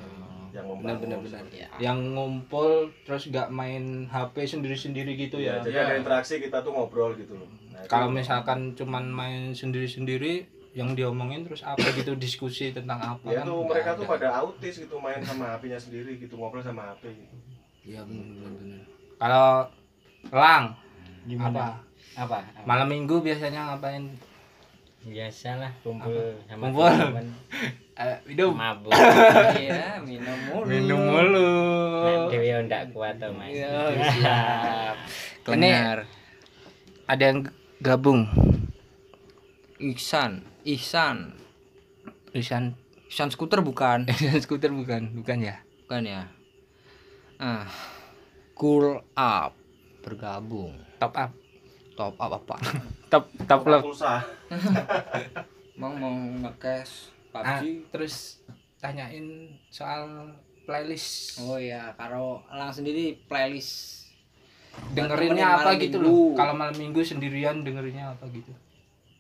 yang membangun
benar, benar.
seperti
Iya.
itu.
yang ngumpul terus nggak main HP sendiri-sendiri gitu
ya,
ya
Iya,
jadi ada interaksi kita tuh ngobrol gitu loh Nah, itu-
kalau misalkan cuman main sendiri-sendiri yang diomongin terus apa gitu diskusi tentang apa
ya
Iya
kan
tuh
nggak
mereka tuh
ada.
pada autis gitu main sama HP-nya sendiri gitu ngobrol sama HP gitu.
Iya, benar, benar, benar. kalau lang apa
Gimana? Apa? Apa?
malam minggu biasanya ngapain
Biasalah kumpul sama
Kumpul.
teman.
Eh, hidup
Mabuk.
iya minum mulu
minum mulu
Nek dhewe yo ndak kuat to, Mas.
Iya, siap. Ini ada yang gabung.
Ihsan Ihsan
Tulisan
Ihsan skuter bukan
tulisan skuter bukan, bukan ya?
bukan ya ah cool up bergabung
Top up.
top up apa
Top top
Buka
love.
pulsa
mau mau ngecash
Ah,
PUBG
terus tanyain soal playlist.
oh ya karo lang sendiri playlist
dengerinnya apa
Temenin malam
gitu
minggu.
loh. Kalau malam minggu sendirian dengerinnya apa gitu.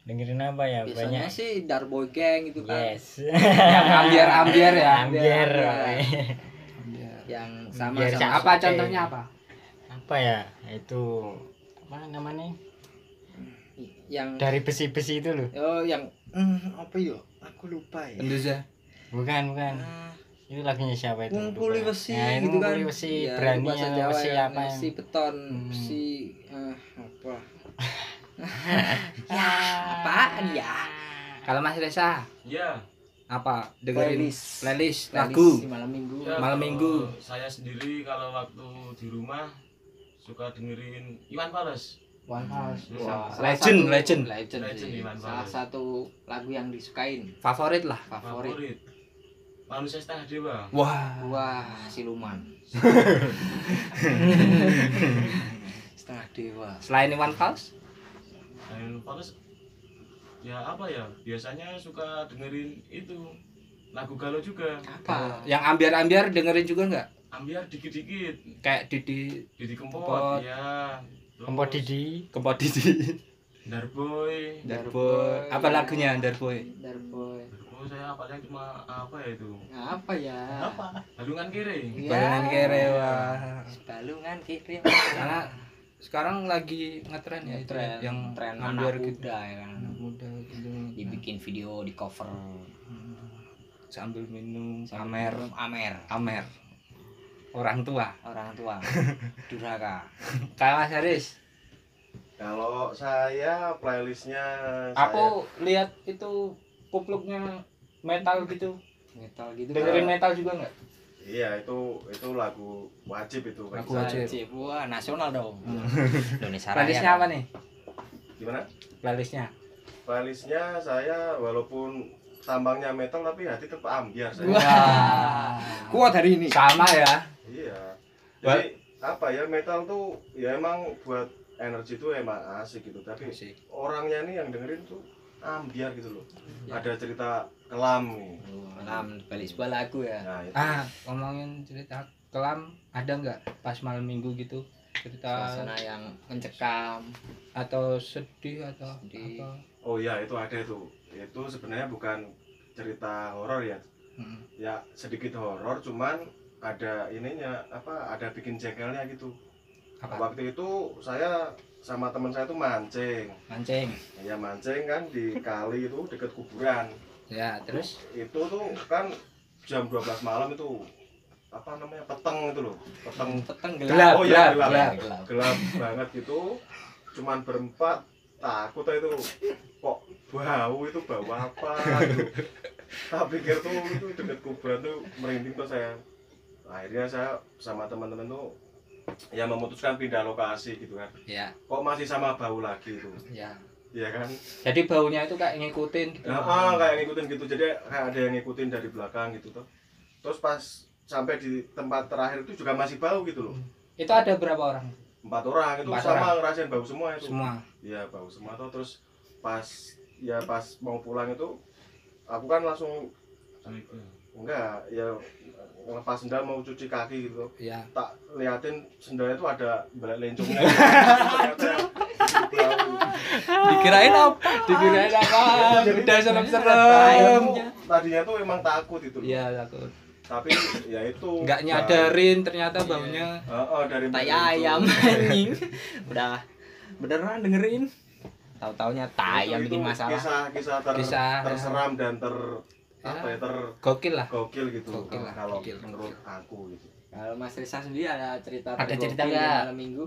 Dengerin apa ya?
biasanya
Banyak.
sih darboy gang gitu kan
Yes.
Yang ambiar-ambiar ya.
Ambiar.
Ambiar.
yang
Biar
sama-sama
sama-
Apa
Oke.
contohnya apa?
Apa ya? Itu apa namanya?
yang
Dari besi-besi itu loh.
oh yang
Hmm, apa yo? Aku lupa ya.
Enduza.
Bukan, bukan. Itu lagunya siapa itu?
ngumpuli
Lupa.
besi
Nah,
gitu kan
ngumpuli besi,
Iya, itu
berani
bahasa
yang
Jawa
besi
yang
apa?
besi beton
Hmm.
besi eh, apa ya apaan ya
Kalau Mas Reza
ya
apa dengerin
Playlist.
playlist, lagu
Playlist di malam minggu
Ya,
Malam
kalau
minggu.
Saya sendiri kalau waktu di rumah suka dengerin Iwan Fals.
One House
Wah.
Salah
Legend,
satu-
legend.
legend,
Legend
sih.
di mana
salah
mana.
satu lagu yang disukain
favorit lah.
favorit
Favorit. Manusia setengah dewa.
Wah.
wah siluman setengah dewa
Selain Iwan Fals,
Iwan Fals ya apa ya? Biasanya suka dengerin itu lagu galau juga.
apa
yang ambiar-ambiar dengerin juga nggak?
Ambiar dikit-dikit.
Kayak Didi
Didi
Kempot.
Kempot, ya. Terus
Kompor Didi.
Kepodisi
Darboy.
Darboy Apa lagunya Darboy?
Darboy
Oh, saya apalnya cuma apa ya itu?
apa ya apa
Balungan kiri.
Iya.
Bayangan kere wah
balungan kirim
Karena sekarang lagi ngetren ya itu ya,
tren
yang
tren
ambiar
anak
gitu
muda ya kan
Anak muda gitu
dibikin video di cover
Sambil minum
Sambil
Amer
minum Amer
Amer Orang tua
orang tua durhaka
Kalau Mas Haris
kalau saya playlistnya
Aku lihat itu kupluknya metal gitu
metal gitu
Dengerin metal juga nggak?
saya- iya itu itu lagu wajib itu kan
Lagu
Saya-
wajib.
wajib wah nasional dong Indonesia Raya
Playlistnya apa nih?
gimana
Playlistnya
playlistnya saya walaupun tambangnya metal tapi hati tetap ambiar saya
Wah
kuat hari ini
Sama ya
iya jadi apa ya metal tuh ya emang buat energi tuh emang asik gitu tapi orangnya nih yang dengerin tuh ambiar gitu loh
Iya.
ada cerita kelam nih
malam balik sebuah lagu ya
nah itu
Ah, ngomongin cerita kelam ada nggak pas malam minggu gitu cerita
suasana yang mencekam
atau sedih atau
Sedih.
apa
Oh iya itu ada itu. Itu sebenarnya bukan cerita horor ya.
Mm.
Ya sedikit horor cuman ada ininya apa ada bikin jengkelnya gitu.
Apa?
Waktu itu saya sama teman saya itu mancing.
mancing
Ya mancing kan di kali itu deket kuburan.
ya terus
Itu tuh kan jam 12 malam itu apa namanya peteng itu loh. Peteng
peteng
Gelap,
Oh iya,
gelap,
Ya,
gelap.
gelap.
gelap banget gitu cuman berempat takut aja itu kok bau itu bau apa gitu. tak pikir tuh itu deket kuburan tuh merinding tuh saya akhirnya saya sama teman-teman tuh ya memutuskan pindah lokasi gitu kan
ya
kok masih sama bau lagi itu
ya
ya kan
jadi baunya itu kayak ngikutin gitu
Nah, ah, kayak ngikutin gitu jadi kayak ada yang ngikutin dari belakang gitu tuh terus pas sampai di tempat terakhir itu juga masih bau gitu loh
itu ada berapa orang
empat orang itu
Empat
sama ngerasain bau semua itu
semua
Iya bau semua tuh terus pas ya pas mau pulang itu aku kan langsung
Curiga.
enggak ya lepas sendal mau cuci kaki gitu
ya
tak liatin sendalnya itu ada belak lencungnya Ternyata bau.
Dikirain apa? Dikirain apa?
Jadi
Udah
tadinya
serem-serem.
tuh- tadinya tuh emang takut itu
ya takut
tapi ya itu
nggak nyadarin ternyata baunya
Heeh, dari
tai
bau itu.
ayam anjing udah beneran dengerin tahu taunya tai
Itu-
yang bikin
itu
masalah
kisah kisah ter-
Kisah.
terseram dan ter apa ya ter
gokil lah
gokil gitu
Gokil lah,
kalau
gokil,
menurut
gokil.
aku gitu
kalau Mas Risa sendiri ada cerita
Ada
tergokil
cerita
di
nggak?
malam minggu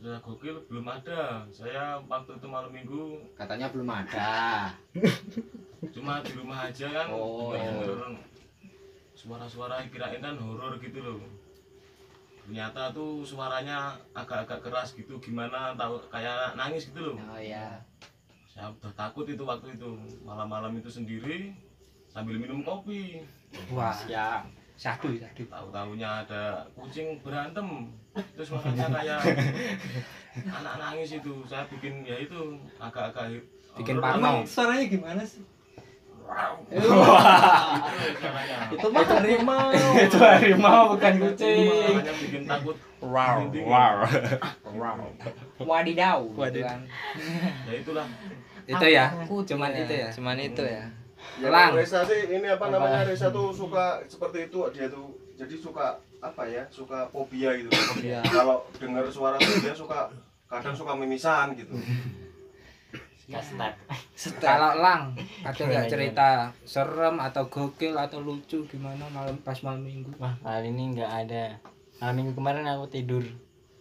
Cerita gokil belum ada. Saya waktu itu malam minggu
Katanya belum ada.
cuma di rumah aja kan
Oh,
dengar
iya.
horor. suara-suara kirain kan horor gitu loh ternyata tuh suaranya agak-agak keras gitu gimana tahu kayak nangis gitu loh
oh ya
saya udah takut itu waktu itu malam-malam itu sendiri sambil minum kopi
wah
ya
sadu sadu
tahu-tahunya ada kucing berantem itu suaranya kayak ya. anak nangis itu saya bikin ya itu agak-agak
Bikin
horor
parno.
nangis.
suaranya gimana sih
Wow. Itu suaranya.
itu mah harimau
Itu harimau bukan
Itu makanya bikin takut wow wow
wadidau gitu
Wadidaw.
kan.
ya itulah
itu ya
cuman
itu ya?
cuman itu ya
Ya,
Lang.
kalau Reza sih ini apa namanya Reza tuh suka seperti itu dia tuh jadi suka apa ya suka fobia gitu
Fobia.
kalau dengar suara tuh dia suka kadang suka mimisan gitu
Kastad.
kalau lang
Iya,
ada nggak cerita serem atau gokil atau lucu gimana malam pas malam minggu
Wah, kali ini nggak ada. Nah, minggu kemarin aku tidur.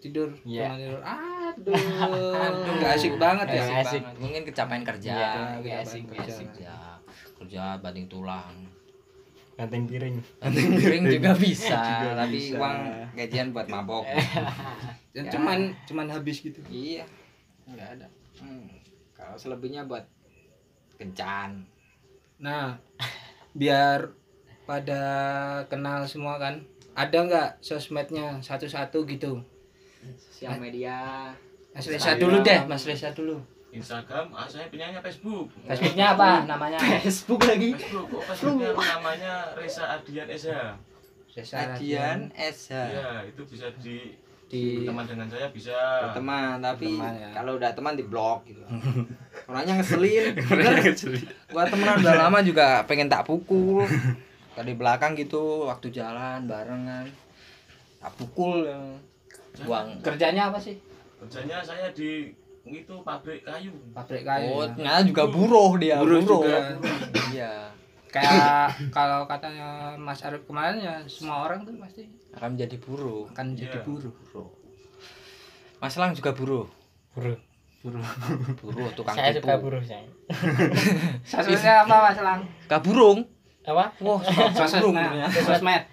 tidur
Iya.
cuma tidur aduh nggak asik banget ya
Nggak asik.
Mungkin kecapean kerja.
Iya,
Kecapean
asik,
kerja.
asik.
Ya, kerja banting tulang.
Ganteng piring.
Banting piring juga bisa,
Juga
tapi
bisa.
uang gajian buat mabok.
Dan cuman
Ya.
cuman habis gitu
iya. Enggak ada. Hmm. Kalau selebihnya buat kencan.
nah biar pada kenal semua kan ada nggak sosmednya satu-satu gitu
Sosial
Nah,
media.
Mas Reza dulu deh Mas Reza dulu
Instagram ah, saya penyanyi Facebook
Facebooknya apa namanya
Facebook lagi.
Facebook kok Facebooknya Oh, namanya Reza Adian Esa
Reza
Kajian SH.
ya itu bisa di
di
teman dengan saya bisa
Teman, tapi
Teman, ya.
kalau udah teman di blok gitu. Orangnya ngeselin. Bener. Gua temenan udah lama juga pengen tak pukul. Tadi belakang gitu waktu jalan barengan. Tak pukul. ya. Buang
kerjanya apa sih
kerjanya saya di itu pabrik kayu
pabrik kayu
Oh,
ya.
ternyata juga buruh dia.
Buruh
Buruh,
juga.
Iya.
kayak kalau katanya Mas Arif kemarin ya semua orang tuh pasti
Akan menjadi buruh. Kan
akan jadi
Iya.
buruh
Mas Lang juga buruh.
Buruh.
Buruh tukang
Saya
tipu.
suka buruh saya.
sosmednya apa Mas Lang
Kaburung.
Apa?
Wah,
sosmed
burung.
nah, sosmed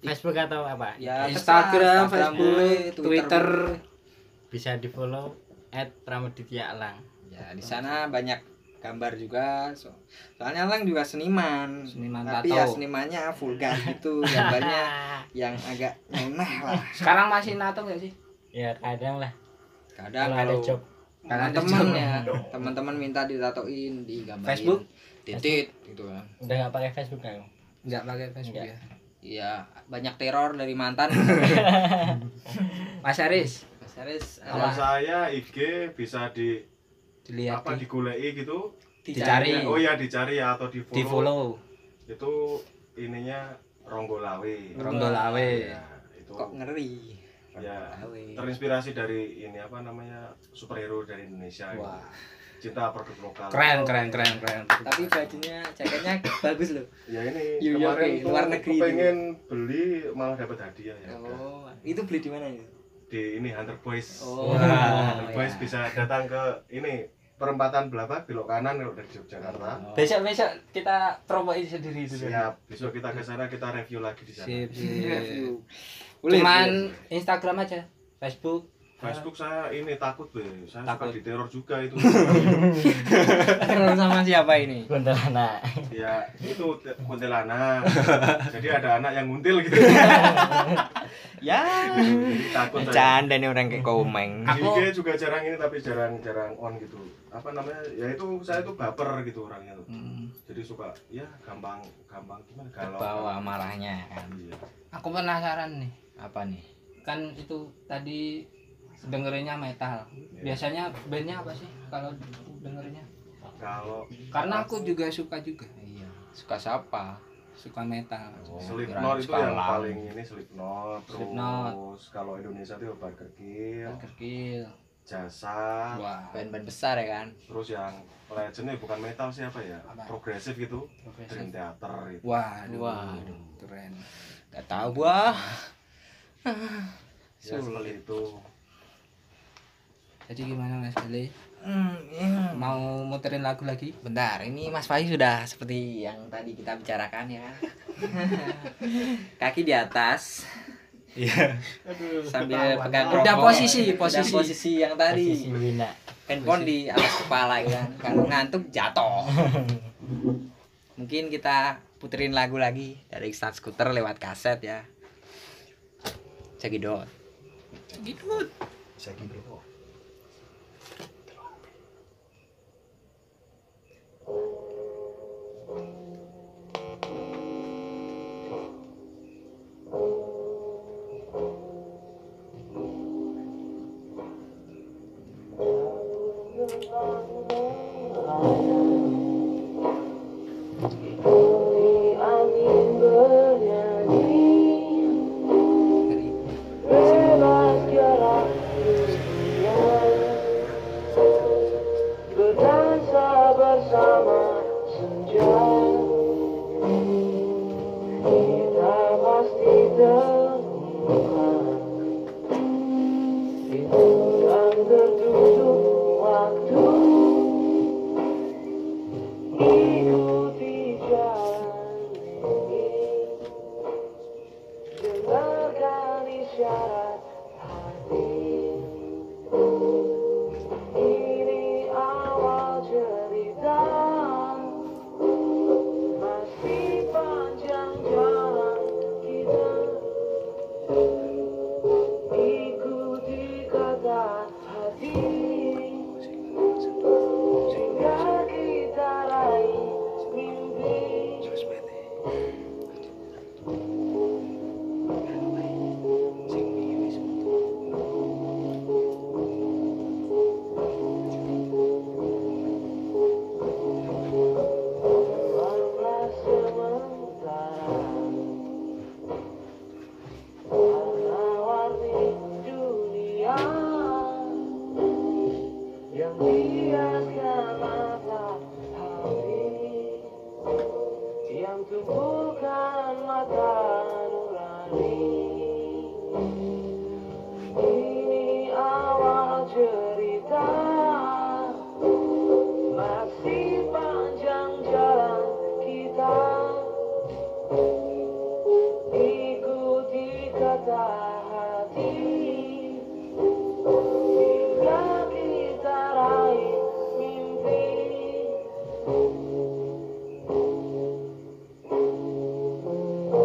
Facebook atau apa?
Ya,
Instagram,
terserah.
Facebook,
boleh,
Twitter,
Bisa di follow at Pramuditya Lang.
Ya, di sana banyak gambar juga. So, soalnya Lang juga seniman.
Seniman
Tapi
tato.
ya senimannya vulgar gitu, gambarnya yang agak nyeleneh lah.
Sekarang masih nato nggak sih? Nah,
ya kadang lah
Kadang
kalau ada
kalau
job.
Karena ada
teman
job.
ya, teman-teman minta ditatoin di gambar
Facebook?
titit gitu kan.
Udah nggak pakai Facebook kan?
Nggak pakai Facebook ya.
Iya, banyak teror dari mantan.
Mas Aris,
Series
ya.
Kalau
apa?
saya IG bisa di
Dilihat
apa
di-
digulai gitu.
dicari.
Ya,
iya,
Oh ya dicari ya atau di follow.
Di follow.
Itu ininya Ronggolawe.
Rondolawe.
Iya,
Ya, itu
Kok ngeri.
ya
Rondolawe.
terinspirasi dari ini apa namanya superhero dari Indonesia. gitu.
Wah,
Cinta produk lokal.
keren keren keren keren
tapi bajunya jaketnya bagus loh.
Ya ini
New York,
kemarin
ya,
tuh
luar negeri itu.
pengen beli malah dapat hadiah ya.
Oh, itu beli di mana ya?
Di ini Hunter Boys.
Oh.
Nah, Hunter
Oh,
Boys
ya.
bisa datang ke ini perempatan belakang belok kanan kalau dari Yogyakarta.
Oh.
besok besok kita promoin sendiri itu dulu.
Siap, besok kita ke sana kita review lagi di sana.
sip sip
Review.
cuman Instagram aja Facebook
Facebook saya ini takut, Be. Saya
Takut.
suka diteror juga itu.
Terus sama siapa ini?
Kuntilanak.
ya, itu te- kuntilanak. Jadi ada anak yang nguntil gitu.
Ya.
Jadi takut saya.
Bercanda nih orang kayak komeng.
Di IG juga jarang ini tapi jarang-jarang on gitu. Apa namanya? Ya itu saya itu baper gitu orangnya tuh.
Hmm.
Jadi suka ya gampang gampang gimana galau.
Bawa marahnya.
Iya.
aku penasaran nih
Apa nih?
kan itu tadi dengerinnya metal
Iya.
biasanya bandnya apa sih kalau dengerinnya
Kalau
karena aku juga suka juga
Iya. Suka siapa? Oh.
suka metal
Slipknot itu yang
Sekarang.
paling ini Slipknot terus
Slipknot.
kalau Indonesia itu Burger Kill,
kerkil
Jasa,
wah
Band-band besar ya kan?
terus yang legendnya bukan metal sih apa ya
Apa?
progresif gitu Dream
progresif.
Theater gitu.
wah
Waduh.
keren
Gak tau gua.
ya seperti itu
jadi gimana mas Gali
Hmm, iya.
mau muterin lagu lagi
Bentar, ini Mas Fahri sudah seperti yang tadi kita bicarakan ya. Kaki di atas. Iya. Sambil pegang rokok.
Udah posisi,
Udah
posisi.
posisi yang tadi.
Posisi Wina.
Handphone di atas kepala ya kan. Kalau ngantuk jatuh. Mungkin kita puterin lagu lagi dari Star Scooter lewat kaset ya. Cekidot. Cekidot.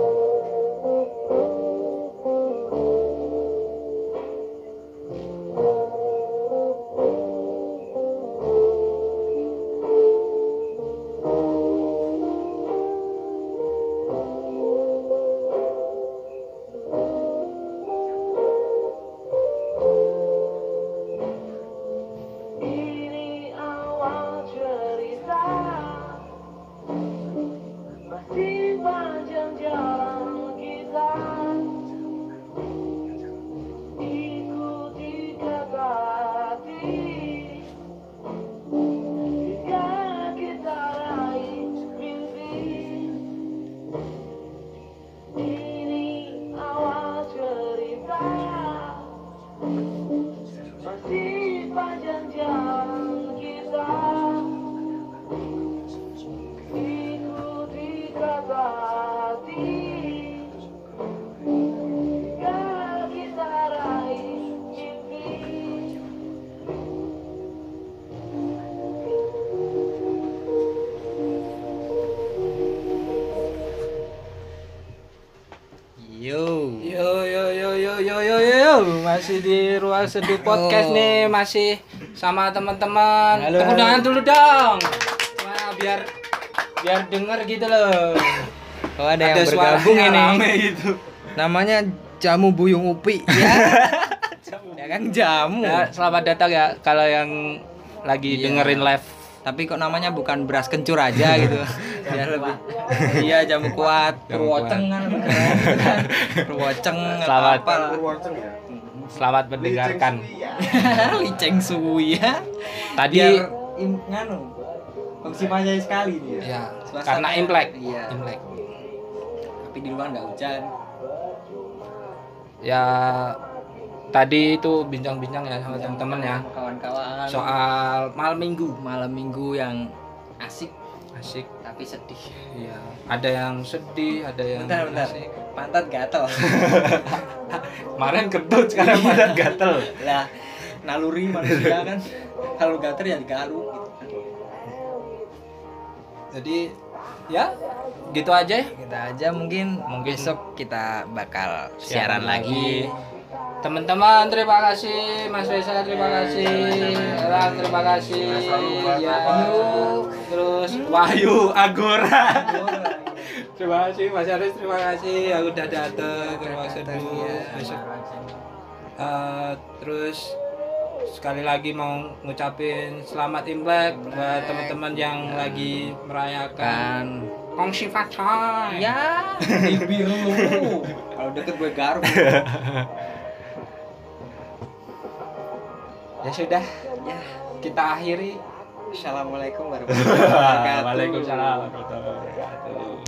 Thank
masih di ruang seduh podcast nih masih sama teman-teman.
Halo.
Tepuk tangan dulu dong. Wah, biar biar denger gitu loh.
Oh, ada, yang bergabung
suaranya
ini.
rame gitu.
Namanya Jamu Buyung Upi ya. ya kan jamu.
Ya, selamat datang ya kalau yang lagi
Iya.
dengerin live.
Tapi kok namanya bukan beras kencur aja gitu. Biar lebih. iya, jamu kuat. Perwoceng kan. Perwoceng
Selamat.
apa-apa lah.
Purwarceng ya.
Selamat mendengarkan.
Liceng suwi ya.
Tadi
Biar
Im, nganu. Maksimalnya sekali dia.
ya
Suasana-
karena Imlek.
Iya.
Imlek.
tapi di luar nggak hujan.
Ya tadi itu bincang-bincang ya sama teman-teman ya
Kawan-kawan.
soal malam minggu
malam minggu yang asik
asik
tapi sedih.
Iya, ada yang sedih, ada yang
Bentar, bentar.
asik.
Pantat gatel.
Kemarin kentut, sekarang padat gatel.
lah naluri manusia kan kalau gater ya digaruk gitu kan
Jadi ya gitu aja ya.
kita aja mungkin
Mungkin.
besok kita bakal siaran, lagi
Teman-teman terima kasih Mas Reza terima kasih Elang terima kasih Yayu terus Wahyu Agora terima kasih Mas Aris terima kasih yang udah datang terima kasih dulu besok Eh, terus sekali lagi mau ngucapin selamat Imlek buat teman-teman yang
Ya.
lagi
kan
merayakan Kongsi Fatai
ya bibir lu kalau deket gue garuk
ya sudah
ya
kita akhiri
assalamualaikum warahmatullahi wabarakatuh
Waalaikumsalam warahmatullahi wabarakatuh.